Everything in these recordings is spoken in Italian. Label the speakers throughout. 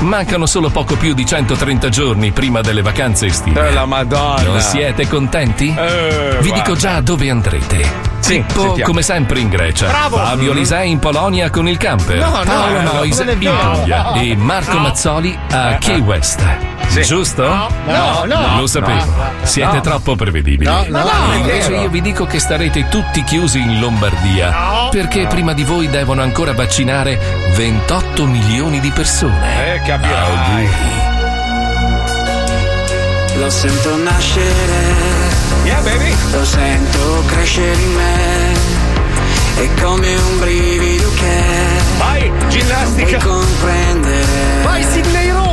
Speaker 1: Mancano solo poco più di 130 giorni prima delle vacanze estive.
Speaker 2: Eh, la Madonna. Eh,
Speaker 1: Non siete contenti? Vi
Speaker 2: guarda.
Speaker 1: dico già dove andrete.
Speaker 2: Sì,
Speaker 1: Pippo,
Speaker 2: sentiamo.
Speaker 1: come sempre in Grecia.
Speaker 2: Bravo.
Speaker 1: Fabio
Speaker 2: Mm.
Speaker 1: Lisei in Polonia con il camper.
Speaker 2: No, no,
Speaker 1: Paolo
Speaker 2: no,
Speaker 1: Nois
Speaker 2: non è
Speaker 1: in
Speaker 2: vero.
Speaker 1: Puglia.
Speaker 2: No.
Speaker 1: E Marco
Speaker 2: No. Eh,
Speaker 1: Mazzoli a Key West. Giusto?
Speaker 3: No, no.
Speaker 1: Lo sapevo.
Speaker 3: No.
Speaker 1: Siete
Speaker 3: No.
Speaker 1: troppo prevedibili.
Speaker 3: No, no,
Speaker 1: Ma
Speaker 3: no, è
Speaker 1: Invece
Speaker 3: vero.
Speaker 1: io vi dico che starete tutti chiusi in Lombardia. Perché prima di voi devono ancora vaccinare 28 milioni di persone.
Speaker 2: Eh, capirai.
Speaker 4: Lo sento nascere, lo sento crescere in me, è come un brivido che
Speaker 2: Vai, ginnastica!
Speaker 4: Non puoi comprendere,
Speaker 2: Vai, Sidney Rom!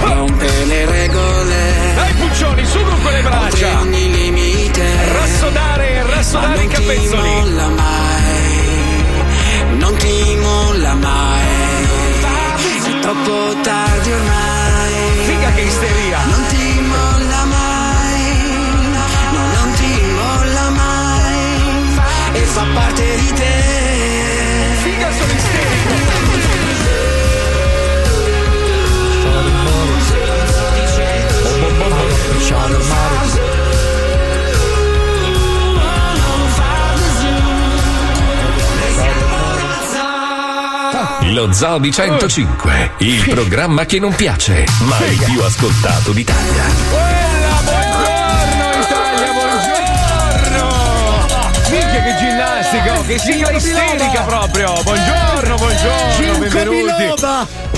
Speaker 4: rompe le regole,
Speaker 2: Dai, Puccioni, su con quelle braccia!
Speaker 4: ogni limite,
Speaker 2: Rassodare,
Speaker 4: ma
Speaker 2: rassodare
Speaker 4: non
Speaker 2: i
Speaker 4: ti
Speaker 2: capezzoli!
Speaker 4: molla mai, non ti molla mai, è troppo tardi ormai.
Speaker 2: Figa che isteria!
Speaker 4: Non ti molla mai, no, non ti molla mai, e fa parte di te.
Speaker 2: Figa sono isterico!
Speaker 1: Lo Zoo di 105, il programma che non piace, ma il più ascoltato d'Italia.
Speaker 2: Bella, buongiorno Italia, buongiorno! Minchia che ginnastica, oh, che signora isterica proprio! Buongiorno, buongiorno, benvenuti!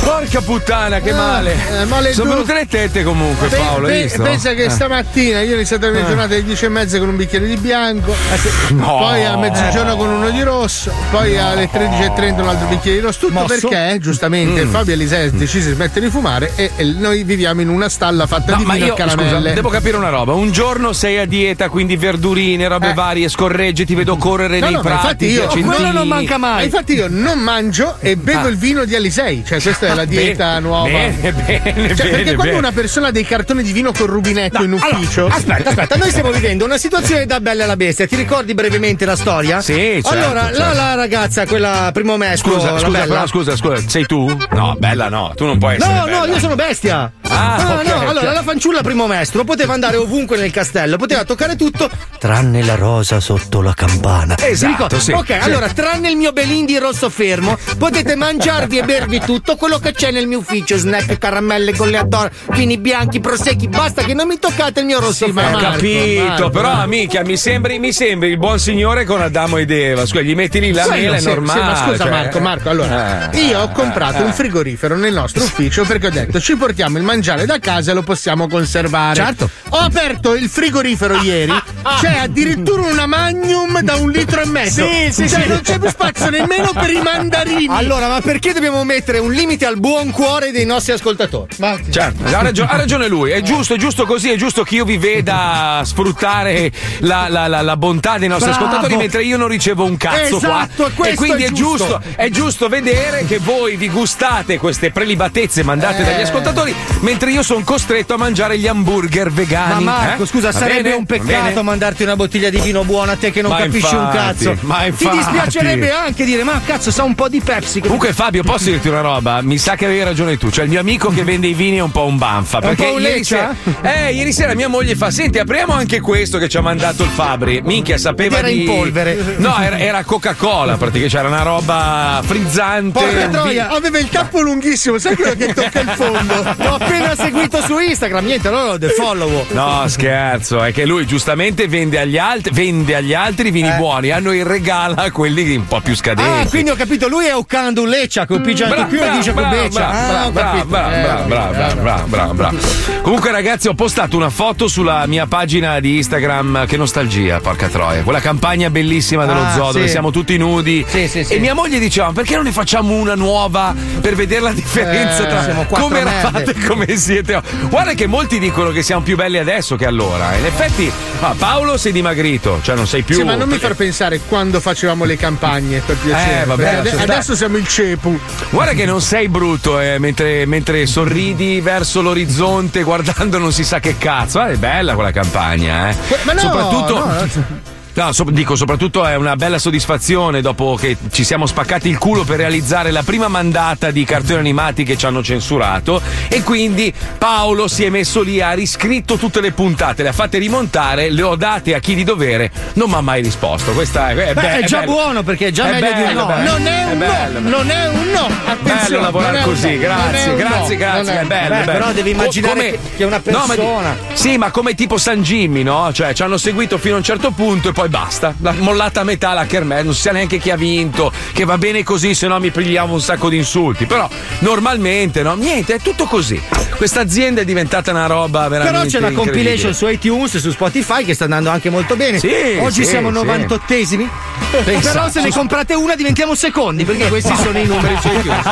Speaker 2: Porca puttana, che male!
Speaker 3: eh, male
Speaker 2: Sono
Speaker 3: duro.
Speaker 2: venute le tette comunque,
Speaker 3: Pe-
Speaker 2: Paolo, hai
Speaker 3: pe-
Speaker 2: visto?
Speaker 3: pensa che
Speaker 2: Eh.
Speaker 3: stamattina io ho iniziato la mia giornata alle 10 e mezza con un bicchiere di bianco,
Speaker 2: No.
Speaker 3: poi a mezzogiorno con uno di rosso, poi alle 13.30 un altro bicchiere di rosso. Tutto perché, eh, giustamente, Fabio Alisei ha deciso di smettere di fumare e, e noi viviamo in una stalla fatta
Speaker 2: No,
Speaker 3: di
Speaker 2: ma
Speaker 3: vino
Speaker 2: io
Speaker 3: e
Speaker 2: scusa,
Speaker 3: caramelle.
Speaker 2: devo capire una roba. Un giorno sei a dieta, quindi verdurine, robe
Speaker 3: Eh.
Speaker 2: varie, scorregge, ti vedo correre
Speaker 3: No,
Speaker 2: nei
Speaker 3: no, ma
Speaker 2: prati,
Speaker 3: infatti io-
Speaker 2: piacentini.
Speaker 3: quello
Speaker 5: non manca mai.
Speaker 3: Ma infatti io non mangio e bevo
Speaker 2: Ah.
Speaker 3: il vino di Alisei, cioè questa è la dieta
Speaker 2: Bene,
Speaker 3: nuova.
Speaker 2: Bene, bene,
Speaker 3: Cioè,
Speaker 2: bene.
Speaker 3: perché quando
Speaker 2: bene.
Speaker 3: una persona ha dei cartoni di vino col rubinetto in ufficio.
Speaker 5: Aspetta, aspetta, noi stiamo vivendo una situazione da bella alla bestia. Ti ricordi brevemente la storia?
Speaker 2: Sì, certo,
Speaker 5: Allora, la-
Speaker 2: certo.
Speaker 5: La, ragazza, quella primo mestro,
Speaker 2: Scusa,
Speaker 5: la
Speaker 2: scusa,
Speaker 5: bella.
Speaker 2: però, scusa, scusa, sei tu? No, bella no, tu non puoi essere
Speaker 5: No, no,
Speaker 2: bella.
Speaker 5: io sono bestia.
Speaker 2: Ah,
Speaker 5: no,
Speaker 2: ok,
Speaker 5: no,
Speaker 2: ok.
Speaker 5: allora la fanciulla primo mestro poteva andare ovunque nel castello, poteva toccare tutto, tranne la rosa sotto la campana.
Speaker 2: Esatto,
Speaker 5: Dico,
Speaker 2: sì,
Speaker 5: ok,
Speaker 2: sì.
Speaker 5: allora, tranne il mio Belindi rosso fermo, potete mangiarvi e bervi tutto quello che c'è nel mio ufficio, snack, caramelle, colleator, vini bianchi, prosecchi, basta che non mi toccate il mio rosso
Speaker 3: Sì, ma
Speaker 5: fermo.
Speaker 2: Ho
Speaker 3: Marco,
Speaker 2: capito,
Speaker 3: Marco,
Speaker 2: però
Speaker 3: Marco.
Speaker 2: amica, mi sembri, mi sembri il buon signore con Adamo ed Eva. Scusa, gli metti lì la
Speaker 3: Sì,
Speaker 2: mela,
Speaker 3: sì,
Speaker 2: è normale.
Speaker 3: sì, ma scusa
Speaker 2: cioè-
Speaker 3: Marco, Marco, allora
Speaker 2: Eh,
Speaker 3: io ho comprato un frigorifero nel nostro ufficio perché ho detto ci portiamo il mangiare da casa e lo possiamo conservare.
Speaker 5: Certo.
Speaker 3: Ho aperto il frigorifero ieri, c'è addirittura una magnum da un litro e mezzo.
Speaker 5: Sì, sì,
Speaker 3: cioè
Speaker 5: sì.
Speaker 3: non c'è più spazio nemmeno per i mandarini.
Speaker 5: Allora, ma perché dobbiamo mettere un limite al buon cuore dei nostri ascoltatori? Ah,
Speaker 3: Ma-
Speaker 2: Certo, ha ragione, ha ragione lui, è giusto, è giusto così, è giusto che io vi veda sfruttare la, la- la- la bontà dei nostri
Speaker 5: Bravo.
Speaker 2: ascoltatori mentre io non ricevo un cazzo
Speaker 3: Esatto,
Speaker 2: qua.
Speaker 3: questo
Speaker 2: E quindi
Speaker 3: è
Speaker 2: è giusto.
Speaker 3: giusto.
Speaker 2: è giusto vedere che voi vi gustate queste prelibatezze mandate
Speaker 3: Eh.
Speaker 2: dagli ascoltatori mentre io sono costretto a mangiare gli hamburger
Speaker 5: Ma
Speaker 2: vegani.
Speaker 5: Marco,
Speaker 2: eh?
Speaker 5: scusa,
Speaker 2: Va
Speaker 5: sarebbe
Speaker 2: bene?
Speaker 5: un
Speaker 2: Va
Speaker 5: peccato
Speaker 2: bene?
Speaker 5: mandarti una bottiglia di vino buona a te che non
Speaker 2: Ma
Speaker 5: capisci un
Speaker 2: infatti,
Speaker 5: cazzo.
Speaker 2: ma
Speaker 5: Ti
Speaker 2: infatti.
Speaker 5: dispiacerebbe anche dire, ma cazzo, sa un po' di Pepsi. che-
Speaker 2: Comunque Fabio, posso dirti una roba? Mi sa che avevi ragione tu, cioè il mio amico che vende i vini è un po' un banfa. Perché
Speaker 5: po' un
Speaker 2: ieri,
Speaker 5: Leccia?
Speaker 2: sera, eh, ieri sera mia moglie fa: Senti, apriamo anche questo che ci ha mandato il Fabri. Minchia, sapeva
Speaker 5: Ed era
Speaker 2: di-
Speaker 5: in polvere.
Speaker 2: No, era, era Coca-Cola, praticamente c'era una roba frizzante.
Speaker 3: Porca
Speaker 2: un
Speaker 3: troia, aveva il tappo lunghissimo, sai quello che tocca il fondo?
Speaker 5: L'ho appena
Speaker 6: mi ha seguito su Instagram, niente, allora lo defollowo.
Speaker 2: No, scherzo, è che lui giustamente vende agli altri, vende agli altri vini
Speaker 5: Eh.
Speaker 2: buoni, a noi regala quelli un po' più
Speaker 6: Ah,
Speaker 2: scadenti.
Speaker 6: quindi ho capito, lui è Occando Leccia, che pigiano
Speaker 2: Bra-
Speaker 6: più e
Speaker 2: bra-
Speaker 6: dice
Speaker 2: bra-
Speaker 6: Beccia.
Speaker 2: bra-
Speaker 6: Ah,
Speaker 2: bra-
Speaker 6: ho
Speaker 2: bra-
Speaker 6: capito.
Speaker 2: bra-
Speaker 6: Eh,
Speaker 2: bra- bra- bra- bra- bra- bra. Comunque, ragazzi, ho postato una foto sulla mia pagina di Instagram. Che nostalgia, porca troia! Quella campagna bellissima dello
Speaker 7: Ah,
Speaker 2: zoo dove
Speaker 7: sì.
Speaker 2: siamo tutti nudi.
Speaker 7: sì.
Speaker 2: E mia moglie diceva: "Ma Perché non ne facciamo una nuova per vedere la differenza
Speaker 7: Eh, siamo
Speaker 2: tra
Speaker 7: quattro
Speaker 2: come
Speaker 7: merde.
Speaker 2: eravate e come siete? Guarda che molti dicono che siamo più belli adesso che allora. In effetti, ah, Paolo sei dimagrito, cioè non sei più.
Speaker 3: Sì, ma non mi far pensare quando facevamo le campagne, per piacere.
Speaker 2: Eh, vabbè,
Speaker 3: Perché ade-
Speaker 2: lascia stare.
Speaker 3: adesso siamo il cepu.
Speaker 2: Guarda che non sei brutto eh, mentre, mentre sorridi verso l'orizzonte guardando non si sa che cazzo. Ah, è bella quella campagna, eh.
Speaker 3: Ma no,
Speaker 2: soprattutto
Speaker 3: no,
Speaker 2: No, so- dico, soprattutto è una bella soddisfazione dopo che ci siamo spaccati il culo per realizzare la prima mandata di cartoni animati che ci hanno censurato e quindi Paolo si è messo lì, ha riscritto tutte le puntate, le ha fatte rimontare, le ho date a chi di dovere, non mi ha mai risposto. Questa è, è,
Speaker 6: Beh,
Speaker 2: be-
Speaker 6: è già
Speaker 2: bello.
Speaker 6: buono perché è già meglio di un
Speaker 2: bello,
Speaker 6: no.
Speaker 2: bello.
Speaker 6: Non è un
Speaker 2: bello,
Speaker 6: no, non è un no. Attenzione,
Speaker 2: bello lavorare
Speaker 6: non è un
Speaker 2: così,
Speaker 6: no,
Speaker 2: grazie,
Speaker 6: non è un
Speaker 2: grazie,
Speaker 6: no,
Speaker 2: grazie,
Speaker 6: non è
Speaker 2: è
Speaker 6: un
Speaker 2: bello,
Speaker 6: no. Beh,
Speaker 2: bello.
Speaker 6: però devi
Speaker 2: Co-
Speaker 6: immaginare che- che una
Speaker 2: No, ma di-
Speaker 6: persona-
Speaker 2: sì, ma come tipo San Jimmy, no? Cioè, ci hanno seguito fino a un certo punto e poi basta. La, mollata a metà la Kermel, non si sa neanche chi ha vinto, che va bene così, se no mi pigliamo un sacco di insulti. Però normalmente, no? Niente, è tutto così. Questa azienda è diventata una roba veramente
Speaker 6: Però c'è la
Speaker 2: incredibile.
Speaker 6: compilation su iTunes e su Spotify che sta andando anche molto bene.
Speaker 2: Sì,
Speaker 6: Oggi
Speaker 2: sì,
Speaker 6: siamo
Speaker 2: sì.
Speaker 6: 98esimi.
Speaker 2: Pensa.
Speaker 6: Però se ne comprate una diventiamo secondi perché questi sono i numeri su iTunes.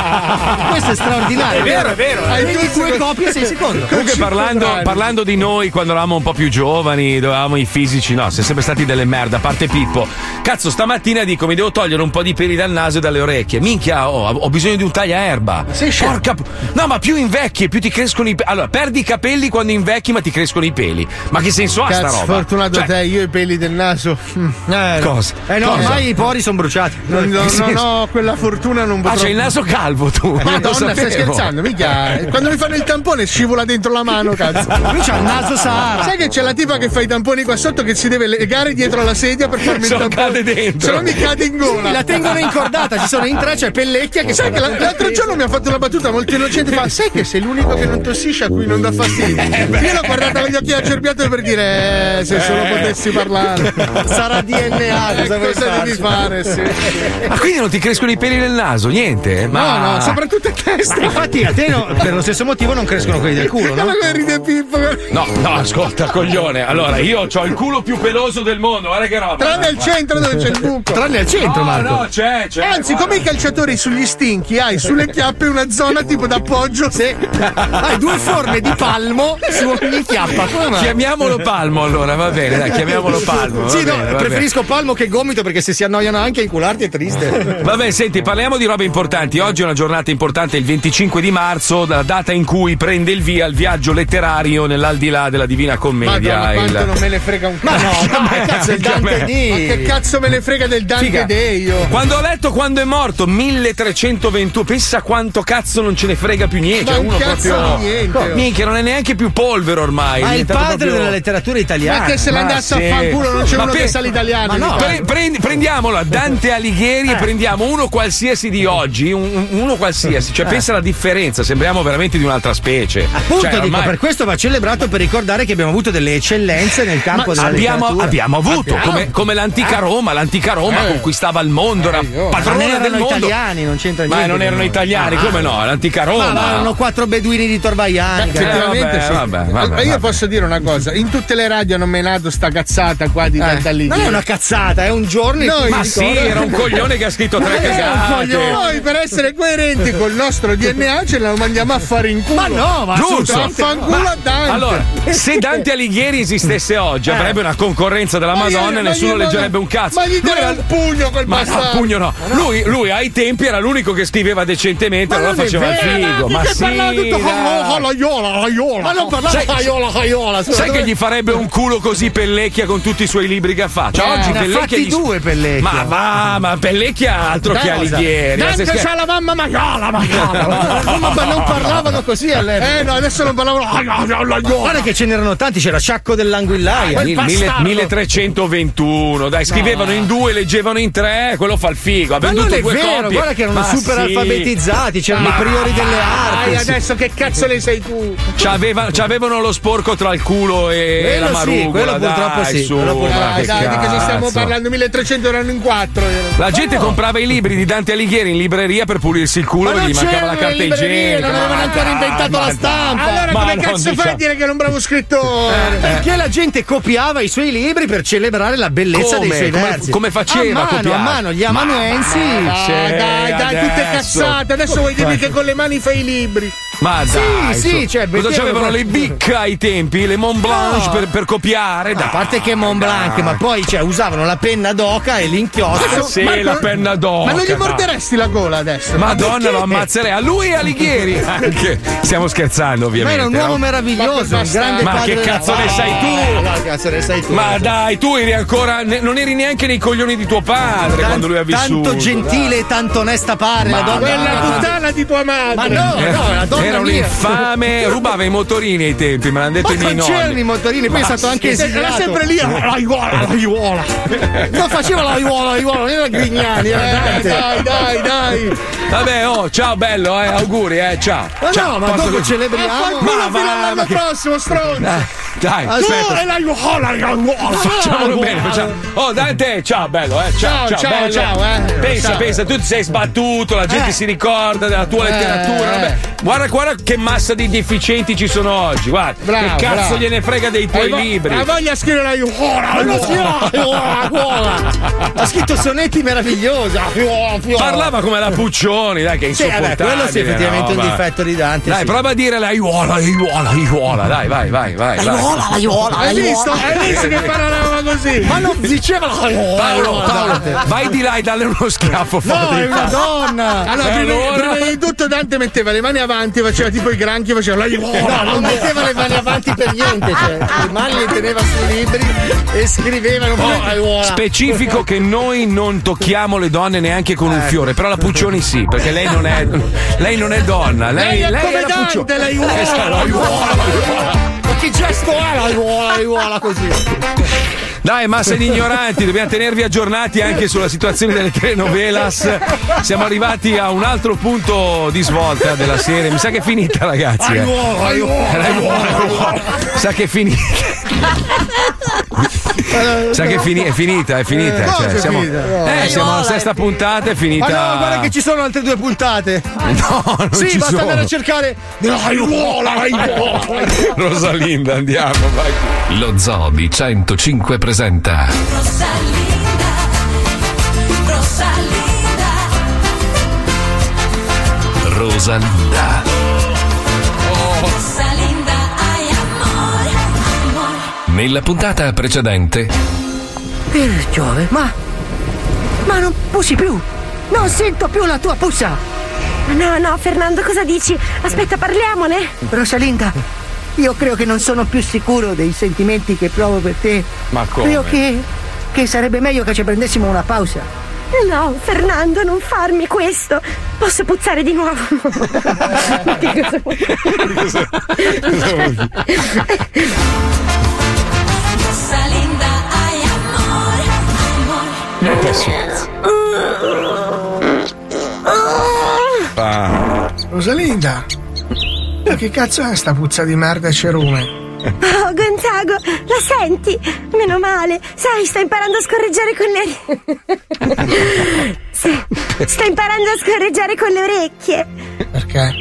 Speaker 6: Questo è straordinario.
Speaker 2: È vero, è vero. eh.
Speaker 6: Hai
Speaker 2: Hai
Speaker 6: due, due copie sei secondo.
Speaker 2: Comunque parlando, parlando di noi quando eravamo un po' più giovani, dovevamo i fisici, no, siamo sempre stati delle merda, a parte Pippo. Cazzo, stamattina dico mi devo togliere un po' di peli dal naso e dalle orecchie. Minchia, oh, ho bisogno di un tagliaerba. Sei Porca pu- No, ma più invecchi e più ti crescono i peli. Allora, perdi i capelli quando invecchi, ma ti crescono i peli. Ma che senso ha sta
Speaker 3: Cazzo,
Speaker 2: roba?
Speaker 3: sfortunato
Speaker 2: Cioè,
Speaker 3: te, io i peli del naso. Mm.
Speaker 2: Cosa?
Speaker 6: Eh no,
Speaker 2: Cosa?
Speaker 6: ormai i pori sono bruciati.
Speaker 3: Non, non- non ho quella fortuna, non
Speaker 2: Ah,
Speaker 3: potrò. Eh,
Speaker 2: c'hai il naso calvo tu. non lo
Speaker 3: Madonna, stai
Speaker 2: sapevo.
Speaker 3: scherzando, mica. Quando mi fanno il tampone scivola dentro la mano, cazzo.
Speaker 6: Lui c'ha il naso Sahara.
Speaker 3: Sai che c'è la tipa che fa i tamponi qua sotto che si deve legare dietro la sedia per farmi
Speaker 2: Se
Speaker 3: il
Speaker 2: lo
Speaker 3: tampone.
Speaker 2: cade dentro.
Speaker 3: Se no mi cade in gola.
Speaker 6: La tengono incordata, ci sono in tre, c'è Pellecchia che
Speaker 3: Sai che la- l'altro giorno mi ha fatto una battuta molto innocente, fa sai che sei l'unico che non tossisce a cui non dà fastidio.
Speaker 6: Eh,
Speaker 3: Io l'ho guardata con gli occhi acerbiati per dire eh, se solo potessi parlare.
Speaker 6: sarà DNA.
Speaker 3: Eh,
Speaker 6: Cosa, vuoi
Speaker 3: cosa
Speaker 6: farci?
Speaker 3: devi fare? Sì.
Speaker 2: Ma quindi non ti crescono i peli nel naso, niente? Ma...
Speaker 3: No, no, soprattutto a testa.
Speaker 6: Ma infatti a te no- per lo stesso motivo non crescono quelli del culo, no?
Speaker 3: Guarda come ride Pippo.
Speaker 2: No, no, ascolta, coglione. Allora, io ho il culo più peloso del mondo, guarda che roba. Eh,
Speaker 3: Tranne al centro dove c'è il buco.
Speaker 6: Tranne al centro,
Speaker 2: no,
Speaker 6: Marco.
Speaker 2: no, c'è, c'è.
Speaker 3: Anzi, come i calciatori sugli stinchi, hai sulle chiappe una zona tipo d'appoggio.
Speaker 6: Sì. Hai due forme di palmo su ogni chiappa. Come mai?
Speaker 2: Chiamiamolo Palmo allora, va bene, dai, chiamiamolo Palmo. va
Speaker 6: Sì, no,
Speaker 2: bene, va bene.
Speaker 6: preferisco palmo che gomito perché se si annoiano anche a incularti è
Speaker 2: Cioè,
Speaker 6: triste.
Speaker 2: Vabbè, senti, parliamo di robe importanti. Oggi è una giornata importante, il 25 di marzo, la data in cui prende il via il viaggio letterario nell'aldilà della Divina Commedia.
Speaker 3: Madonna,
Speaker 2: il-
Speaker 3: quanto non me ne frega un
Speaker 6: Ma
Speaker 3: cazzo.
Speaker 6: no, dai, cazzo, il Dante
Speaker 3: Ma che
Speaker 6: di...
Speaker 3: cazzo me ne frega del Dante
Speaker 2: Figa.
Speaker 3: Day io?
Speaker 2: Quando ho letto quando è morto 1321, pensa quanto cazzo non ce ne frega più niente.
Speaker 3: Ma
Speaker 2: Cioè,
Speaker 3: un
Speaker 2: uno
Speaker 3: cazzo
Speaker 2: proprio.
Speaker 3: di niente, oh.
Speaker 2: Minchia, non è neanche più polvero ormai.
Speaker 6: Ma
Speaker 2: è
Speaker 6: è il
Speaker 2: diventato
Speaker 6: padre
Speaker 2: proprio-
Speaker 6: della letteratura italiana.
Speaker 3: Ma che se ne
Speaker 2: Ma
Speaker 3: andasse
Speaker 2: sì.
Speaker 3: a fanculo non c'è
Speaker 2: Ma
Speaker 3: uno
Speaker 2: pe-
Speaker 3: che sa l'italiano.
Speaker 6: Ma no.
Speaker 3: mi pare.
Speaker 2: Pre- prendi- prendiamola Dante
Speaker 6: Eh.
Speaker 2: Alighieri e prendiamo uno qualsiasi di oggi, un- un- uno qualsiasi. Cioè, pensa alla differenza, sembriamo veramente di un'altra specie.
Speaker 6: Eh. Appunto,
Speaker 2: Cioè,
Speaker 6: dico,
Speaker 2: ormai-
Speaker 6: per questo va celebrato per ricordare che abbiamo avuto delle eccellenze nel campo della
Speaker 2: abbiamo,
Speaker 6: letteratura.
Speaker 2: abbiamo avuto
Speaker 6: Abbiamo.
Speaker 2: come, come l'antica
Speaker 3: Eh.
Speaker 2: Roma, l'antica Roma conquistava il mondo, era
Speaker 6: Ma non
Speaker 2: padrona del
Speaker 6: erano
Speaker 2: mondo.
Speaker 6: italiani, non c'entra niente.
Speaker 2: Ma non erano italiani, come no? L'antica
Speaker 6: Ma
Speaker 2: Roma.
Speaker 6: erano quattro beduini di Torvaiani.
Speaker 2: Eh,
Speaker 3: Ah, Effettivamente
Speaker 2: vabbè,
Speaker 3: sì.
Speaker 2: vabbè, vabbè,
Speaker 3: Ma io
Speaker 2: vabbè.
Speaker 3: posso dire una cosa: in tutte le radio hanno menato sta cazzata qua di Dante
Speaker 6: Eh. Non
Speaker 3: Alighieri.
Speaker 6: è una cazzata, è un giorno in
Speaker 3: Noi-
Speaker 6: cui-
Speaker 2: Ma
Speaker 3: Mi
Speaker 2: sì,
Speaker 3: ricordo.
Speaker 2: era un coglione che ha scritto tre
Speaker 3: Era un coglione.
Speaker 2: casate.
Speaker 3: Noi per essere coerenti col nostro DNA ce la mandiamo a fare in culo.
Speaker 6: Ma no, ma
Speaker 2: Giusto.
Speaker 3: Affanculo a Dante.
Speaker 2: Allora, se Dante Alighieri esistesse
Speaker 6: Eh.
Speaker 2: oggi, avrebbe una concorrenza della
Speaker 3: Ma io-
Speaker 2: Madonna e
Speaker 3: ma
Speaker 2: nessuno
Speaker 3: io-
Speaker 2: leggerebbe un cazzo.
Speaker 3: Ma gli
Speaker 2: Lui
Speaker 3: darà
Speaker 2: era-
Speaker 3: un pugno quel
Speaker 2: Ma no,
Speaker 3: bastardo.
Speaker 2: pugno no. Lui, lui ai tempi era l'unico che scriveva decentemente, allora
Speaker 6: non è
Speaker 2: faceva il
Speaker 6: vero,
Speaker 2: figo.
Speaker 6: Dante,
Speaker 2: Ma
Speaker 6: che
Speaker 2: sì,
Speaker 6: parlava tutto con-
Speaker 2: dai.
Speaker 3: Oh, Laiola, Laiola.
Speaker 6: Ma non parlava
Speaker 2: Sai-
Speaker 6: caiola, caiola. scusa,
Speaker 2: Sai che
Speaker 6: dove-
Speaker 2: gli farebbe un culo così Pellecchia con tutti i suoi libri che ha fatto? Cioè,
Speaker 6: Eh,
Speaker 2: oggi
Speaker 6: ne ha
Speaker 2: Pellecchia
Speaker 6: fatti
Speaker 2: gli-
Speaker 6: due Pellecchia.
Speaker 2: Ma va, ma Pellecchia ha altro che Alighieri. ma se
Speaker 3: Dante
Speaker 2: scher-
Speaker 3: c'ha la mamma maiola, maiola.
Speaker 6: Ma- ma- ma non parlavano così all'epoca.
Speaker 3: Eh no, adesso non parlavo. Laiola, Laiola.
Speaker 2: Ah,
Speaker 6: Guarda che ce n'erano tanti, c'era Sciacco dell'Anguillaia.
Speaker 2: Mil- mille- 1320 21. Dai, scrivevano in due, leggevano in tre, quello fa il figo. Ha
Speaker 5: Ma
Speaker 2: venduto
Speaker 5: non è
Speaker 2: due
Speaker 5: vero,
Speaker 2: copie.
Speaker 5: guarda che erano
Speaker 2: Ma
Speaker 5: super
Speaker 2: sì.
Speaker 5: alfabetizzati, c'erano
Speaker 2: Ma
Speaker 5: i priori delle arti.
Speaker 3: Dai, adesso che cazzo ne sei tu?
Speaker 2: C'aveva- c'avevano lo sporco tra il culo e
Speaker 3: Quello
Speaker 2: la
Speaker 3: sì,
Speaker 2: marugola
Speaker 3: quello purtroppo
Speaker 2: dai,
Speaker 3: sì,
Speaker 2: su,
Speaker 3: quello
Speaker 2: ma
Speaker 3: Dai,
Speaker 2: che
Speaker 3: dai, di che ci stiamo
Speaker 2: cazzo.
Speaker 3: parlando? 1300 erano in quattro.
Speaker 2: La gente comprava i libri di Dante Alighieri in libreria per pulirsi il culo
Speaker 3: Ma
Speaker 2: perché gli
Speaker 3: non
Speaker 2: mancava
Speaker 3: c'erano
Speaker 2: la
Speaker 3: le
Speaker 2: carta
Speaker 3: librerie,
Speaker 2: igienica.
Speaker 3: non avevano
Speaker 2: Ma
Speaker 3: ancora
Speaker 2: dai,
Speaker 3: inventato
Speaker 2: ma
Speaker 3: la stampa. Allora,
Speaker 2: Ma
Speaker 3: come
Speaker 2: non
Speaker 3: cazzo fai a
Speaker 2: diciamo-
Speaker 3: dire che è un bravo scrittore?
Speaker 5: Eh, Perché la gente copiava i suoi libri per celebrare la bellezza
Speaker 2: Come?
Speaker 5: dei suoi
Speaker 2: Come-
Speaker 5: versi.
Speaker 2: come faceva
Speaker 5: A mano,
Speaker 2: a copiare?
Speaker 5: a mano, gli amanuensi.
Speaker 3: Ah, dai, dai, tutte cazzate. Adesso vuoi dirmi che con le mani fai i libri.
Speaker 2: Ma
Speaker 3: Sì,
Speaker 2: dai,
Speaker 3: sì,
Speaker 2: su-
Speaker 3: cioè,
Speaker 2: cosa
Speaker 3: perché-
Speaker 2: c'avevano le bicca ai tempi, le Mont Blanche per, per copiare?
Speaker 5: A parte che Mont Blanc, ma poi cioè, usavano la penna d'oca e l'inchiostro.
Speaker 2: Ah, sì, la penna d'oca.
Speaker 3: Ma non gli
Speaker 2: dai.
Speaker 3: morderesti la gola adesso?
Speaker 2: Madonna, lo
Speaker 3: Perché?
Speaker 2: ammazzerei a lui e a Alighieri. Anche. Stiamo scherzando,
Speaker 5: Ma
Speaker 2: ovviamente.
Speaker 5: era un uomo
Speaker 2: no?
Speaker 5: meraviglioso, un grande
Speaker 2: Ma
Speaker 5: padre
Speaker 2: che
Speaker 5: della-
Speaker 2: cazzo ne
Speaker 5: Ah,
Speaker 2: sai tu?
Speaker 5: no, che cazzo ne sai tu?
Speaker 2: Ma dai, tu eri ancora. ne- non eri neanche nei coglioni di tuo padre
Speaker 5: Tan-
Speaker 2: quando lui ha vissuto.
Speaker 5: Tanto gentile e tanto onesta pare, la donna.
Speaker 3: Quella puttana di tua madre.
Speaker 5: Ma no, no, la donna
Speaker 2: Eh, Era un
Speaker 5: mia.
Speaker 2: infame, rubava i motorini ai tempi, me l'hanno detto
Speaker 5: Ma
Speaker 2: i miei
Speaker 5: non
Speaker 2: nonni.
Speaker 5: c'erano i motorini, poi è stato anche esiliato.
Speaker 3: Era sempre lì, la la aiuola, la aiuola.
Speaker 5: Non faceva la aiuola, la aiuola, non
Speaker 2: Eh,
Speaker 5: era Grignani,
Speaker 4: eh.
Speaker 5: era
Speaker 3: Dai,
Speaker 5: Dante.
Speaker 3: eh. dai, dai, dai.
Speaker 2: Vabbè, oh, ciao bello, eh, auguri, eh, ciao.
Speaker 5: Ma
Speaker 2: ciao,
Speaker 5: no, ma
Speaker 2: posso- Eh,
Speaker 4: Eh,
Speaker 5: dopo celebriamo.
Speaker 3: Fanculo
Speaker 2: Ma- ma-
Speaker 3: fino all'anno
Speaker 2: ma che-
Speaker 3: prossimo, stronzo.
Speaker 2: Dai, dai,
Speaker 3: Eh, Tu
Speaker 2: aspetta. Oh,
Speaker 3: e la aiuola, la aiuola.
Speaker 2: Facciamolo bene, facciamo. Oh Dante, ciao bello, eh.
Speaker 3: Ciao,
Speaker 2: Ciao, ciao,
Speaker 3: ciao,
Speaker 2: bello.
Speaker 3: ciao, eh.
Speaker 2: Pensa,
Speaker 3: Ciao.
Speaker 2: pensa, tu ti sei sbattuto, la gente
Speaker 5: Eh.
Speaker 2: si ricorda della tua
Speaker 3: Eh.
Speaker 2: letteratura. Vabbè. Guarda, guarda che massa di deficienti ci sono oggi, guarda.
Speaker 3: Bravo,
Speaker 2: che cazzo
Speaker 3: bravo.
Speaker 2: gliene frega dei tuoi
Speaker 3: Hai vo-
Speaker 2: libri?
Speaker 3: Hai voglia di scrivere la aiuola, la aiuola, la aiuola, la aiuola.
Speaker 5: Ha scritto sonetti meravigliosi. ah, fio- fio-
Speaker 2: Parlava come la Puccioni, dai, che è
Speaker 5: Sì, vabbè,
Speaker 2: insopportabile.
Speaker 5: quello sì, effettivamente
Speaker 2: no,
Speaker 5: un
Speaker 2: va.
Speaker 5: difetto di Dante.
Speaker 2: Dai,
Speaker 5: sì.
Speaker 2: prova a dire la aiuola, aiuola, aiuola. Dai, vai, vai, vai. vai.
Speaker 3: Hai visto? Hai visto che parlavano così?
Speaker 5: Ma non diceva la aiuola.
Speaker 2: Paolo, Paolo,
Speaker 5: Dante.
Speaker 2: vai di là e dalle uno schiaffo
Speaker 5: No,
Speaker 2: fuori.
Speaker 5: è una donna.
Speaker 3: Allora,
Speaker 2: Eh,
Speaker 3: prima,
Speaker 2: allora?
Speaker 3: prima di tutto Dante metteva le mani avanti, faceva tipo i granchi, faceva la
Speaker 5: No,
Speaker 3: aiuola.
Speaker 5: non metteva le mani avanti per niente, cioè. Le mani le teneva sui libri e scriveva non
Speaker 2: Oh,
Speaker 5: faceva la aiuola.
Speaker 2: specifico che noi non tocchiamo le donne neanche con
Speaker 5: Eh.
Speaker 2: un fiore, però la Puccioni sì, perché lei non è, lei non è donna, lei,
Speaker 3: Lei è
Speaker 2: lei
Speaker 3: come
Speaker 2: la Puccioni.
Speaker 3: Dante, la
Speaker 2: Eh, sta- la
Speaker 3: aiuola.
Speaker 2: aiuola, la aiuola.
Speaker 5: Ma che gesto è la aiuola, la aiuola così?
Speaker 2: Dai, massa di ignoranti, dobbiamo tenervi aggiornati anche sulla situazione delle telenovelas. Siamo arrivati a un altro punto di svolta della serie. Mi sa che è finita, ragazzi. eh. Eh, l'aiuola, l'aiuola. Sa che è finita. Sa che è, fini- è finita, è finita.
Speaker 5: Eh,
Speaker 2: cioè,
Speaker 5: cosa è
Speaker 2: siamo,
Speaker 5: finita?
Speaker 2: eh, siamo alla sesta puntata, è
Speaker 5: Ma
Speaker 2: finita.
Speaker 5: no, guarda che ci sono altre due puntate.
Speaker 2: No, non
Speaker 5: sì,
Speaker 2: ci
Speaker 5: basta
Speaker 2: sono.
Speaker 5: andare a cercare.
Speaker 2: Rosalinda, andiamo, vai.
Speaker 1: Lo Zoo di 105 presenta
Speaker 8: Rosalinda, Rosalinda,
Speaker 1: Rosalinda.
Speaker 8: Rosalinda, ai amore, amore.
Speaker 1: Nella puntata precedente,
Speaker 9: Per Giove, ma. Ma non pussi più! Non sento più la tua pussa!
Speaker 10: No, no, Fernando, cosa dici? Aspetta, parliamone.
Speaker 9: Rosalinda, io credo che non sono più sicuro dei sentimenti che provo per te.
Speaker 2: Ma come?
Speaker 9: Credo che. che sarebbe meglio che ci prendessimo una pausa.
Speaker 10: No, Fernando, non farmi questo. Posso puzzare di nuovo? Che cosa vuoi?
Speaker 8: Rosalinda, ai amore, amore.
Speaker 4: Ah.
Speaker 11: Rosalinda! Ma che cazzo è sta puzza di merda e cerume?
Speaker 10: Oh, Gonzago, la senti? Meno male. Sai, sto imparando a scorreggiare con le orecchie. sì, sto imparando a scorreggiare con le orecchie.
Speaker 11: Perché?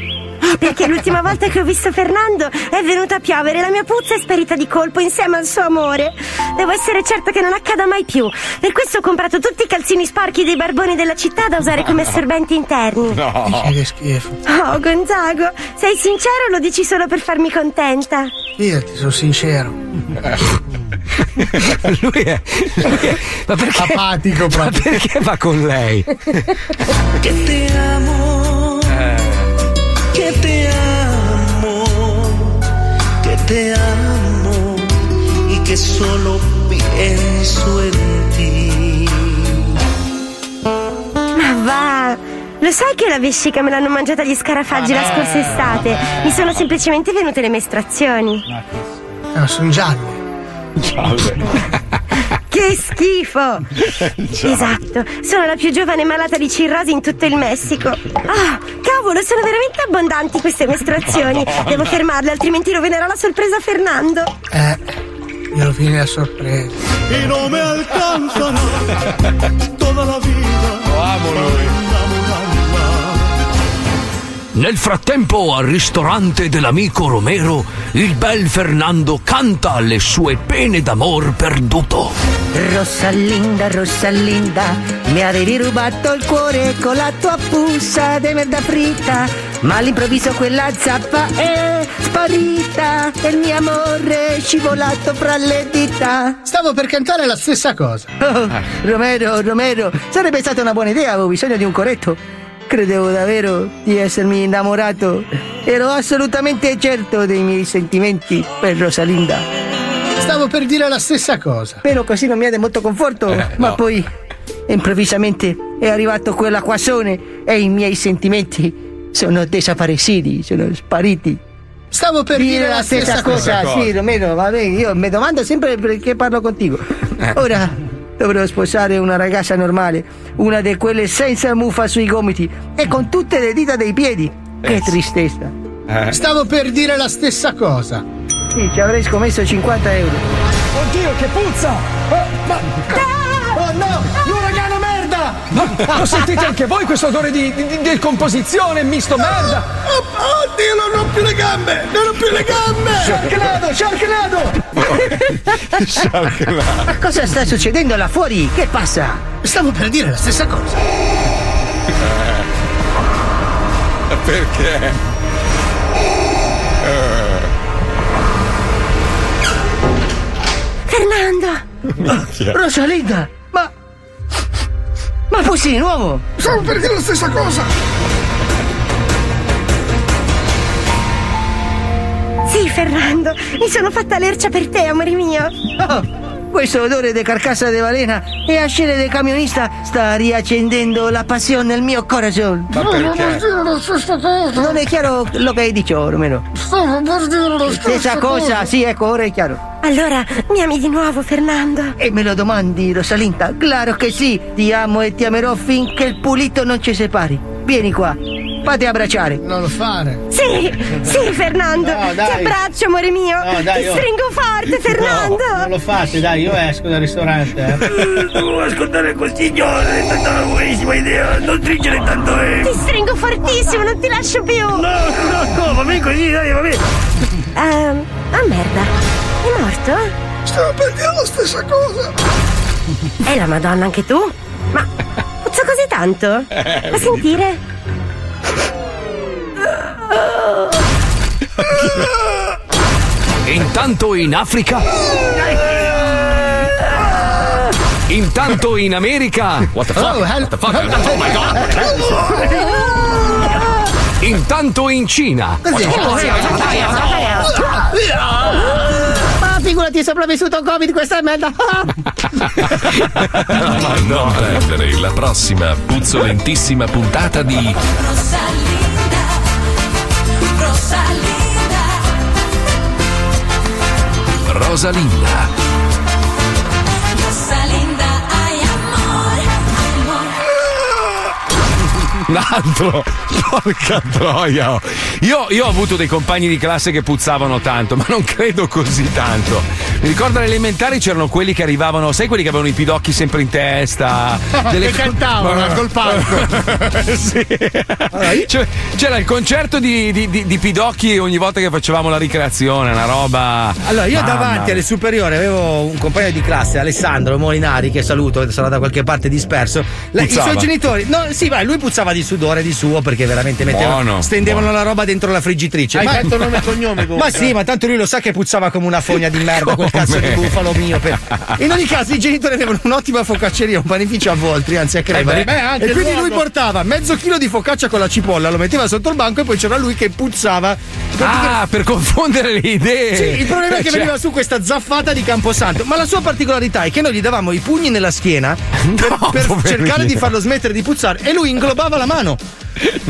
Speaker 10: Eh, Perché l'ultima volta che ho visto Fernando è venuta a piovere e la mia puzza è sparita di colpo insieme al suo amore. Devo essere certa che non accada mai più. Per questo ho comprato tutti i calzini sporchi dei barboni della città da usare come assorbenti interni.
Speaker 11: Dici che schifo.
Speaker 10: Oh, Gonzago, sei sincero o lo dici solo per farmi contenta?
Speaker 11: Fidati, sono sincero.
Speaker 2: Lui è. lui è- ma perché? Ma
Speaker 11: Apatico proprio.
Speaker 2: perché va con lei?
Speaker 4: Que te amo, que te amo, que te amo y que solo pienso en ti.
Speaker 10: Ma va! Lo sai che la vescica me l'hanno mangiata gli scarafaggi la scorsa estate? Mi sono semplicemente venute le mestrazioni.
Speaker 11: No, sono gialli.
Speaker 10: Che Che schifo! Esatto, sono la più giovane malata di cirrosi in tutto il Messico. Ah, cavolo, sono veramente abbondanti queste mestruazioni.
Speaker 12: Madonna.
Speaker 10: Devo fermarle, altrimenti rovinerò la sorpresa a Fernando.
Speaker 12: Eh, glielo fini la sorpresa.
Speaker 4: Y no me alcanzan toda la vida.
Speaker 13: Nel frattempo al ristorante dell'amico Romero, il bel Fernando canta le sue pene d'amor perduto.
Speaker 9: Rosalinda, Rosalinda, mi avevi rubato il cuore con la tua puzza di merda fritta, ma all'improvviso quella zappa è sparita e il mio amore è scivolato fra le dita.
Speaker 12: Stavo per cantare la stessa cosa.
Speaker 9: Romero, Romero, sarebbe stata una buona idea, avevo bisogno di un corretto. Credevo davvero di essermi innamorato, ero assolutamente certo dei miei sentimenti per Rosalinda.
Speaker 12: Stavo per dire la stessa cosa.
Speaker 9: Però così non mi ha dato molto conforto.
Speaker 12: Eh,
Speaker 9: ma
Speaker 12: no.
Speaker 9: poi, improvvisamente, è arrivato quell'acquasone e i miei sentimenti sono desaparecidos, sono spariti.
Speaker 12: Stavo per dire la stessa cosa.
Speaker 9: Sì, Romero, va bene. Io mi domando sempre perché parlo contigo.
Speaker 12: Eh.
Speaker 9: Ora dovrò sposare una ragazza normale, una di quelle senza muffa sui gomiti e con tutte le dita dei piedi. Che tristezza.
Speaker 12: Eh
Speaker 9: Eh.
Speaker 12: Stavo per dire la stessa cosa.
Speaker 9: Sì, ci avrei scommesso 50 euro.
Speaker 5: Oddio, che puzza! Eh, ma. Oh no! L'uragano merda! Ma lo sentite anche voi questo odore di, di, di decomposizione misto merda? oddio, non ho più le gambe! Non ho più le gambe! Sharknado, Sharknado!
Speaker 9: Ma cosa sta succedendo là fuori? Che passa?
Speaker 12: Stavo per dire la stessa cosa.
Speaker 4: Perché?
Speaker 9: Fernando! Rosalinda! Ma. Ma fossi di nuovo!
Speaker 12: Stavo per dire la stessa cosa.
Speaker 10: Sì, Fernando, mi sono fatta l'ercia per te, amore mio.
Speaker 9: Oh, Questo odore di carcassa di balena e ascelle del camionista sta riaccendendo la passione nel mio corazon.
Speaker 4: Ma No, perché? non è
Speaker 9: dire la stessa cosa. Non è chiaro lo che hai detto, Romero.
Speaker 10: Stavo per dire la
Speaker 9: Stessa cosa, sì, ecco, ora è chiaro.
Speaker 10: Allora, mi ami di nuovo, Fernando?
Speaker 9: E me lo domandi, Rosalinda? Claro che sì, ti amo e ti amerò finché il pulito non ci separi. Vieni qua, fate abbracciare.
Speaker 12: Non lo fare.
Speaker 10: Sì, sì, Fernando.
Speaker 12: No,
Speaker 10: Ti
Speaker 12: dai.
Speaker 10: abbraccio, amore mio.
Speaker 12: No, dai,
Speaker 10: Ti
Speaker 12: oh.
Speaker 10: stringo forte, Fernando.
Speaker 12: No, non lo fate, dai, io esco dal ristorante. Devo ascoltare quel signore, è stata una buonissima idea. Non stringere tanto, eh.
Speaker 10: Ti stringo fortissimo, non ti lascio più. No,
Speaker 4: no, no, va bene così, dai, va bene.
Speaker 10: Ehm, ah, merda. È morto? Stavo per dire la stessa cosa. E la madonna anche tu? Ma puzza così tanto?
Speaker 4: Eh,
Speaker 10: A sentire?
Speaker 13: Intanto in Africa. Intanto in America. What the fuck?
Speaker 4: Oh, hell-
Speaker 13: What the fuck? Oh my god. Intanto in Cina.
Speaker 14: Ah, figurati, sono sopravvissuto a Covid, questa è merda.
Speaker 1: Non perdere la prossima puzzolentissima puntata di
Speaker 8: Rosalinda, Rosalinda,
Speaker 1: Rosalinda.
Speaker 8: Rosalinda, ay amor, amor.
Speaker 2: Un altro, porca troia. oh. Io, io ho avuto dei compagni di classe che puzzavano tanto, ma non credo così tanto. Mi ricordo alle elementari c'erano quelli che arrivavano, sai quelli che avevano i pidocchi sempre in testa?
Speaker 15: Che cantavano
Speaker 2: Ma-
Speaker 15: col palco.
Speaker 2: sì. Cioè, c'era il concerto di, di- di- di pidocchi ogni volta che facevamo la ricreazione, una roba.
Speaker 5: Allora, io
Speaker 2: Mamma
Speaker 5: davanti alle superiori avevo un compagno di classe, Alessandro Molinari, che saluto, sarà da qualche parte disperso. La- I
Speaker 2: Puzzava.
Speaker 5: suoi genitori. No, sì, vai, lui puzzava di sudore di suo perché veramente metteva.
Speaker 2: Buono,
Speaker 5: stendevano la roba dentro la friggitrice.
Speaker 12: Hai
Speaker 5: Ma-
Speaker 12: fatto nome e cognome
Speaker 5: Ma
Speaker 12: comunque.
Speaker 5: sì, ma tanto lui lo sa che puzzava come una fogna di merda, quel
Speaker 12: Come?
Speaker 5: cazzo di bufalo mio. per- In ogni caso, i genitori avevano un'ottima focacceria, un panificio a Voltri, anzi a Crevari.
Speaker 12: Eh beh, anche
Speaker 5: e
Speaker 12: il
Speaker 5: quindi lui
Speaker 12: luogo.
Speaker 5: portava mezzo chilo di focaccia con la cipolla, lo metteva sotto il banco e poi c'era lui che puzzava.
Speaker 2: Ah, per confondere le idee.
Speaker 5: Sì, il problema è che
Speaker 2: Cioè-
Speaker 5: veniva su questa zaffata di Camposanto. Ma la sua particolarità è che noi gli davamo i pugni nella schiena per, per
Speaker 2: poverino.
Speaker 5: cercare di farlo smettere di puzzare e lui inglobava la mano.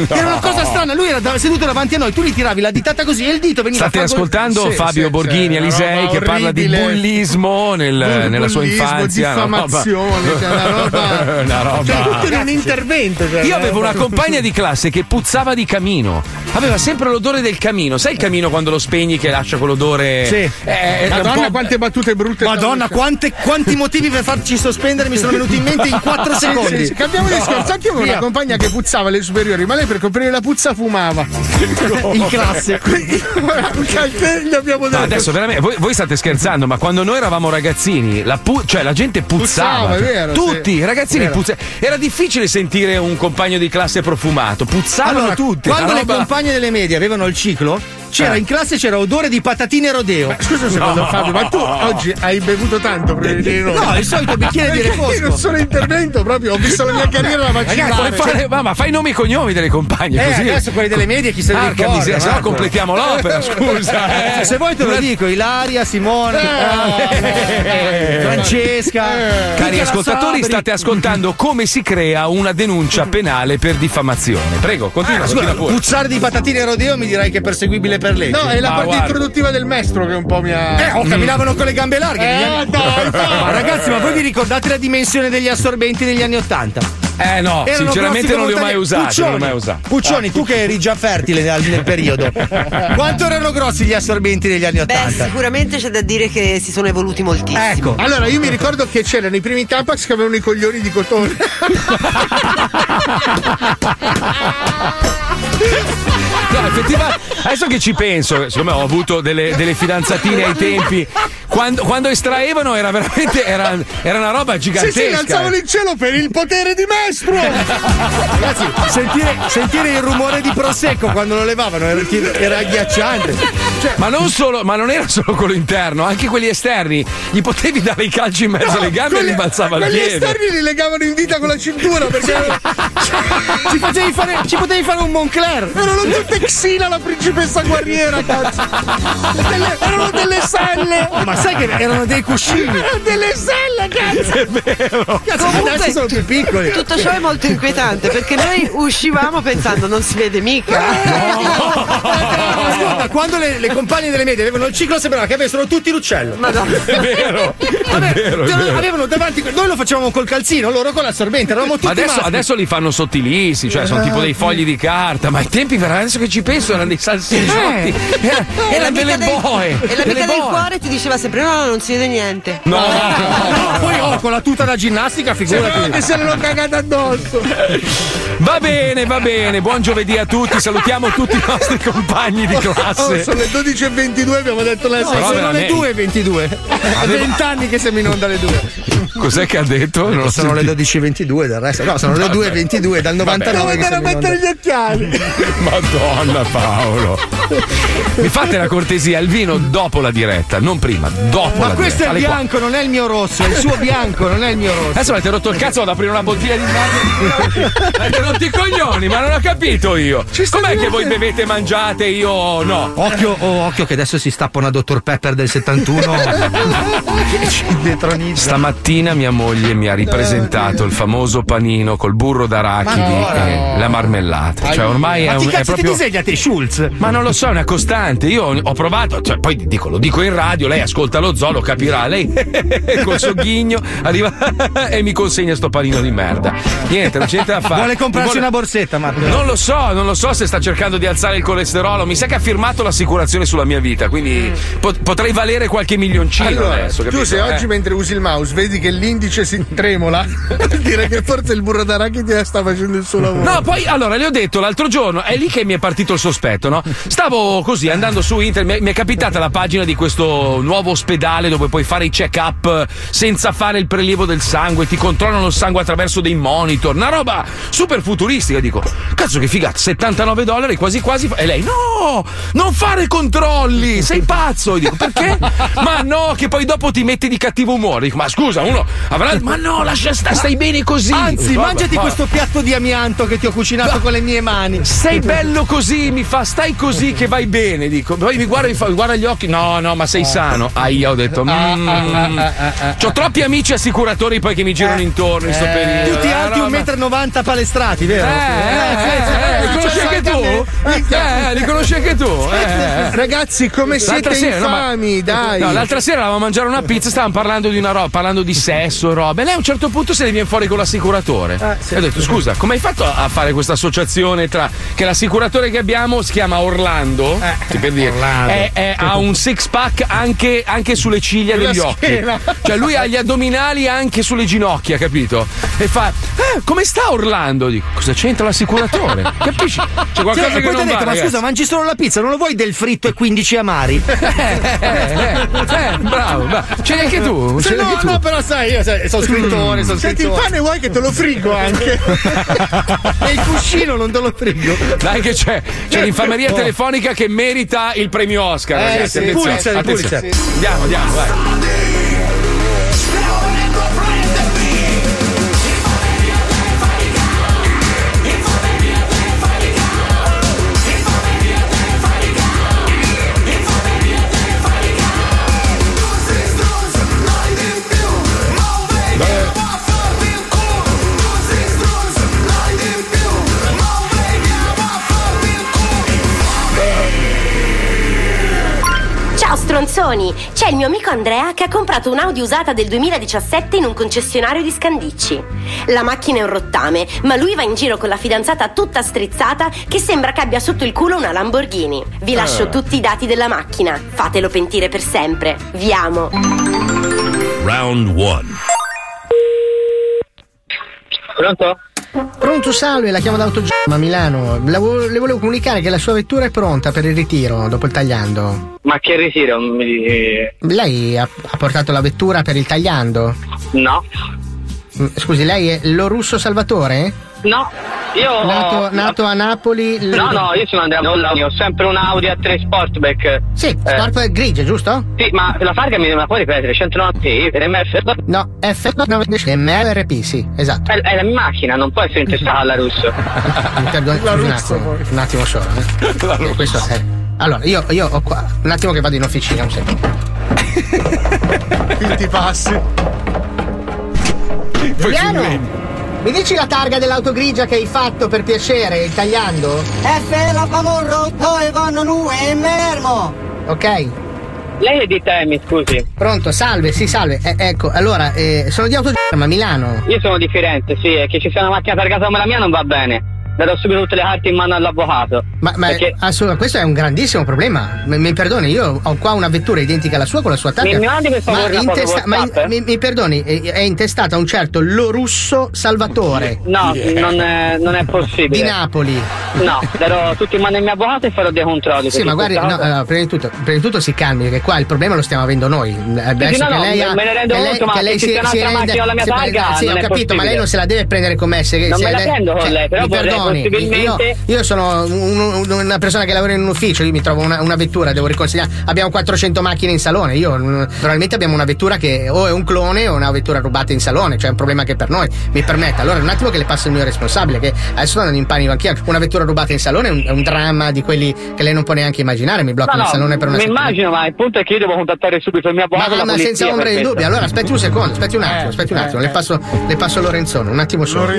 Speaker 5: Era una cosa strana, lui era da- seduto davanti a noi, tu gli tiravi la ditata così e il dito veniva
Speaker 2: State
Speaker 5: a far col-
Speaker 2: ascoltando
Speaker 5: Sì,
Speaker 2: Fabio
Speaker 5: sì,
Speaker 2: Borghini
Speaker 5: sì,
Speaker 2: Alisei
Speaker 5: una
Speaker 2: che
Speaker 5: roba
Speaker 2: parla di
Speaker 5: orribile.
Speaker 2: bullismo nel-
Speaker 5: Bullismo,
Speaker 2: nella sua infanzia. una roba-
Speaker 3: diffamazione, cioè, una roba-
Speaker 2: Una roba-
Speaker 3: Cioè, tutto in un intervento. cioè,
Speaker 2: Io
Speaker 3: una
Speaker 5: eh,
Speaker 2: avevo
Speaker 3: roba-
Speaker 2: una compagna di classe che puzzava di camino. Aveva sempre l'odore del camino. Sai il camino quando lo spegni che lascia quell'odore?
Speaker 5: Sì.
Speaker 2: Eh, è un po'-
Speaker 3: quante battute brutte.
Speaker 5: Madonna, quante- quanti motivi per farci sospendere mi sono venuti in mente in 4
Speaker 3: Sì,
Speaker 5: secondi.
Speaker 3: sì, sì. Cambiamo
Speaker 5: No.
Speaker 3: discorso. Anche io avevo una
Speaker 5: Via.
Speaker 3: compagna che puzzava le superiori, ma lei per coprire la puzza fumava.
Speaker 5: In classe.
Speaker 3: Quindi, cioè, gli abbiamo
Speaker 2: Ma
Speaker 3: detto.
Speaker 2: adesso veramente voi, voi state scherzando, ma quando noi eravamo ragazzini, la, pu- cioè, la gente puzzava. cioè,
Speaker 3: Puzzava, è vero,
Speaker 2: tutti,
Speaker 3: sì.
Speaker 2: i ragazzini
Speaker 3: Vero.
Speaker 2: puzzavano. Era difficile sentire un compagno di classe profumato, puzzavano
Speaker 5: Allora,
Speaker 2: tutti.
Speaker 5: quando
Speaker 2: una
Speaker 5: le
Speaker 2: roba-
Speaker 5: compagne delle medie avevano il ciclo, c'era
Speaker 2: Eh.
Speaker 5: in classe c'era odore di patatine rodeo.
Speaker 3: Scusa un secondo, Fabio, ma tu oggi hai bevuto tanto per venire in onda?
Speaker 5: No, il solito bicchiere di
Speaker 3: Perché Io non
Speaker 5: refosco.
Speaker 3: sono intervento proprio, ho visto la mia carriera la Cioè,
Speaker 2: Ragazzi,
Speaker 3: vaccinare.
Speaker 2: vuoi fare- ma, ma fai i nomi e i cognomi delle compagne
Speaker 5: cioè. Eh,
Speaker 2: così.
Speaker 5: adesso quelli delle medie chi se li
Speaker 2: Porca
Speaker 5: ricorda,
Speaker 2: miseria, se no
Speaker 5: Marco.
Speaker 2: completiamo l'opera, scusa. eh.
Speaker 5: Se vuoi te lo dico, Ilaria, Simone,
Speaker 2: Eh.
Speaker 5: Francesca.
Speaker 2: Cari
Speaker 5: Michela
Speaker 2: ascoltatori,
Speaker 5: Sabri.
Speaker 2: state ascoltando come si crea una denuncia penale per diffamazione. Prego, continua,
Speaker 5: Ah,
Speaker 2: continua
Speaker 5: scusa,
Speaker 2: pure.
Speaker 5: puzzare di patatine rodeo mi direi che è perseguibile per legge.
Speaker 3: No, è la
Speaker 5: Ma
Speaker 3: parte
Speaker 5: guarda.
Speaker 3: introduttiva del maestro che un po' mi ha. Mm.
Speaker 5: Eh, oh,
Speaker 2: Mm.
Speaker 5: camminavano con le gambe larghe.
Speaker 3: Eh,
Speaker 5: negli anni-
Speaker 3: dai, dai.
Speaker 5: Ma ragazzi, ma voi vi ricordate la dimensione degli assorbenti degli anni Ottanta?
Speaker 2: Eh no,
Speaker 5: Erano
Speaker 2: sinceramente
Speaker 5: grossi
Speaker 2: non li ho
Speaker 5: come
Speaker 2: mai
Speaker 5: un tagliere-
Speaker 2: usati. Non li ho
Speaker 5: Puccioni,
Speaker 2: mai usati.
Speaker 5: Puccioni, tu che eri già fertile nel, nel periodo, quanto erano grossi gli assorbenti degli anni
Speaker 16: Beh,
Speaker 5: Ottanta?
Speaker 16: sicuramente c'è da dire che si sono evoluti moltissimo.
Speaker 5: Ecco.
Speaker 3: Allora, io mi ricordo che c'erano i primi Tampax che avevano i coglioni di cotone.
Speaker 2: No, effettivamente, adesso che ci penso, siccome ho avuto delle, delle fidanzatine ai tempi, quando, quando estraevano era veramente era, era una roba
Speaker 3: Sì, sì, li
Speaker 2: gigantesca.
Speaker 3: alzavano in cielo per il potere di maestro.
Speaker 5: Ragazzi, sentire, sentire il rumore di prosecco quando lo levavano era, era agghiacciante. Cioè,
Speaker 2: ma non solo, ma non era solo quello interno, anche quelli esterni. Gli potevi dare i calci in mezzo
Speaker 3: No,
Speaker 2: alle gambe
Speaker 3: quelli-
Speaker 2: e gli balzava il
Speaker 3: Quelli
Speaker 2: piede.
Speaker 3: esterni li legavano in vita con la cintura perché
Speaker 5: ci, facevi fare, ci potevi fare un Moncler.
Speaker 3: erano tutte Xina la principessa guerriera, cazzo. Delle- erano delle selle.
Speaker 5: Ma sai che erano dei cuscini?
Speaker 3: Erano delle selle, cazzo.
Speaker 5: Cazzo, adesso sono più piccoli.
Speaker 16: Tutto ciò è molto inquietante perché noi uscivamo pensando non si vede mica.
Speaker 5: Ascolta, quando le, le compagne delle medie avevano il ciclo sembrava che avessero tutti l'uccello.
Speaker 16: Madonna.
Speaker 2: È vero, è
Speaker 5: Vabbè,
Speaker 2: vero, è
Speaker 5: te lo-
Speaker 2: vero.
Speaker 5: avevano davanti, noi lo facevamo col calzino, loro con l'assorbente, eravamo tutti
Speaker 2: Ma adesso,
Speaker 5: maschi.
Speaker 2: adesso li fanno sottilissimi, cioè sono tipo dei fogli di carta. Ma ai tempi, veramente, adesso che ci penso, erano dei
Speaker 3: Eh.
Speaker 2: salsicciotti, era- erano
Speaker 16: L'amica
Speaker 2: delle
Speaker 16: del-
Speaker 2: boe.
Speaker 16: E
Speaker 2: delle
Speaker 16: l'amica del
Speaker 2: boe.
Speaker 16: cuore ti diceva sempre: no, no, non si vede niente.
Speaker 2: No, no, no.
Speaker 5: No, poi oh, con la tuta da ginnastica,
Speaker 3: Sembrava
Speaker 5: figurati.
Speaker 3: che se l'hanno cagata
Speaker 5: Esatto.
Speaker 3: addosso.
Speaker 2: Va bene, va bene. Buon giovedì a tutti. Salutiamo tutti i nostri compagni di
Speaker 3: Oh,
Speaker 2: classe.
Speaker 3: sono le 12.22, abbiamo detto la
Speaker 5: No, sono le
Speaker 2: veramente.
Speaker 5: 2.22.
Speaker 3: È 20 anni che siamo in onda alle 2.
Speaker 2: Cos'è che ha detto? Non lo
Speaker 5: Sono le 12.22 del resto. No, sono le 2.22 dal 99.
Speaker 3: Dove
Speaker 5: che
Speaker 3: andare a
Speaker 5: siamo in onda.
Speaker 3: mettere gli occhiali?
Speaker 2: Madonna Paolo. Mi fate la cortesia, il vino dopo la diretta, non prima, dopo la
Speaker 5: Ma questo è il
Speaker 2: diretta. alle quattro.
Speaker 5: bianco, non è il mio rosso, è il suo bianco, non è il mio rosso.
Speaker 2: Adesso avete rotto il cazzo ad aprire una bottiglia di vino. Avete rotto i coglioni, ma non ho capito io. Com'è che voi bevete e mangiate io no?
Speaker 5: Occhio, oh, occhio che adesso si stappa una Dr. Pepper del 71 che ci detronizza.
Speaker 2: Stamattina mia moglie mi ha ripresentato il famoso panino col burro d'arachidi e la marmellata. Cioè ormai è,
Speaker 5: Ma chi
Speaker 2: un, è
Speaker 5: cazzo ti
Speaker 2: proprio
Speaker 5: disegna te, Schulz?
Speaker 2: Ma non lo so, è una costante. Io ho provato, cioè, poi dico, lo dico in radio, lei ascolta lo zoo, lo capirà. Lei col sogghigno arriva e mi consegna sto panino di merda. Niente, non c'è niente da fare.
Speaker 5: Vuole comprarsi
Speaker 2: Vuole-
Speaker 5: una borsetta, Marco.
Speaker 2: Non lo so, non lo so se sta cercando di alzare il colesterolo. Mi sa che ha firmato l'assicurazione sulla mia vita, quindi
Speaker 5: Mm.
Speaker 2: pot- potrei valere qualche milioncino
Speaker 3: Allora,
Speaker 2: adesso.
Speaker 3: tu
Speaker 2: capito?
Speaker 3: se
Speaker 2: Eh.
Speaker 3: oggi mentre usi il mouse vedi che l'indice si tremola, vuol dire che forse il burro d'arachidi eh, sta facendo il suo lavoro.
Speaker 2: No, poi allora le ho detto l'altro giorno, è lì che mi è partito il sospetto, no? Stavo così andando su internet, mi è- mi è capitata la pagina di questo nuovo ospedale dove puoi fare i check-up senza fare il prelievo del sangue, ti controllano il sangue attraverso dei monitor, una roba super futuristica, dico. Cazzo che figata, 79 dollari quasi quasi fa- e lei "No! Non fare controlli, sei pazzo". Io dico "Perché?". "Ma no, che poi dopo ti metti di cattivo umore". Dico "Ma scusa, uno avrà Ma no, lascia sta, stai bene così".
Speaker 5: Anzi,
Speaker 2: Vabbè,
Speaker 5: mangiati
Speaker 2: vabbè.
Speaker 5: questo piatto di amianto che ti ho cucinato con le mie mani.
Speaker 2: Sei bello così, mi fa stai così che vai bene, dico. Poi mi guarda, mi fa, mi guarda gli occhi, no, no, ma sei sano. Ah, io ho detto, mm. C'ho troppi amici assicuratori poi che mi girano intorno in sto periodo.
Speaker 5: Tutti
Speaker 2: Eh,
Speaker 5: alti
Speaker 2: no,
Speaker 5: 1,90 m palestrati, vero?
Speaker 2: eh, eh, li conosci anche tu? Eh, li conosci anche tu? Eh.
Speaker 3: Ragazzi, come
Speaker 2: L'altra
Speaker 3: siete
Speaker 2: sera, no, ma-
Speaker 3: infami, dai.
Speaker 2: No, l'altra sera eravamo a mangiare una pizza, stavamo parlando di una roba, parlando di sesso e roba. E lei a un certo punto se ne viene fuori con l'assicuratore.
Speaker 3: Eh, sì.
Speaker 2: E ho detto: scusa, come hai fatto a fare questa associazione tra che l'assicuratore che abbiamo si chiama Orlando?
Speaker 3: Eh,
Speaker 2: sì, per dire, è- è- ha un six pack anche, anche sulle ciglia
Speaker 3: Sulla
Speaker 2: degli occhi.
Speaker 3: schiena.
Speaker 2: Cioè, lui ha gli addominali anche sulle ginocchia, capito? E fa: "Eh, come sta Orlando? Dico, cosa c'entra l'assicuratore? Capisci? C'è qualcosa
Speaker 5: Cioè, e
Speaker 2: che
Speaker 5: poi ti
Speaker 2: non
Speaker 5: ha detto, ma
Speaker 2: va, ragazzi."
Speaker 5: scusa, mangi solo la pizza, non lo vuoi del fritto e 15 amari?
Speaker 2: eh, bravo, bravo. Ce l'hai anche tu?
Speaker 5: Oh, Ce l'hai
Speaker 3: no,
Speaker 5: anche tu?
Speaker 3: no, però sai, io sai, sono scrittore, sono
Speaker 5: Senti,
Speaker 3: scrittore.
Speaker 5: il pane
Speaker 3: vuoi che te lo frigo anche?
Speaker 5: e il cuscino non te lo frigo.
Speaker 2: Dai che c'è, c'è l'infameria
Speaker 3: Eh.
Speaker 5: Oh.
Speaker 2: telefonica che merita il premio Oscar.
Speaker 5: Eh,
Speaker 2: ragazzi,
Speaker 5: sì.
Speaker 2: attenzione,
Speaker 5: Pulitzer,
Speaker 2: attenzione.
Speaker 5: Pulitzer.
Speaker 2: Andiamo, andiamo, vai.
Speaker 10: Ciao stronzoni, c'è il mio amico Andrea che ha comprato un'Audi usata del 2017 in un concessionario di Scandicci. La macchina è un rottame, ma lui va in giro con la fidanzata tutta strizzata che sembra che abbia sotto il culo una Lamborghini. Vi
Speaker 17: Eh.
Speaker 10: lascio tutti i dati della macchina, fatelo pentire per sempre. Vi amo.
Speaker 1: Round 1.
Speaker 18: Pronto? Pronto, salve, la chiamo da Autogym a Milano. La vo- le volevo comunicare che la sua vettura è pronta per il ritiro dopo il tagliando.
Speaker 19: Ma che ritiro? Mi dici?
Speaker 18: Lei ha, ha portato la vettura per il tagliando?
Speaker 19: No,
Speaker 18: Mm, Scusi, lei è lo russo Salvatore?
Speaker 19: no, io.
Speaker 18: Nato, nato a Napoli. l-
Speaker 19: No, no, io sono Andrea Bollani, ho sempre un Audi A3 Sportback.
Speaker 18: Sì,
Speaker 19: Sportback.
Speaker 18: Corpo è grigio, giusto?
Speaker 19: Sì, ma la targa mi la puoi ripetere? 190 per MF.
Speaker 18: No, F9 MRP, sì, esatto.
Speaker 19: È, è la mia macchina, non può essere intestata alla russo.
Speaker 18: Mi perdoni, scusi un attimo, un attimo solo. eh. Questo è- Allora, io, io ho qua. Un attimo che vado in officina, un secondo.
Speaker 3: Ti passi.
Speaker 18: Giuliano! Mi dici la targa dell'auto grigia che hai fatto per piacere, il tagliando?
Speaker 17: F la favorro, poi vanno nu e mermo.
Speaker 18: Ok.
Speaker 19: Lei è di Temi, scusi.
Speaker 18: Pronto, salve, sì, salve. Eh, ecco, allora, eh, sono di Autogerma, Milano.
Speaker 19: Io sono di Firenze, sì, e che ci sia una macchina targata come la mia non va bene. Darò subito tutte le carte in mano all'avvocato.
Speaker 18: Ma, ma
Speaker 19: Perché-
Speaker 18: assolut- questo è un grandissimo problema. Mi, mi perdoni, io ho qua una vettura identica alla sua con la sua targa.
Speaker 19: Mi- mi mandi per favore una
Speaker 18: in
Speaker 19: foto
Speaker 18: testa- ma in-
Speaker 19: WhatsApp? eh?
Speaker 18: mi, mi perdoni, eh, è, è intestata a un certo Lorusso Salvatore.
Speaker 19: No, non, è, non è possibile.
Speaker 18: Di Napoli.
Speaker 19: No, darò tutti in mano al mio avvocato e farò dei controlli.
Speaker 18: Sì,
Speaker 19: perché
Speaker 18: ma guardi,
Speaker 19: questa
Speaker 18: no, eh,
Speaker 19: cosa-
Speaker 18: allora, prima, di tutto, prima di tutto si calmi, perché qua il problema lo stiamo avendo noi. Mm, Adesso
Speaker 19: no,
Speaker 18: che
Speaker 19: no,
Speaker 18: lei ha-
Speaker 19: me ne rendo
Speaker 18: che lei-
Speaker 19: conto, ma
Speaker 18: che lei
Speaker 19: se
Speaker 18: si-
Speaker 19: c'è
Speaker 18: si
Speaker 19: un'altra
Speaker 18: rende-
Speaker 19: macchina con la mia
Speaker 18: si prende-
Speaker 19: targa,
Speaker 18: Sì, ho
Speaker 19: non è
Speaker 18: capito, ma lei
Speaker 19: possibile.
Speaker 18: non se la deve prendere con me. Se,
Speaker 19: Non
Speaker 18: se
Speaker 19: me la
Speaker 18: lei-
Speaker 19: prendo con lei, però
Speaker 18: mi
Speaker 19: vorrei
Speaker 18: perdoni,
Speaker 19: possibilmente-
Speaker 18: Io, io sono un- un- una persona che lavora in un ufficio, io mi trovo una, una vettura, devo riconsigliare. Abbiamo 400 macchine in salone, io mm, probabilmente abbiamo una vettura che o è un clone o una vettura rubata in salone, cioè è un problema che per noi mi permetta. Allora un attimo che le passo il mio responsabile, che adesso sto andando in panico anch'io. Una vettura rubata in salone è un, è un dramma di quelli che lei non può neanche immaginare, mi blocca
Speaker 19: No,
Speaker 18: il
Speaker 19: no,
Speaker 18: salone per una
Speaker 19: mi
Speaker 18: settimana.
Speaker 19: immagino, ma il punto è che io devo contattare subito il mio
Speaker 18: Ma,
Speaker 19: avvocato. e la
Speaker 18: ma
Speaker 19: polizia Eh,
Speaker 18: senza ombra
Speaker 19: per
Speaker 18: di
Speaker 19: questo.
Speaker 18: dubbio, allora aspetti un secondo, aspetti un attimo, aspetti un attimo, le passo, le passo Lorenzone, un attimo solo.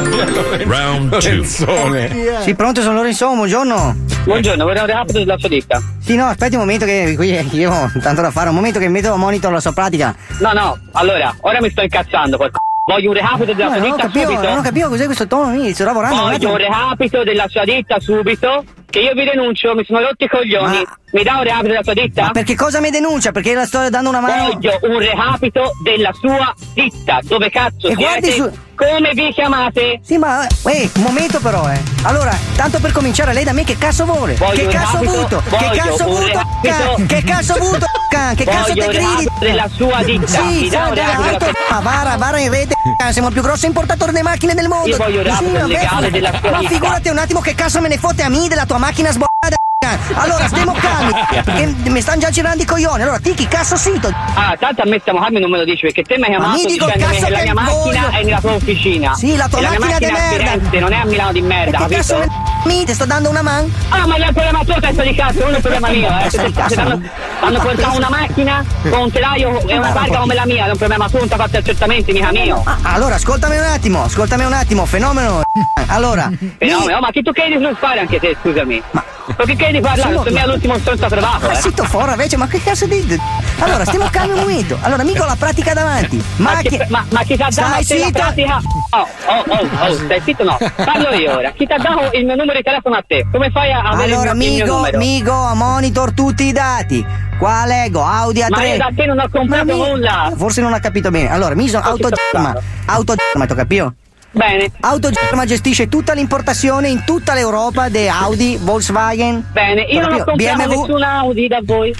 Speaker 1: Round 2.
Speaker 17: Sì, pronto, sono Lorenzo, buongiorno.
Speaker 19: Buongiorno, vorrei un recapito della sua ditta.
Speaker 17: Sì, no, aspetti un momento che qui eh, io ho tanto da fare, un momento che metto monitor la sua pratica.
Speaker 19: No, no, allora, ora mi sto incazzando. porca- Voglio un recapito della
Speaker 17: No,
Speaker 19: sua
Speaker 17: non ho
Speaker 19: ditta
Speaker 17: capito,
Speaker 19: subito.
Speaker 17: non ho capito cos'è questo tono, mi sto lavorando. un
Speaker 19: Voglio
Speaker 17: attimo.
Speaker 19: un recapito della sua ditta subito. Che io vi denuncio, mi sono rotti i coglioni. Mi dà un recapito della sua ditta?
Speaker 17: Ma perché cosa mi denuncia? Perché la sto dando una mano.
Speaker 19: Voglio un recapito della sua ditta. Dove cazzo
Speaker 17: E guardi
Speaker 19: siete?
Speaker 17: su-
Speaker 19: Come vi chiamate?
Speaker 17: Sì, ma eh, un momento però, eh. Allora, tanto per cominciare, lei da me che cazzo vuole?
Speaker 19: Voglio
Speaker 17: che
Speaker 19: un
Speaker 17: cazzo ha
Speaker 19: abito,
Speaker 17: avuto? Che
Speaker 19: voglio
Speaker 17: cazzo ha
Speaker 19: un
Speaker 17: avuto?
Speaker 19: abito.
Speaker 17: ca- Che cazzo ha avuto? ca- Che cazzo
Speaker 19: Voglio
Speaker 17: te
Speaker 19: un
Speaker 17: gridi?
Speaker 19: abito della sua ditta. Mi
Speaker 17: Sì,
Speaker 19: dà un
Speaker 17: sono
Speaker 19: abito
Speaker 17: dell'auto,
Speaker 19: della
Speaker 17: ma vara, vara in rete, ca, siamo il più grosso importatore di macchine del mondo.
Speaker 19: Io voglio un
Speaker 17: Sì,
Speaker 19: abito
Speaker 17: vabbè,
Speaker 19: legale della sua
Speaker 17: Ma
Speaker 19: ditta.
Speaker 17: figurati un attimo che cazzo me ne fotte a me della tua macchina sboccata. ca. puttana. Allora, stiamo calmi. Che mi stanno già girando i coglioni. Allora, ti chi cazzo sito?
Speaker 19: Ah, tanto a me stiamo calmi non me lo dici perché te mi hai
Speaker 17: Ma
Speaker 19: chiamato
Speaker 17: mi dico il
Speaker 19: dicendomi
Speaker 17: cazzo
Speaker 19: che la
Speaker 17: che
Speaker 19: mia macchina
Speaker 17: voglio.
Speaker 19: è nella tua officina.
Speaker 17: Sì, la tua
Speaker 19: E mia
Speaker 17: macchina è di
Speaker 19: macchina è a
Speaker 17: merda.
Speaker 19: Firenze, non è a Milano di merda,
Speaker 17: Che cazzo
Speaker 19: capito?
Speaker 17: mi ti sto dando una mano?
Speaker 19: Ah, ma è un problema tuo, testa di cazzo, non è un problema mio. Eh.
Speaker 17: Testa di
Speaker 19: Se
Speaker 17: cazzo.
Speaker 19: hanno, hanno portato una macchina con un telaio e una targa come la mia, è un problema tuo, non ti ha fatto accertamenti, mica mio.
Speaker 17: Ah, Allora, ascoltami un attimo, ascoltami un attimo, fenomeno. Allora,
Speaker 19: Però, Eh, no, ma che tu credi di non fare anche te, scusami? Ma che credi di
Speaker 17: Sì,
Speaker 19: parlare?
Speaker 17: no,
Speaker 19: Sono
Speaker 17: ma-
Speaker 19: io l'ultimo stronzo trovato,
Speaker 17: Ma
Speaker 19: eh.
Speaker 17: sito Ah, fora invece, ma che cazzo di. Allora, stiamo calmi un momento. Allora, mica ho la pratica davanti.
Speaker 19: Ma
Speaker 17: Ma
Speaker 19: chi-
Speaker 17: che.
Speaker 19: ma- ma chi t'ha dato
Speaker 17: Stai
Speaker 19: a te la
Speaker 17: zitto.
Speaker 19: pratica? Oh, oh, oh,
Speaker 17: Ah,
Speaker 19: oh, stai zitto no. Parlo io ora. Chi ti ha dato il mio numero di telefono a te? Come fai a avere
Speaker 17: Allora,
Speaker 19: il, mio, il mio
Speaker 17: amico,
Speaker 19: numero?
Speaker 17: amico, a monitor tutti i dati. Qua leggo, Audi A3.
Speaker 19: Ma io da te non ho comprato
Speaker 17: Ma mi-
Speaker 19: nulla.
Speaker 17: Forse non ha capito bene. Allora, mi sono autogerma. Autogerma, ti ho capito?
Speaker 19: Bene.
Speaker 17: Autogerma gestisce tutta l'importazione in tutta l'Europa di Audi, Volkswagen.
Speaker 19: Bene, io non ho comprato nessuna Audi da voi.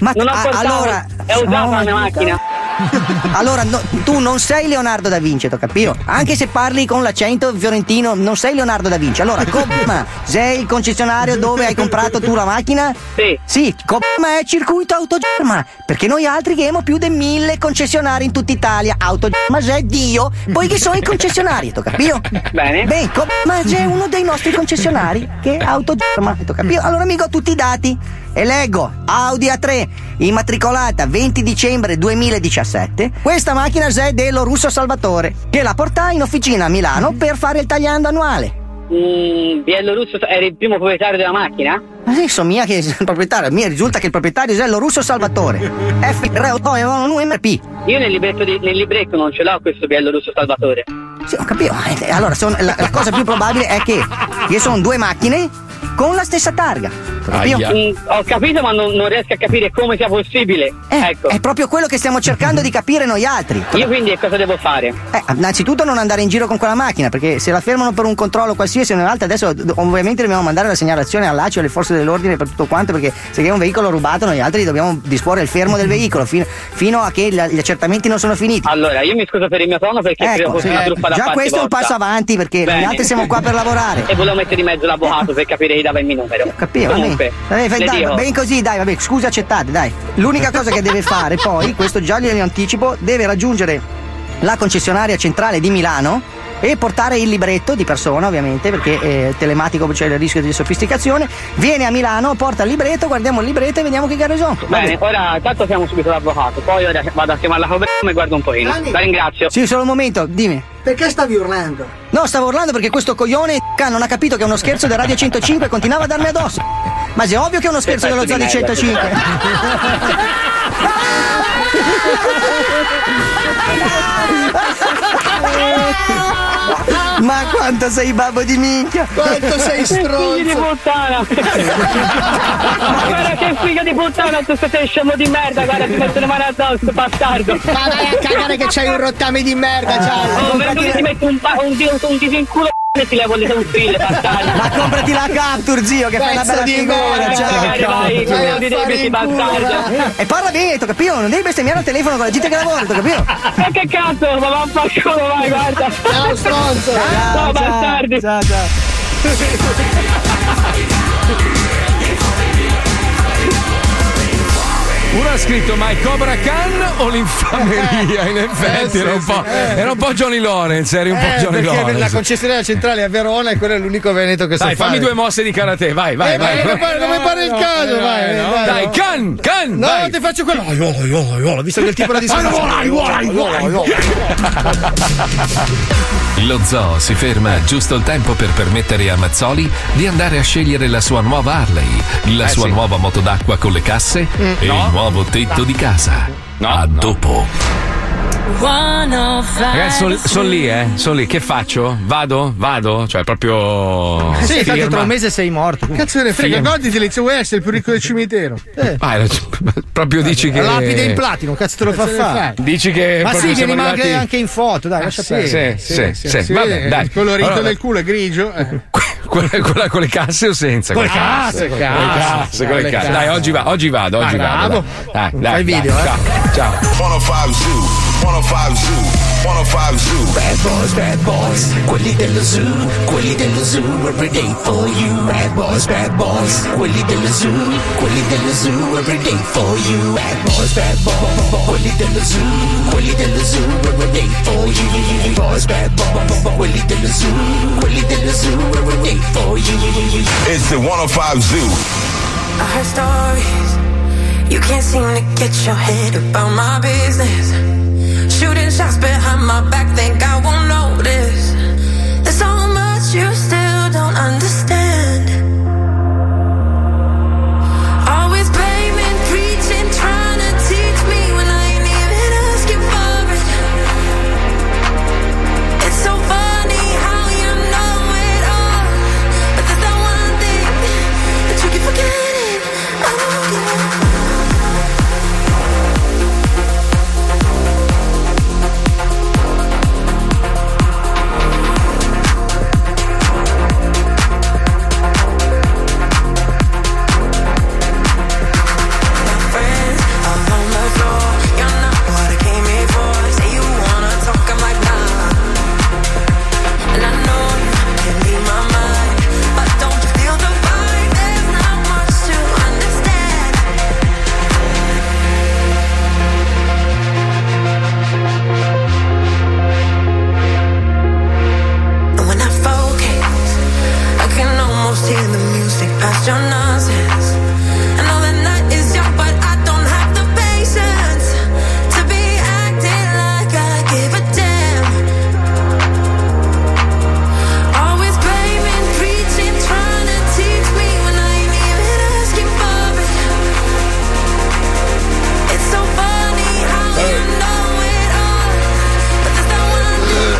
Speaker 17: Ma
Speaker 19: Non ho
Speaker 17: ah,
Speaker 19: portato,
Speaker 17: allora,
Speaker 19: è usata
Speaker 17: Oh,
Speaker 19: la mia
Speaker 17: ma-
Speaker 19: macchina.
Speaker 17: Allora, no, tu non sei Leonardo da Vinci, t'ho capito? Anche se parli con l'accento fiorentino, non sei Leonardo da Vinci. Allora, Copma, sei il concessionario dove hai comprato tu la macchina?
Speaker 19: Sì.
Speaker 17: Sì, Copma è circuito autogerma. Perché noi altri che abbiamo più di mille concessionari in tutta Italia. Autogerma è Dio, poiché sono i concessionari, t'ho capito?
Speaker 19: Bene.
Speaker 17: Beh, Copma è uno dei nostri concessionari che è autogerma, t'ho capito? Allora, amico, ho tutti i dati. E leggo, Audi A3, immatricolata 20 dicembre 2017. Questa macchina è dello russo Salvatore, che la portai in officina a Milano per fare il tagliando annuale.
Speaker 19: Mm, Bielorusso eri il primo proprietario della macchina?
Speaker 17: Ma Adesso mia che il proprietario, mi risulta che il proprietario è lo russo Salvatore. F P.
Speaker 19: Io nel libretto, di- nel libretto non ce l'ho questo Bielorusso Salvatore.
Speaker 17: Sì, ho capito. Eh, Allora, son- la, la cosa più probabile è che ci sono due macchine con la stessa targa. Capito? Eh,
Speaker 19: Mm, ho capito ma non, non riesco a capire come sia possibile. ecco.
Speaker 17: È proprio quello che stiamo cercando di capire noi altri.
Speaker 19: Io quindi che cosa devo fare?
Speaker 17: Eh, innanzitutto non andare in giro con quella macchina, perché se la fermano per un controllo qualsiasi o un'altra, adesso d- ovviamente dobbiamo mandare la segnalazione all'ACI, alle forze dell'ordine per tutto quanto, perché se è un veicolo rubato noi altri dobbiamo disporre il fermo del veicolo fino, fino a che la- gli accertamenti non sono finiti.
Speaker 19: Allora, io mi scuso per il mio tono perché credo
Speaker 17: Ecco,
Speaker 19: fosse
Speaker 17: sì,
Speaker 19: una truffa da
Speaker 17: già
Speaker 19: parte
Speaker 17: questo è un
Speaker 19: vostra.
Speaker 17: passo avanti perché
Speaker 19: Bene.
Speaker 17: noi altri siamo qua per lavorare.
Speaker 19: E volevo mettere in mezzo l'avvocato per capire chi dava il mio numero.
Speaker 17: Sì, va bene.
Speaker 19: Comunque,
Speaker 17: Dai, fai-
Speaker 19: le
Speaker 17: dai,
Speaker 19: dico,
Speaker 17: va bene così, dai, vabbè, scuse accettate, dai. L'unica cosa che deve fare poi, questo già glielo anticipo, deve raggiungere la concessionaria centrale di Milano e portare il libretto di persona, ovviamente, perché eh, telematico c'è il rischio di sofisticazione. Viene a Milano, porta il libretto, guardiamo il libretto e vediamo che gare sono.
Speaker 19: Bene, ora tanto siamo subito l'avvocato, poi ora vado a chiamare la copertina e guardo un pochino.
Speaker 17: Gianni?
Speaker 19: La ringrazio.
Speaker 17: Sì, solo un momento, dimmi.
Speaker 9: Perché stavi urlando?
Speaker 17: No, stavo urlando perché questo coglione c***a, non ha capito che è uno scherzo del Radio 105 e continuava a darmi addosso. Ma se è ovvio che è uno scherzo dello
Speaker 8: Pezzo di
Speaker 17: Zodi
Speaker 8: merda,
Speaker 17: 105. Ma quanto sei babbo di minchia!
Speaker 8: Quanto sei stronzo.
Speaker 19: Figli di puttana! Ma guarda che figlio di puttana, tu sei scemo di merda, guarda, ti metto le mani addosso, bastardo!
Speaker 11: Ma vai a cagare che c'hai un rottame di
Speaker 18: Eh,
Speaker 11: merda, ciao!
Speaker 19: Oh, veramente ti metto un, ba- un, dito- un dito in culo e ti levo le tonsille, bastardo!
Speaker 17: Ma comprati la Capture, zio, che fai una
Speaker 19: Pezzo
Speaker 17: bella
Speaker 19: di
Speaker 17: figura!
Speaker 19: merda, vai, vai,
Speaker 17: cioè.
Speaker 19: vai a fare in culo.
Speaker 17: E parla bene, t'ho capito? Non devi bestemmiare al telefono con la gente che lavora, t'ho capito?
Speaker 19: Ma che cazzo, ma vaffanculo, vai, guarda! Ciao, stronzo! Ciao, bastardi!
Speaker 17: Ciao, ciao!
Speaker 2: Uno ha scritto mai Cobra Khan o l'infameria? In effetti
Speaker 3: Eh,
Speaker 2: era,
Speaker 3: sì,
Speaker 2: un po',
Speaker 3: sì, eh.
Speaker 2: era un po' Johnny Lawrence, eri un po'
Speaker 3: Eh,
Speaker 2: Johnny
Speaker 3: perché la
Speaker 2: Lawrence.
Speaker 3: concessionaria centrale è a Verona e quello è l'unico veneto che sa
Speaker 2: Dai, fammi
Speaker 3: fare.
Speaker 2: due mosse di karate, vai, vai,
Speaker 3: Eh,
Speaker 2: vai.
Speaker 3: ma
Speaker 2: eh,
Speaker 3: non mi pare- non mi pare il caso, vai, vai,
Speaker 2: Dai,
Speaker 3: no.
Speaker 2: Khan, Khan,
Speaker 3: No,
Speaker 2: vai.
Speaker 3: ti faccio quello. Aiuolo, aiuolo, aiuolo. Visto che il tipo la distanza.
Speaker 2: Aiuolo, aiuolo, aiuolo,
Speaker 1: Lo zoo si ferma giusto il tempo per permettere a Mazzoli di andare a scegliere la sua nuova Harley, la
Speaker 2: Eh,
Speaker 1: sua
Speaker 2: sì.
Speaker 1: nuova moto d'acqua con le casse
Speaker 2: Mm.
Speaker 1: e
Speaker 2: No.
Speaker 1: il nuovo tetto di casa. a dopo.
Speaker 2: Ragazzi, sono lì, eh. Sono lì. Che faccio? Vado? Vado? Cioè, proprio.
Speaker 3: Sì,
Speaker 2: firma.
Speaker 3: tanto tra un
Speaker 11: mese sei morto.
Speaker 3: Cazzo ne frega,
Speaker 2: Firma.
Speaker 3: goditi l'Ezio West, il più ricco del cimitero. Eh.
Speaker 2: Ah, era- proprio dici che.
Speaker 3: Lapide in platino, cazzo te lo fa
Speaker 11: Cazzo ne
Speaker 3: fare.
Speaker 2: Dici che.
Speaker 11: Ma
Speaker 2: Eh, proprio
Speaker 11: sì, vieni
Speaker 2: siamo
Speaker 11: ma
Speaker 2: arrivati- Eh,
Speaker 11: anche, anche in foto, dai, lascia
Speaker 2: sì,
Speaker 11: perdere.
Speaker 2: sì, sì, sì,
Speaker 3: Sì,
Speaker 2: vabbè,
Speaker 3: eh,
Speaker 2: dai.
Speaker 3: il colorito
Speaker 2: Allora,
Speaker 3: del culo è grigio. eh.
Speaker 2: Quella, quella con le casse o senza?
Speaker 3: Con le
Speaker 2: Con le
Speaker 3: casse,
Speaker 2: con le
Speaker 3: casse,
Speaker 2: casse, con le
Speaker 3: con le
Speaker 2: casse.
Speaker 3: casse.
Speaker 2: Dai, oggi, va, oggi vado, oggi
Speaker 3: Bravo.
Speaker 2: vado. Dai, dai,
Speaker 3: Fai
Speaker 2: dai,
Speaker 3: video, eh.
Speaker 2: Ciao. ciao.
Speaker 20: 105 Zoo, 105 Zoo. Bad boys, bad boys, quelli dello zoo, quelli dello zoo, every day for you. Bad boys, bad boys, quelli dello zoo, quelli dello zoo, every day for you. Bad boys, bad boys, quelli dello zoo, quelli dello zoo, every day for you. Bad boys, bad boys, quelli dello zoo, quelli dello zoo, every day for you. It's the 105 Zoo.
Speaker 8: I heard stories. You can't seem to get your head about my business. Shooting shots behind my back, think I won't notice. There's so much you still don't understand. Always blaming, preaching, trying to teach me when I ain't even asking for it. It's so funny how you know it all, but there's that one thing that you keep forgetting. I don't get it. friends all on the floor. You're not what I came here for. Say you wanna talk, I'm like nah. And I know you can read my mind, but don't you feel the vibe? There's not much to understand. And when I focus, I can almost hear the music past your nonsense. I know the night is young, but I don't have the patience to be acting like I give a damn. Always blaming, preaching, trying to teach me when I ain't even asking for it. It's so funny how you know it all, but there's that one thing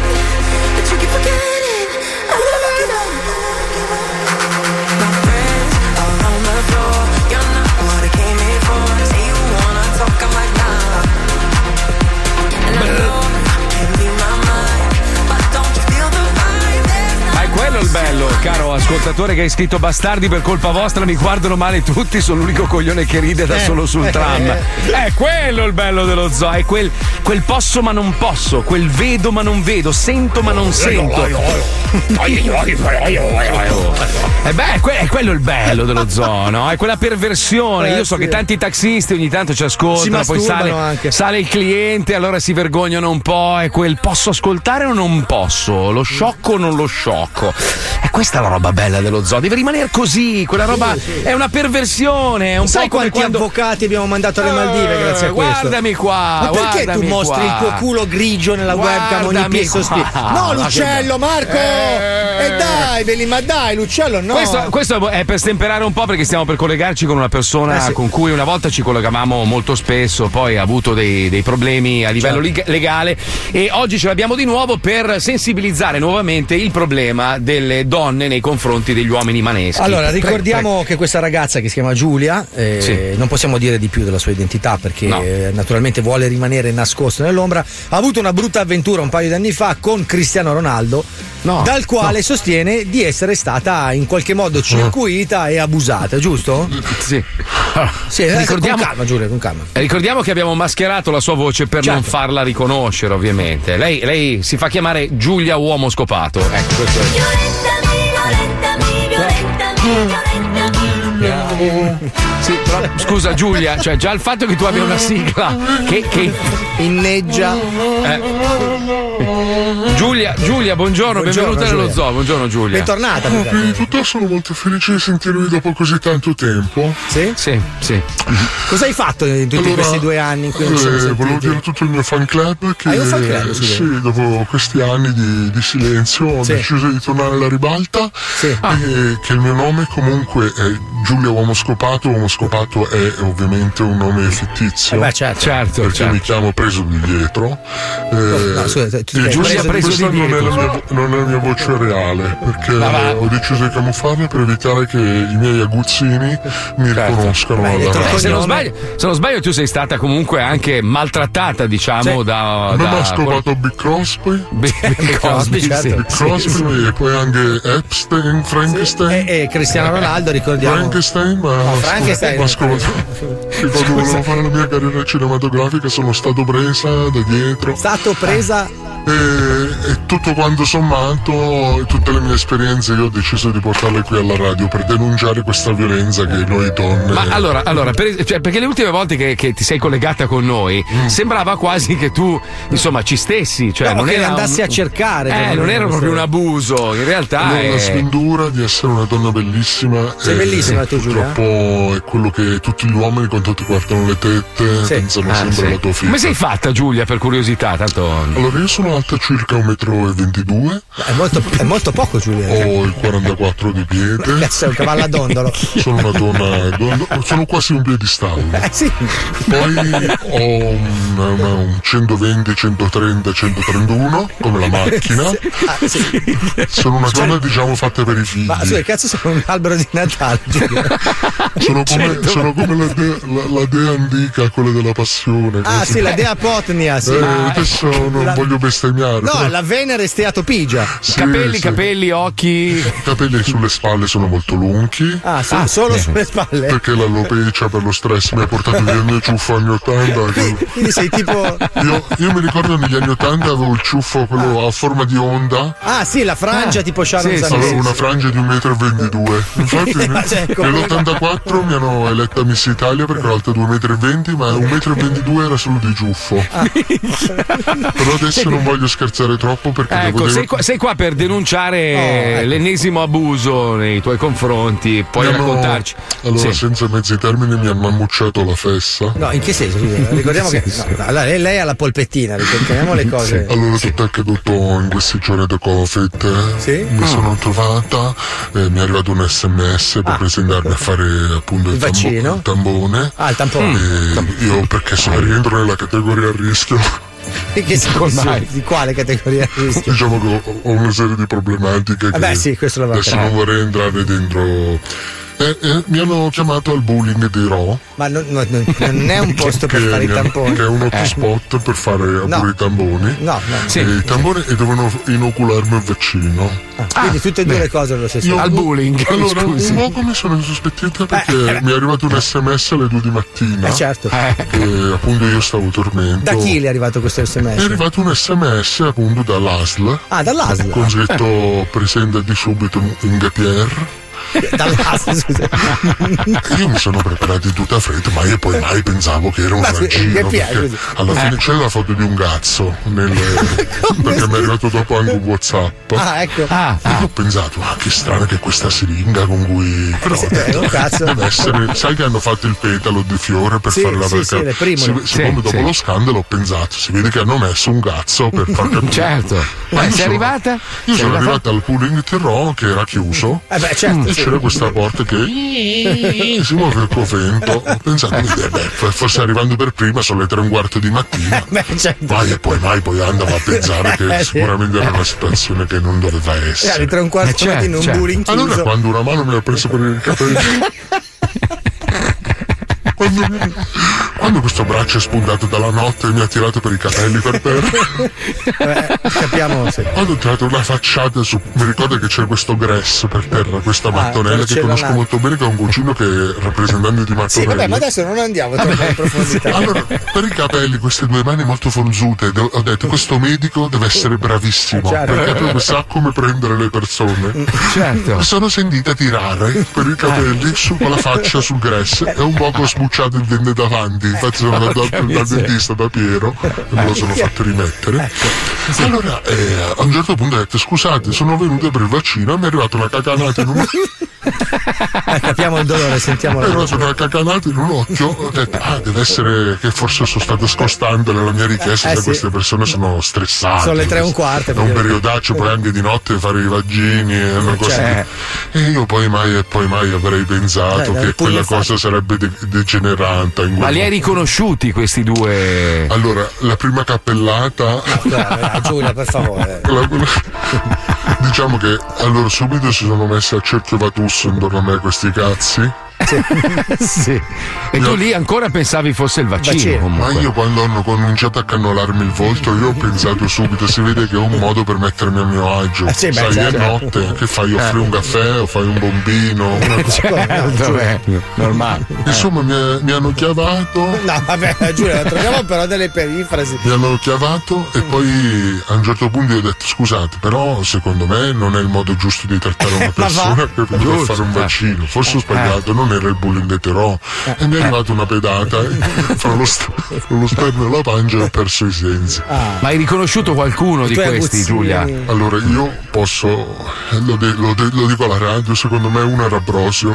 Speaker 8: that you keep forgetting. I don't give up. My friends all on the floor. You're not what I came here for. Say you wanna talk, I'm like nah. And I know I can leave my mind, but don't you feel the vibe? There's
Speaker 2: Ma è quello il bello, caro ascoltatore che hai scritto bastardi per colpa vostra, mi guardano male tutti, sono l'unico coglione che ride da
Speaker 21: Eh,
Speaker 2: solo sul
Speaker 21: eh,
Speaker 2: tram.
Speaker 21: eh.
Speaker 2: È quello il bello dello zoo, è quel, quel posso ma non posso, quel vedo ma non vedo, sento ma non sento. E Eh beh, è que- è quello il bello dello zoo, no? È quella perversione. Io so che tanti taxisti ogni tanto ci ascoltano,
Speaker 21: Si
Speaker 2: poi sale,
Speaker 21: masturbano
Speaker 2: sale il cliente, allora si vergognano un po'. È quel posso ascoltare o non posso? Lo sciocco o non lo sciocco? E questa è la roba bella dello zoo, deve rimanere così. Quella roba è una perversione. È un
Speaker 5: Sai
Speaker 2: po' come
Speaker 5: quanti
Speaker 2: quando... Eh,
Speaker 5: avvocati abbiamo mandato alle Maldive grazie a questo?
Speaker 2: Guardami qua.
Speaker 5: Ma perché tu
Speaker 2: guardami
Speaker 5: mostri
Speaker 2: qua.
Speaker 5: il tuo culo grigio nella webcam ogni
Speaker 2: Guardami
Speaker 5: pezzo
Speaker 2: qua.
Speaker 5: spi- No,
Speaker 2: Ma
Speaker 5: l'uccello,
Speaker 2: che-
Speaker 5: Marco! E dai, Beli, ma dai, l'uccello no!
Speaker 2: Questo, questo è per stemperare un po' perché stiamo per collegarci con una persona
Speaker 5: Eh sì.
Speaker 2: con cui una volta ci collegavamo molto spesso, poi ha avuto dei, dei problemi a
Speaker 5: Certo.
Speaker 2: livello lig- legale e oggi ce l'abbiamo di nuovo per sensibilizzare nuovamente il problema delle donne nei confronti degli uomini maneschi.
Speaker 5: Allora,
Speaker 2: Prego,
Speaker 5: ricordiamo
Speaker 2: prego.
Speaker 5: che questa ragazza che si chiama Giulia, eh,
Speaker 2: Sì.
Speaker 5: non possiamo dire di più della sua identità perché
Speaker 2: No.
Speaker 5: eh, naturalmente vuole rimanere nascosta nell'ombra, ha avuto una brutta avventura un paio di anni fa con Cristiano Ronaldo, dal quale sostiene di essere stata in qualche modo circuita e abusata, giusto?
Speaker 2: Mm. Sì.
Speaker 5: sì eh,
Speaker 2: ricordiamo-
Speaker 5: Con calma, Giulia, con calma.
Speaker 2: Eh, Ricordiamo che abbiamo mascherato la sua voce per
Speaker 5: Certo.
Speaker 2: non farla riconoscere, ovviamente. Lei, lei si fa chiamare Giulia Uomo Scopato. Ecco, questo è. Sì, però, scusa Giulia, cioè già il fatto che tu abbia una sigla che, che-
Speaker 5: Inneggia.
Speaker 12: Eh.
Speaker 2: Giulia, Giulia, buongiorno,
Speaker 5: Buongiorno,
Speaker 2: benvenuta nello
Speaker 5: Giulia.
Speaker 2: zoo, buongiorno Giulia.
Speaker 22: Eh,
Speaker 5: Bentornata.
Speaker 22: Innanzitutto sono molto felice di sentirvi dopo così tanto tempo.
Speaker 5: Sì?
Speaker 2: Sì, sì.
Speaker 5: Cosa hai fatto in tutti
Speaker 22: Allora,
Speaker 5: questi due anni in cui non ci siamo
Speaker 22: eh,
Speaker 5: sentiti?
Speaker 22: volevo dire a tutto il mio fan club che
Speaker 5: Hai un fan club, scusa?
Speaker 22: sì, dopo questi anni di, di silenzio ho deciso di tornare alla ribalta e
Speaker 2: Ah.
Speaker 22: che il mio nome comunque è Giulia Uomo Scopato, Uomo Scopato è ovviamente un nome fittizio.
Speaker 5: Eh beh, certo. Certo,
Speaker 22: perché
Speaker 5: certo.
Speaker 22: mi chiamo preso di dietro. Eh,
Speaker 5: No, scusa, tu
Speaker 22: e
Speaker 5: sei-
Speaker 22: questa,
Speaker 2: sia preso
Speaker 22: questa
Speaker 2: di
Speaker 22: non, è
Speaker 2: dietro.
Speaker 22: la mia, vo- non è la mia voce reale, perché
Speaker 2: Ma va.
Speaker 22: ho deciso di camuffarla per evitare che i miei aguzzini mi
Speaker 2: Certo.
Speaker 22: riconoscano. alla radio.
Speaker 2: Eh, se, non sbaglio, se non sbaglio, tu sei stata comunque anche maltrattata, diciamo, da.
Speaker 22: Non
Speaker 2: da-
Speaker 22: ho scovato Big Crosby.
Speaker 2: Big Crosby, certo.
Speaker 22: Big
Speaker 2: sì.
Speaker 22: Crosby e poi anche Epstein, Frankenstein.
Speaker 5: e, Eh, Cristiano Ronaldo, ricordiamo.
Speaker 22: Frankenstein, ma.
Speaker 5: No, Frankenstein.
Speaker 22: Ma ascolta, che quando volevo fare la mia carriera cinematografica sono stato presa da dietro.
Speaker 5: Stato presa.
Speaker 22: E, e tutto quanto sommato, tutte le mie esperienze, io ho deciso di portarle qui alla radio per denunciare questa violenza che noi donne.
Speaker 2: Ma allora, allora per- cioè, perché le ultime volte che, che ti sei collegata con noi
Speaker 5: Mm.
Speaker 2: sembrava quasi che tu, insomma, ci stessi, cioè
Speaker 5: No,
Speaker 2: non
Speaker 5: che
Speaker 2: era
Speaker 5: le andassi
Speaker 2: un-
Speaker 5: a cercare,
Speaker 2: Eh,
Speaker 5: perlomeno,
Speaker 2: non era
Speaker 5: questo.
Speaker 2: proprio un abuso, in realtà
Speaker 22: Allora, la
Speaker 2: è...
Speaker 22: sventura di essere una donna bellissima
Speaker 5: Ah, eh. Sei
Speaker 22: è-
Speaker 5: bellissima tu, Giulia.
Speaker 22: purtroppo è quello che tutti gli uomini quando ti guardano le tette pensano
Speaker 2: Ah,
Speaker 22: sempre
Speaker 2: sì.
Speaker 22: alla tua figlia
Speaker 2: Come sei fatta Giulia per curiosità? Tanto
Speaker 22: allora io sono alta circa 1,22 m
Speaker 5: è molto, è molto poco Giulia
Speaker 22: ho il 44 di piede
Speaker 5: Cazzo, è un cavallo a dondolo.
Speaker 22: sono una donna donna- sono quasi un piedistallo
Speaker 5: Eh,
Speaker 22: poi ho un, una- un 120 130 131 come la macchina
Speaker 5: Ah, sì. Cioè
Speaker 22: sono una donna diciamo fatta per i figli
Speaker 5: Ma scusa, che cazzo sono un albero di Natale? Cioè, Giulia?
Speaker 22: Sono come,
Speaker 5: Cento-
Speaker 22: sono come la, de- la- la dea antica, quella della passione.
Speaker 5: Ah,
Speaker 22: così.
Speaker 5: sì, la dea Potnia, sì.
Speaker 22: Eh,
Speaker 5: Ma-
Speaker 22: adesso non
Speaker 5: la-
Speaker 22: voglio bestemmiare.
Speaker 5: No,
Speaker 22: però
Speaker 5: la Venere Steatopigia.
Speaker 22: Sì, Capelli, sì.
Speaker 2: capelli, occhi.
Speaker 22: I capelli sulle spalle sono molto lunghi.
Speaker 5: Ah, sì, Ah, solo bene. sulle spalle.
Speaker 22: Perché l'alopecia per lo stress mi ha portato via il mio ciuffo anni 80. che-
Speaker 5: Quindi sei tipo.
Speaker 22: Io, io mi ricordo negli anni 80 avevo il ciuffo quello a forma di onda.
Speaker 5: Ah, sì, la frangia tipo Sharon Zanoni.
Speaker 22: avevo una frangia di 1,22 m. Infatti,
Speaker 5: Ma cioè, come-
Speaker 22: nell'84 mi hanno eletta Miss Italia perché ero alta 2,20 m, ma 1,22 m era solo di giuffo.
Speaker 5: Ah.
Speaker 22: Però adesso non voglio scherzare troppo perché devo
Speaker 2: Ecco,
Speaker 22: dire.
Speaker 2: sei qua, sei qua per
Speaker 5: Oh,
Speaker 2: denunciare
Speaker 5: ecco.
Speaker 2: l'ennesimo abuso nei tuoi confronti, puoi
Speaker 22: Mi hanno-
Speaker 2: raccontarci.
Speaker 22: Allora,
Speaker 2: Sì.
Speaker 22: senza mezzi termini, mi hanno ammucciato la fessa.
Speaker 5: No, in che senso? Scusa, Ricordiamo che. no, allora, lei- lei ha la polpettina, ricordiamo Cioè, le cose.
Speaker 22: Allora, tutto è accaduto in questi giorni da Covid. Mi
Speaker 5: Ah.
Speaker 22: sono trovata, eh, mi è arrivato un sms per presentarmi a fare appunto il,
Speaker 5: Ah. Il
Speaker 22: tambo-
Speaker 5: vaccino?
Speaker 22: il tampone.
Speaker 5: Ah, il tampone. Ah.
Speaker 22: Eh, io perché sono rientro nella categoria a rischio.
Speaker 5: In che senso? Di quale categoria?
Speaker 22: diciamo che ho, ho una serie di problematiche.
Speaker 5: Ah,
Speaker 22: che
Speaker 5: beh, sì, questo lo
Speaker 22: Adesso
Speaker 5: vaccino.
Speaker 22: non vorrei entrare dentro. Eh, eh, mi hanno chiamato al bullying di Ro.
Speaker 5: Ma non, non- non- non è un posto per
Speaker 22: Che-
Speaker 5: fare i
Speaker 22: che-
Speaker 5: tamponi. Eh.
Speaker 22: Che è un hotspot per fare appunto i tamponi.
Speaker 5: No, no.
Speaker 22: Eh, I tamponi e devono inocularmi il vaccino.
Speaker 5: Ah, Quindi tutte e due
Speaker 22: beh.
Speaker 5: le cose lo stesso.
Speaker 22: Io- Allora, un po' come sono sospettata perché Ah. mi è arrivato un sms alle 2 di mattina.
Speaker 5: Eh, certo.
Speaker 22: E appunto io stavo tormento.
Speaker 5: Da chi le è arrivato questo
Speaker 22: Mi è
Speaker 5: sms?
Speaker 22: arrivato un sms appunto dall'ASL.
Speaker 5: Ah, dall'ASL.
Speaker 22: Con scritto presentati subito in GPR.
Speaker 5: Dall'ASL, scusa.
Speaker 22: Io mi sono preparato in tutta fretta, ma io poi mai pensavo che era un
Speaker 5: Ma scusa,
Speaker 22: raggiro.
Speaker 5: GPR,
Speaker 22: Perché
Speaker 5: scusa.
Speaker 22: alla fine
Speaker 5: Eh.
Speaker 22: c'è la foto di un cazzo nel- perché mi è arrivato dopo anche un WhatsApp.
Speaker 5: Ah, ecco. Ah,
Speaker 22: E io ho pensato, ah, che strano che questa siringa con cui. Però ho
Speaker 5: Sì, è un cazzo.
Speaker 22: deve essere. Sai che hanno fatto il petalo di fiore per
Speaker 5: Sì,
Speaker 22: fare la
Speaker 5: sì, sì, le prime.
Speaker 22: Si-
Speaker 5: Sì,
Speaker 22: Siccome dopo
Speaker 5: sì.
Speaker 22: lo scandalo ho pensato, si vede che hanno messo un cazzo per far capire.
Speaker 2: Certo. Eh,
Speaker 22: Ma io
Speaker 2: sei
Speaker 22: sono-
Speaker 2: arrivata?
Speaker 22: Io
Speaker 2: Sei
Speaker 22: sono
Speaker 2: arrivata?
Speaker 22: arrivata al pooling Terrò che era chiuso.
Speaker 5: Eh beh, certo,
Speaker 22: E
Speaker 5: sì.
Speaker 22: c'era questa porta che si muove il covento. Ho pensato, eh beh, forse arrivando per prima sono le tre e un quarto di mattina.
Speaker 5: Beh, certo.
Speaker 22: Vai e poi mai, poi andavo a pensare
Speaker 5: Eh,
Speaker 22: che
Speaker 5: sì.
Speaker 22: sicuramente era una situazione che non doveva essere.
Speaker 5: Eh, alle tre e un quarto Eh, certo, di mattina un certo. bullying chiuso.
Speaker 22: Allora quando una mano mi ha preso per il capello. Quando, quando questo braccio è spuntato dalla notte e mi ha tirato per i capelli per terra.
Speaker 5: Capiamo, sì.
Speaker 22: Quando ho tirato una facciata su, mi ricordo che c'è questo grass per terra,
Speaker 5: Ah,
Speaker 22: questa mattonella che
Speaker 5: porcellanato.
Speaker 22: conosco molto bene, che è un cugino che è rappresentante di mattonella.
Speaker 5: Sì, vabbè, ma adesso non andiamo troppo in profondità.
Speaker 22: Allora, per i capelli, queste due mani molto fronzute, de- ho detto questo medico deve essere bravissimo,
Speaker 5: Eh, certo. Mm.
Speaker 22: perché proprio sa come prendere le persone.
Speaker 2: Certo.
Speaker 22: Mi sono sentita tirare per i
Speaker 5: Ah.
Speaker 22: capelli su con la faccia sul grass e un po' ho sbucciato il dente davanti,
Speaker 5: Ecco,
Speaker 22: infatti sono andato
Speaker 2: porca
Speaker 22: dal, dal
Speaker 2: miseria.
Speaker 22: dentista da Piero e me lo
Speaker 5: Ecco.
Speaker 22: sono fatto rimettere. Allora, eh, a un certo punto ho detto scusate, sono venuto per il vaccino e mi è arrivata una cacanata in un...
Speaker 5: capiamo il dolore, sentiamo
Speaker 3: Eh,
Speaker 5: la-
Speaker 22: Però sono accacanato in un occhio, ho detto, ah, deve essere che forse sono stato scostante nella mia richiesta,
Speaker 5: Eh,
Speaker 22: sai,
Speaker 5: sì.
Speaker 22: queste persone sono stressate.
Speaker 5: Sono le tre e un quarto,
Speaker 22: Ah, È un
Speaker 5: perché-
Speaker 22: periodaccio, poi anche di notte fare i vaggini e una cosa
Speaker 5: Cioè.
Speaker 22: di- E io poi mai e poi mai avrei
Speaker 2: Eh,
Speaker 22: pensato
Speaker 2: dai,
Speaker 22: che
Speaker 2: pure
Speaker 22: quella
Speaker 2: infatti.
Speaker 22: cosa sarebbe de- degenerata. in
Speaker 2: Ma
Speaker 22: quel
Speaker 2: li hai riconosciuti questi due?
Speaker 22: Allora, la prima cappellata.
Speaker 5: Ah, Giulia, per favore.
Speaker 22: La- la- diciamo che allora subito si sono messi a cerchio Vatusso intorno a me questi cazzi.
Speaker 2: sì. E tu lì ancora pensavi fosse il vaccino.
Speaker 22: Ma
Speaker 2: comunque.
Speaker 22: io quando hanno cominciato a cannolarmi il volto, io ho pensato subito, si vede che è un modo per mettermi a mio agio.
Speaker 2: Eh sì, beh,
Speaker 22: Sai,
Speaker 2: certo.
Speaker 22: è notte, che fai? Offri un caffè o fai un bombino? Una cosa-
Speaker 2: Eh. Certo, beh, normale.
Speaker 22: Insomma, mi, mi hanno chiavato.
Speaker 5: No, vabbè, Giulia, troviamo però delle
Speaker 3: Ah,
Speaker 5: perifrasi.
Speaker 22: Mi hanno chiavato e poi a un certo punto io ho detto scusate, però secondo me non è il modo giusto di trattare una
Speaker 5: Ma va.
Speaker 22: persona per poter
Speaker 5: Giusto,
Speaker 22: fare un
Speaker 5: eh.
Speaker 22: vaccino. Forse ho
Speaker 5: Eh.
Speaker 22: sbagliato, non era il bullying d'eterò. E mi è arrivata una pedata e fra lo, st- fra lo sterno e la pancia ho perso i sensi.
Speaker 2: Ma hai riconosciuto qualcuno di
Speaker 22: I tuoi
Speaker 2: questi,
Speaker 22: aguzzini.
Speaker 2: Giulia?
Speaker 22: Allora io posso, lo, de- lo de- lo dico alla radio, secondo me uno era Brosio.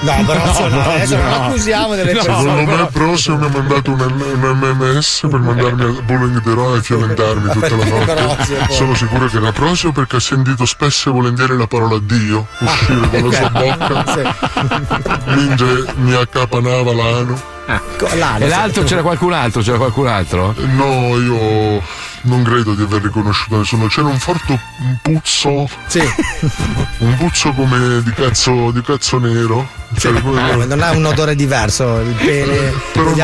Speaker 5: No, Brosio no, No, adesso non Brosio no. accusiamo delle persone.
Speaker 22: Secondo me Brosio mi ha mandato un, un MMS per mandarmi al bullying di Roa e violentarmi tutta la
Speaker 5: Brosio,
Speaker 22: notte.
Speaker 5: poi.
Speaker 22: Sono sicuro che era Brosio perché ha sentito spesso e volentieri la parola Dio
Speaker 5: Ah,
Speaker 22: uscire dalla sua bocca mentre mi accapanava l'ano.
Speaker 2: Ah. e l'altro c'era qualcun altro? C'era qualcun altro?
Speaker 22: No, io non credo di aver riconosciuto nessuno. C'era un forte puzzo. Un puzzo come di cazzo, di cazzo nero. Cioè, come- Eh,
Speaker 5: Ah, non ha un odore diverso il pene degli
Speaker 22: Però non vorrei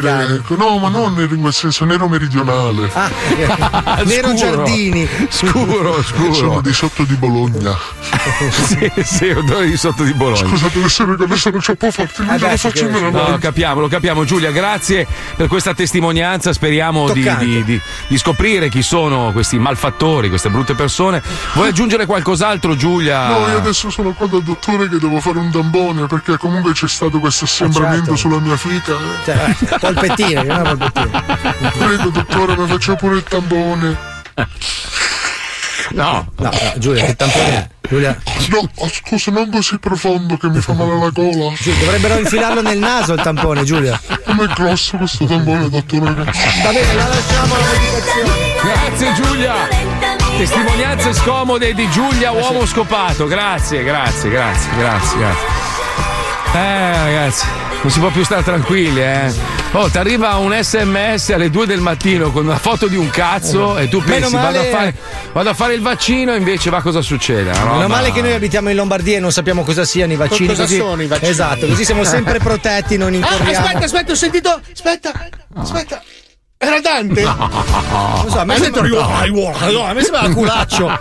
Speaker 5: afroamericani.
Speaker 22: dire. No, ma non nero in quel senso, nero meridionale.
Speaker 5: ok. Nero Scuro. Giardini.
Speaker 2: Scuro, scuro.
Speaker 22: Sono di sotto di Bologna.
Speaker 2: sì, sì, odore di sotto di Bologna.
Speaker 22: Scusate adesso perché adesso non c'ho un po'
Speaker 5: Ah,
Speaker 22: forte, non ce la faccio
Speaker 2: No,
Speaker 22: nella
Speaker 2: lo
Speaker 22: mano.
Speaker 2: capiamo, lo capiamo. Giulia, grazie per questa testimonianza. Speriamo di,
Speaker 22: Toccante.
Speaker 2: di- di- di scoprire chi sono questi malfattori, queste brutte persone. Vuoi aggiungere qualcos'altro, Giulia?
Speaker 5: Ah.
Speaker 22: No, io adesso sono qua dal dottore che devo fare un tampone perché comunque c'è stato questo assembramento sulla mia fica.
Speaker 5: Eh, certo.
Speaker 22: eh.
Speaker 5: Cioè, polpettine, che non è polpettine.
Speaker 22: Prego dottore, mi faccio pure il tampone.
Speaker 2: No.
Speaker 5: No, no, Giulia, che tampone è? Giulia,
Speaker 22: No, oh, scusa, non così profondo che mi fa male la gola.
Speaker 5: dovrebbero infilarlo nel naso il tampone, Giulia.
Speaker 22: Com'è grosso questo tampone, dottore?
Speaker 5: Va bene, la lasciamo alla
Speaker 2: Grazie Giulia. Testimonianze scomode di Giulia, uomo scopato. Grazie, grazie, grazie, grazie, grazie. Eh ragazzi, non si può più stare tranquilli, eh. Oh, ti arriva un sms alle 2 del mattino con una foto di un cazzo e tu
Speaker 5: Eh, Meno
Speaker 2: pensi vado, a
Speaker 5: male-
Speaker 2: fare, vado a fare il vaccino e invece va cosa succede. Una roba-
Speaker 5: Meno male che noi abitiamo in Lombardia e non sappiamo cosa siano i vaccini.
Speaker 2: Cosa
Speaker 5: così-
Speaker 2: sono i vaccini?
Speaker 5: Esatto, così siamo sempre protetti, non
Speaker 6: Ah,
Speaker 5: incorriamo.
Speaker 6: aspetta, aspetta, ho sentito. Aspetta, aspetta. Era Dante?
Speaker 5: Non
Speaker 2: Eh,
Speaker 5: so, a me
Speaker 6: Ha
Speaker 5: sembra-
Speaker 6: detto-
Speaker 5: Ai, uola, no, a me sembra culaccio.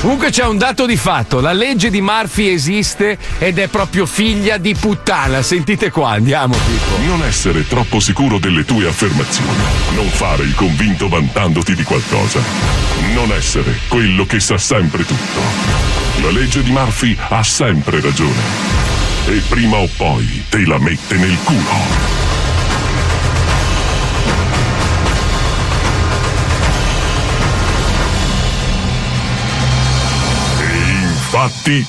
Speaker 2: Comunque c'è un dato di fatto, la legge di Murphy esiste ed è proprio figlia di puttana. Sentite qua, andiamo Pippo.
Speaker 23: Non essere troppo sicuro delle tue affermazioni. Non fare il convinto vantandoti di qualcosa. Non essere quello che sa sempre tutto. La legge di Murphy ha sempre ragione. E prima o poi te la mette nel culo. E infatti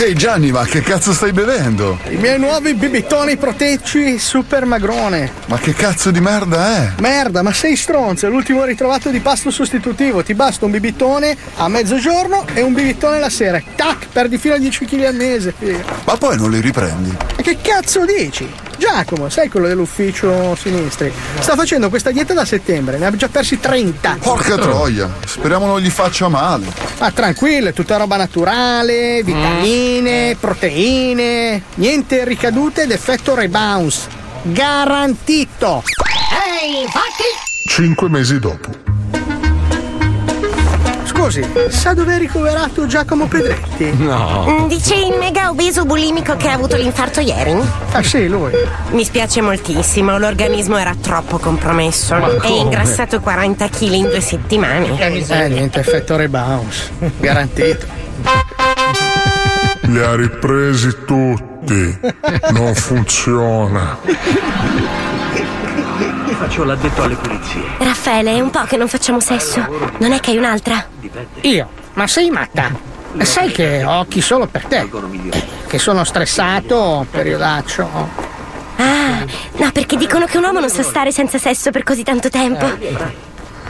Speaker 12: Ehi Gianni, ma che cazzo stai bevendo?
Speaker 18: I miei nuovi bibitoni protecci super magrone.
Speaker 12: Ma che cazzo di merda è?
Speaker 18: Merda, ma sei stronzo, è l'ultimo ritrovato di pasto sostitutivo. Ti basta un bibitone a mezzogiorno e un bibitone la sera. Tac, perdi fino a 10 kg al mese, figa.
Speaker 12: Ma poi non li riprendi?
Speaker 18: Ma che cazzo dici? Giacomo, sai quello dell'ufficio sinistri? Sta facendo questa dieta da settembre, ne ha già persi 30.
Speaker 12: Porca troia, speriamo non gli faccia male.
Speaker 18: Ma Ah, tranquillo, è tutta roba naturale, vitamine, proteine, niente ricadute ed effetto rebounce. Garantito!
Speaker 8: Ehi, infatti!
Speaker 22: Cinque mesi dopo.
Speaker 18: Scusi, sa dove è ricoverato Giacomo Pedretti?
Speaker 10: Mm, Dice il mega obeso bulimico che ha avuto l'infarto ieri?
Speaker 18: Ah sì, lui.
Speaker 10: Mi spiace moltissimo, l'organismo era troppo compromesso.
Speaker 18: Ma
Speaker 10: È
Speaker 18: come?
Speaker 10: ingrassato 40 kg in due settimane.
Speaker 18: Eh, niente, effetto rebounce. Garantito.
Speaker 22: Li ha ripresi tutti. Non funziona.
Speaker 24: Faccio l'addetto alle pulizie.
Speaker 10: Raffaele, è un po' che non facciamo sesso. Non è che hai un'altra?
Speaker 18: Io, ma sei matta? Sai che ho occhi solo per te? Che sono stressato, periodaccio.
Speaker 10: Ah, no, perché dicono che un uomo non sa stare senza sesso per così tanto tempo.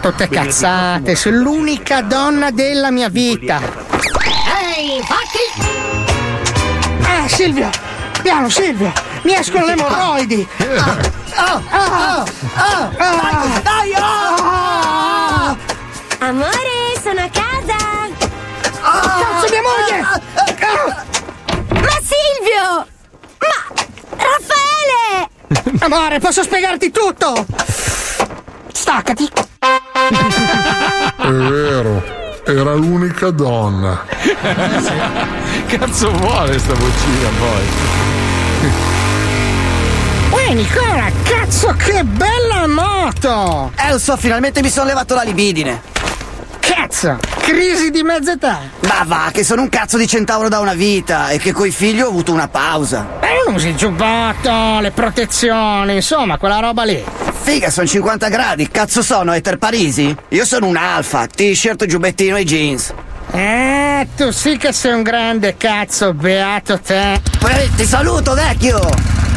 Speaker 18: Tutte cazzate, sei l'unica donna della mia vita.
Speaker 8: Ehi, fatti!
Speaker 18: Ah, Silvio! Piano, Silvio! Mi escono le emorroidi!
Speaker 8: Oh, oh, oh! Dai, dai, oh!
Speaker 10: Amore, sono a casa!
Speaker 18: Cazzo, mia moglie!
Speaker 10: Ma Silvio! Ma Raffaele!
Speaker 18: Amore, posso spiegarti tutto! Staccati!
Speaker 22: È vero, era l'unica donna.
Speaker 2: Cazzo vuole sta vocina poi.
Speaker 18: Uè, Nicola, cazzo, che bella moto!
Speaker 4: Elso, Eh, finalmente mi sono levato la libidine.
Speaker 18: Cazzo, crisi di mezza età.
Speaker 4: Ma va, che sono un cazzo di centauro da una vita e che coi figli ho avuto una pausa.
Speaker 18: E Eh, usi il giubbotto, le protezioni, insomma, quella roba lì.
Speaker 4: Figa, sono 50 gradi, cazzo sono, Ether Parisi? Io sono un alfa, t-shirt, giubbettino e jeans.
Speaker 18: Eh, tu sì che sei un grande cazzo, beato te.
Speaker 4: ti saluto, vecchio!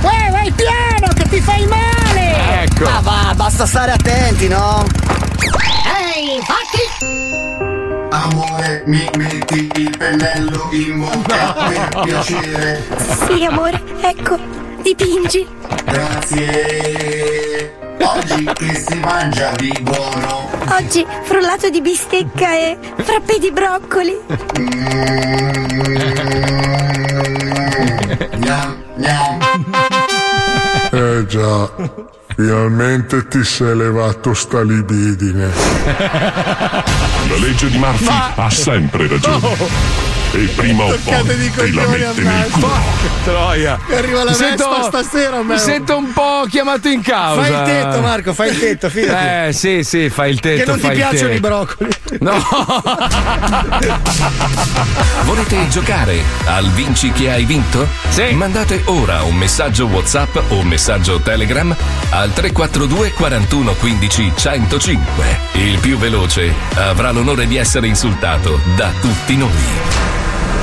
Speaker 18: Uè, vai piano, che ti fai male!
Speaker 4: Ecco. Ma
Speaker 3: Ah,
Speaker 4: va, basta stare attenti, no?
Speaker 8: Ehi, fatti!
Speaker 20: Amore, mi metti il pennello in bocca per piacere.
Speaker 10: Sì, amore, ecco, dipingi.
Speaker 20: Grazie. Oggi che si mangia di buono.
Speaker 10: Oggi frullato di bistecca e frappè di broccoli.
Speaker 20: Eh, Gnam, gnam.
Speaker 22: Eh già, finalmente ti sei levato sta libidine.
Speaker 23: La legge di Murphy
Speaker 22: Ma-
Speaker 23: ha sempre ragione. E prima o poi
Speaker 22: Toccate di
Speaker 23: te la
Speaker 22: coglioni,
Speaker 23: mette nel
Speaker 22: ammazza.
Speaker 23: culo.
Speaker 2: Troia.
Speaker 3: Arriva la
Speaker 2: Mi
Speaker 3: Vespa stasera,
Speaker 2: Mi
Speaker 3: Mel.
Speaker 2: sento un po' chiamato in causa.
Speaker 3: Fai il tetto, Marco, fai il tetto, fidati.
Speaker 2: Eh, sì, sì, fai il tetto.
Speaker 3: Che non ti
Speaker 2: fai il
Speaker 3: piacciono
Speaker 2: tetto.
Speaker 3: i broccoli.
Speaker 2: No.
Speaker 1: Volete giocare al Vinci che hai vinto? Sì. Mandate ora un messaggio WhatsApp o un messaggio Telegram al 342 41 15 105. Il più veloce avrà l'onore di essere insultato da tutti noi.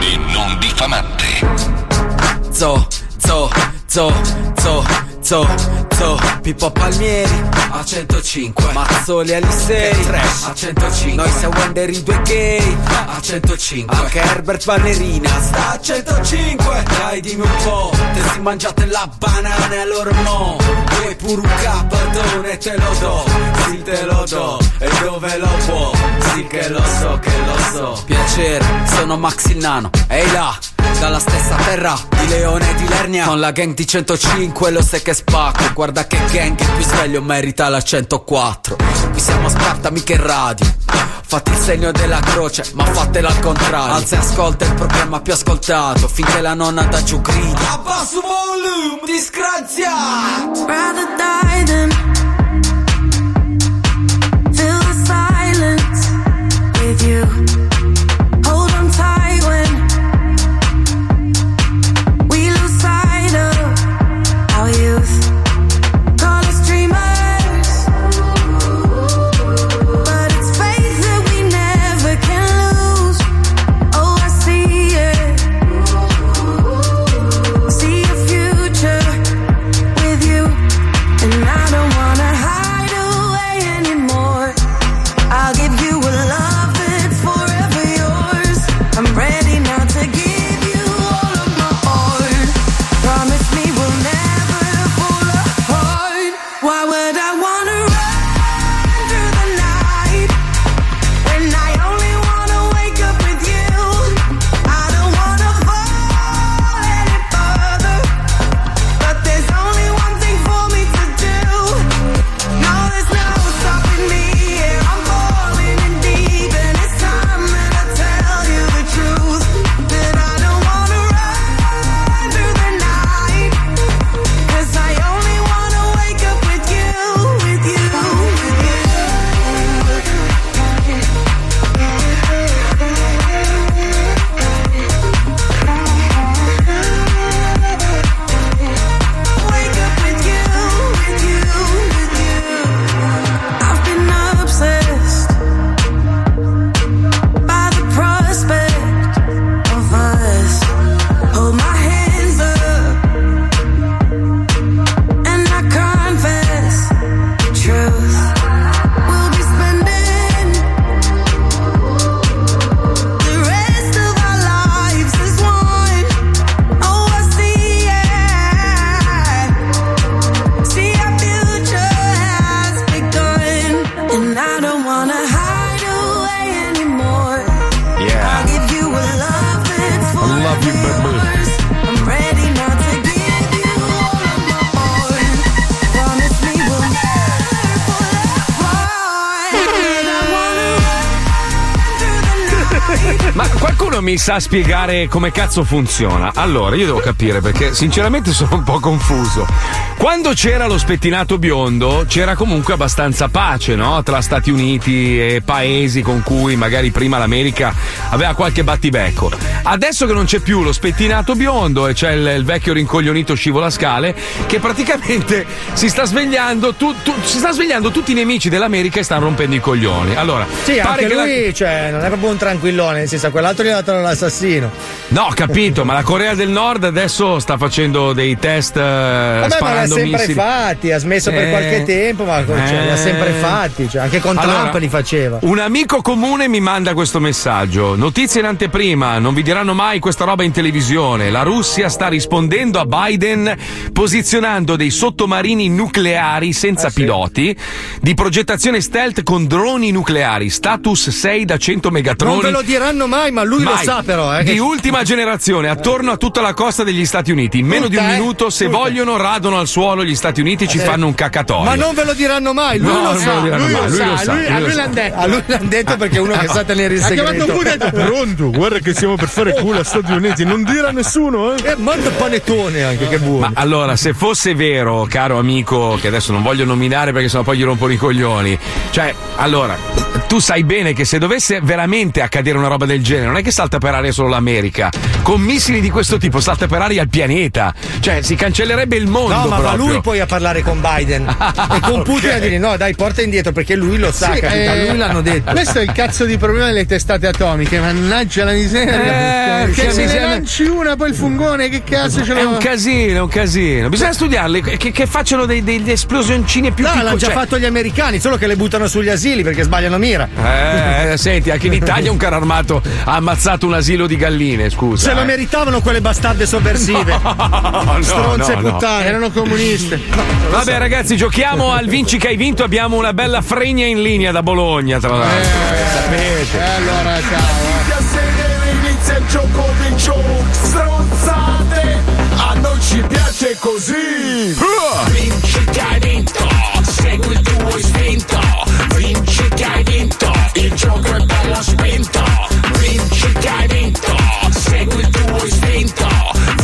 Speaker 1: e non diffamante.
Speaker 24: Zo, zo, zo, zo, zo, zo Pippo Palmieri a 105 Mazzoli Alisei Trash a 105 Noi siamo Wender i due gay a 105 Anche Herbert Ballerina sta a 105 Dai dimmi un po' Te si mangiate la banana e allora mo Vuoi pure un capatone te lo do Sì te lo do E dove lo può Sì che lo so che lo so Piacere sono Max il Nano Ehi là dalla stessa terra di Leone e di Lernia Con la gang di 105 lo sai che spacco Guarda che gang il più sveglio merita la 104 Qui siamo a Sparta mica in radio Fate il segno della croce ma fatela al contrario Alza e ascolta il programma più ascoltato Finché la nonna da giù grida
Speaker 8: Abbasso volume, disgraziato! Rather die than feel the silence with you. Hold on tight when we lose sight of our youth. Call us dreamers, but it's faith that we never can lose. Oh, I see it. See a future with you and
Speaker 2: non mi sa spiegare come cazzo funziona. Allora, io devo capire perché sinceramente sono un po' confuso. Quando c'era lo spettinato biondo, c'era comunque abbastanza pace, no? Tra Stati Uniti e paesi con cui magari prima l'America aveva qualche battibecco. Adesso che non c'è più lo spettinato biondo e c'è il, il vecchio rincoglionito scivolascale che praticamente si sta svegliando, tu- tu- si sta svegliando tutti i nemici dell'America e stanno rompendo i coglioni. Allora,
Speaker 5: Sì,
Speaker 2: pare
Speaker 5: anche
Speaker 2: che la-
Speaker 5: lui cioè, non è proprio un tranquillone, nel senso, a quell'altro gli ha dato l'assassino.
Speaker 2: No, ho capito, ma la Corea del Nord adesso sta facendo dei test eh,
Speaker 5: Vabbè, ma l'ha
Speaker 2: sparando
Speaker 5: sempre
Speaker 2: missili.
Speaker 5: fatti, ha smesso per
Speaker 2: Eh.
Speaker 5: qualche tempo, ma cioè,
Speaker 2: Eh.
Speaker 5: l'ha sempre fatti, cioè, anche con
Speaker 2: Allora,
Speaker 5: Trump li faceva.
Speaker 2: Un amico comune mi manda questo messaggio. Notizie in anteprima, non vi diranno mai questa roba in televisione. La Russia sta rispondendo a Biden posizionando dei sottomarini nucleari senza piloti di progettazione stealth con droni nucleari, status 6 da 100 megatroni.
Speaker 6: Non ve lo diranno mai, ma lui lo
Speaker 2: Mai.
Speaker 6: sa però, eh.
Speaker 2: Di
Speaker 6: che-
Speaker 2: ultima generazione, attorno a tutta la costa degli Stati Uniti. In meno
Speaker 6: Tutta,
Speaker 2: di un
Speaker 6: eh?
Speaker 2: minuto, se
Speaker 6: Tutta.
Speaker 2: vogliono, radono al suolo gli Stati Uniti e ci
Speaker 6: Eh.
Speaker 2: fanno un cacatoio.
Speaker 6: Ma non ve lo diranno mai, lui
Speaker 2: No,
Speaker 6: lo
Speaker 2: non
Speaker 6: sa.
Speaker 2: lo diranno
Speaker 6: lui
Speaker 2: mai,
Speaker 6: lo
Speaker 2: lui
Speaker 6: sa,
Speaker 2: lo sa,
Speaker 6: lui-
Speaker 2: lui
Speaker 6: a
Speaker 2: lo
Speaker 6: lui
Speaker 2: sa. Eh,
Speaker 6: l'hanno detto.
Speaker 5: A lui l'hanno detto perché è uno che sa tenere il
Speaker 6: Ha
Speaker 5: segreto.
Speaker 6: chiamato pure e ha detto,
Speaker 5: pronto, guarda che siamo per fare culo a Stati Uniti, non dire a nessuno, eh. E manda panettone anche, che buono.
Speaker 2: Ma allora, se fosse vero, caro amico, che adesso non voglio nominare perché sennò poi gli rompono i coglioni. Cioè, allora, tu sai bene che se dovesse veramente accadere una roba del genere, non è che salta per aria solo l'America. Con missili di questo tipo salta per aria il pianeta. Cioè, si cancellerebbe il mondo.
Speaker 5: No, ma va
Speaker 2: proprio.
Speaker 5: lui poi a parlare con Biden e con Putin
Speaker 2: ok.
Speaker 5: a dire no, dai, porta indietro perché lui lo sa,
Speaker 3: Sì,
Speaker 5: capito? A
Speaker 3: eh,
Speaker 5: lui l'hanno detto.
Speaker 3: Questo è il cazzo di problema delle testate atomiche. Mannaggia la miseria.
Speaker 2: Eh,
Speaker 3: che
Speaker 2: che
Speaker 3: se ne
Speaker 2: miseria.
Speaker 3: lanci una, poi il fungone, che cazzo ce l'ho?
Speaker 2: È un casino, è un casino. Bisogna studiarli, che, che facciano dei- degli esplosioncini più
Speaker 5: No,
Speaker 2: piccoli.
Speaker 5: l'hanno già
Speaker 2: cioè-
Speaker 5: fatto gli americani, solo che le buttano sugli asili perché sbagliano mira.
Speaker 2: Eh, senti, anche in Italia un carro armato ha ammazzato un asilo di galline, scusa.
Speaker 5: Se lo
Speaker 2: eh.
Speaker 5: meritavano quelle bastarde sovversive.
Speaker 2: no,
Speaker 5: Stronze
Speaker 2: no, no.
Speaker 5: puttane. Erano comuniste.
Speaker 2: Vabbè ragazzi, giochiamo al Vinci che hai vinto. Abbiamo una bella fregna in linea da Bologna, tra l'altro. sapete.
Speaker 3: allora,
Speaker 20: ciao. a sedere, inizia il gioco del gioco. Stronzate, a noi ci piace così. Vinci che hai vinto, segui il tuo istinto. Vinci che hai vinto, il gioco è bello spinto. Vinci che hai vinto, segui il tuo istinto.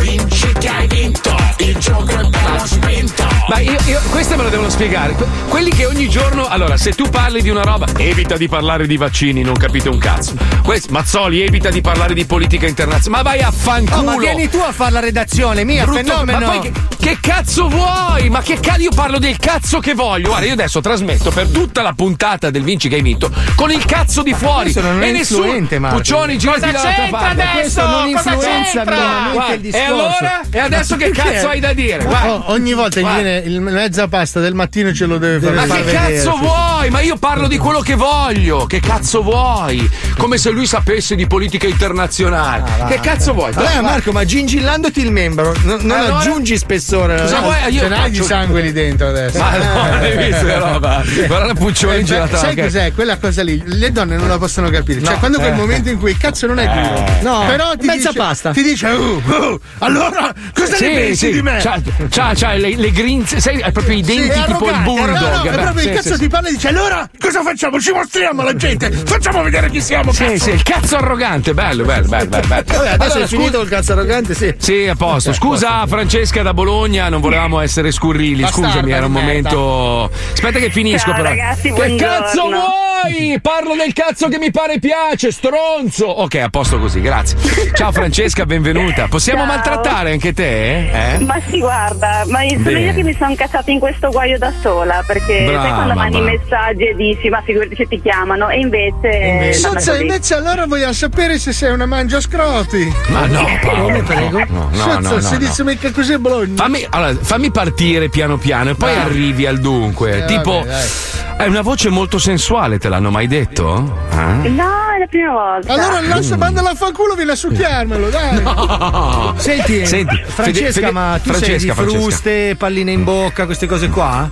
Speaker 20: Vinci che hai vinto, il gioco è bello spinto.
Speaker 2: Ma io, io queste me lo devono spiegare. Que- Quelli che ogni giorno. Allora, se tu parli di una roba, evita di parlare di vaccini, non capite un cazzo. Quest- Mazzoli, evita di parlare di politica internazionale. Ma vai a fanculo!
Speaker 6: Oh, ma vieni tu a fare la redazione, mia,
Speaker 2: Brutto-
Speaker 6: fenomeno.
Speaker 2: Ma poi che, che cazzo vuoi? Ma che cazzo? Io parlo del cazzo che voglio. Guarda, io adesso trasmetto per tutta la puntata del Vinci che hai vinto con il cazzo di fuori.
Speaker 6: Questo non è
Speaker 2: e nessuno.
Speaker 6: influente, Marco.
Speaker 2: Puccioni, girati
Speaker 6: Cosa
Speaker 2: dall'altra
Speaker 6: c'entra
Speaker 2: parte.
Speaker 6: adesso?
Speaker 2: Questo non
Speaker 6: Cosa
Speaker 2: influenza
Speaker 6: c'entra?
Speaker 3: Ah,
Speaker 2: minimamente
Speaker 6: Guarda,
Speaker 2: il discorso. e allora? E adesso che
Speaker 3: Perché?
Speaker 2: cazzo hai da dire? Guarda.
Speaker 3: Oh, ogni volta
Speaker 2: Guarda.
Speaker 3: che viene il mezza pasta del mattino ce lo deve fare.
Speaker 2: Ma
Speaker 3: far
Speaker 2: che
Speaker 3: vedere,
Speaker 2: cazzo
Speaker 3: sì.
Speaker 2: vuoi? Ma io parlo di quello che voglio. Che cazzo vuoi? Come se lui sapesse di politica
Speaker 6: Ah,
Speaker 2: internazionale. che cazzo vuoi? Eh,
Speaker 5: Vabbè, Marco, ma gingillandoti il membro, no- non
Speaker 2: Allora?
Speaker 5: aggiungi spessore. Eh,
Speaker 2: Cosa vuoi? Io
Speaker 3: ce n'hai
Speaker 2: faccio-
Speaker 3: di sangue lì dentro adesso.
Speaker 2: Ma no, hai visto che roba? Guarda la Puccioni
Speaker 3: Eh,
Speaker 2: girata
Speaker 3: beh, Sai
Speaker 2: anche.
Speaker 3: cos'è? Quella cosa lì, le donne non la possono capire. Cioè,
Speaker 2: No.
Speaker 3: quando quel
Speaker 2: Eh.
Speaker 3: momento in cui cazzo non è duro,
Speaker 2: Eh.
Speaker 3: no.
Speaker 2: Eh.
Speaker 3: però ti
Speaker 5: Mezza
Speaker 3: dice,
Speaker 5: pasta.
Speaker 3: Ti dice, "Uh, uh, allora cosa
Speaker 2: Sì,
Speaker 3: ne pensi
Speaker 2: sì.
Speaker 3: di me?
Speaker 2: C'ha, c'ha, c'ha le, le grinze, sai, ha proprio i
Speaker 3: Sì,
Speaker 2: denti
Speaker 3: è
Speaker 2: tipo il
Speaker 3: arrogante,
Speaker 2: bulldog.
Speaker 3: No, no, è
Speaker 2: Beh,
Speaker 3: proprio
Speaker 2: sì,
Speaker 3: il
Speaker 2: sì,
Speaker 3: cazzo
Speaker 2: sì.
Speaker 3: ti parla e dice, allora cosa facciamo? Ci mostriamo alla gente, facciamo vedere chi siamo.
Speaker 2: Sì,
Speaker 3: cazzo."
Speaker 2: sì, il cazzo arrogante, bello, bello, bello, bello. bello.
Speaker 5: Vabbè, adesso
Speaker 2: Allora,
Speaker 5: è finito il cazzo arrogante, sì.
Speaker 2: Sì, a posto. Scusa Francesca da Bologna, non volevamo essere scurrili.
Speaker 5: Bastarda
Speaker 2: Scusami, era un
Speaker 5: di merda.
Speaker 2: momento. Aspetta che finisco,
Speaker 5: Ciao,
Speaker 2: però.
Speaker 5: ragazzi,
Speaker 2: che
Speaker 5: buongiorno.
Speaker 2: cazzo vuoi? Parlo del cazzo che mi pare piace, stronzo. Ok, a posto così, grazie. Ciao Francesca, benvenuta. Possiamo
Speaker 7: Ciao.
Speaker 2: maltrattare anche te? Eh?
Speaker 7: Ma si guarda, ma sono
Speaker 2: Bene.
Speaker 7: io che mi sono incazzata in questo guaio da sola, perché sai
Speaker 2: Brava,
Speaker 7: quando mandi i
Speaker 2: brava.
Speaker 7: messaggi e dici ma figurati se ti chiamano e invece... vanno
Speaker 3: Sozza,
Speaker 7: così.
Speaker 3: invece allora vogliamo sapere se sei una mangia scroti.
Speaker 2: Ma no,
Speaker 7: Eh,
Speaker 2: Paolo,
Speaker 3: Come
Speaker 2: no,
Speaker 3: prego?
Speaker 2: no, no,
Speaker 3: Sozza,
Speaker 2: no,
Speaker 3: se
Speaker 2: no.
Speaker 3: dici mica così Bologna.
Speaker 2: Fammi, allora, fammi partire piano piano e poi
Speaker 3: Dai.
Speaker 2: arrivi al dunque.
Speaker 7: Eh,
Speaker 2: tipo,
Speaker 7: vabbè,
Speaker 2: è una voce molto sensuale, te l'hanno mai detto? Eh?
Speaker 7: No, è la prima volta.
Speaker 3: Allora lascia, mandala a fanculo, vieni a succhiarmelo, dai.
Speaker 2: Mm. No.
Speaker 5: Senti,
Speaker 2: Senti,
Speaker 5: Francesca,
Speaker 2: Fede- Fede-
Speaker 5: ma tu sei di
Speaker 2: Francesca, Francesca.
Speaker 5: fruste, palline in bocca, queste cose qua?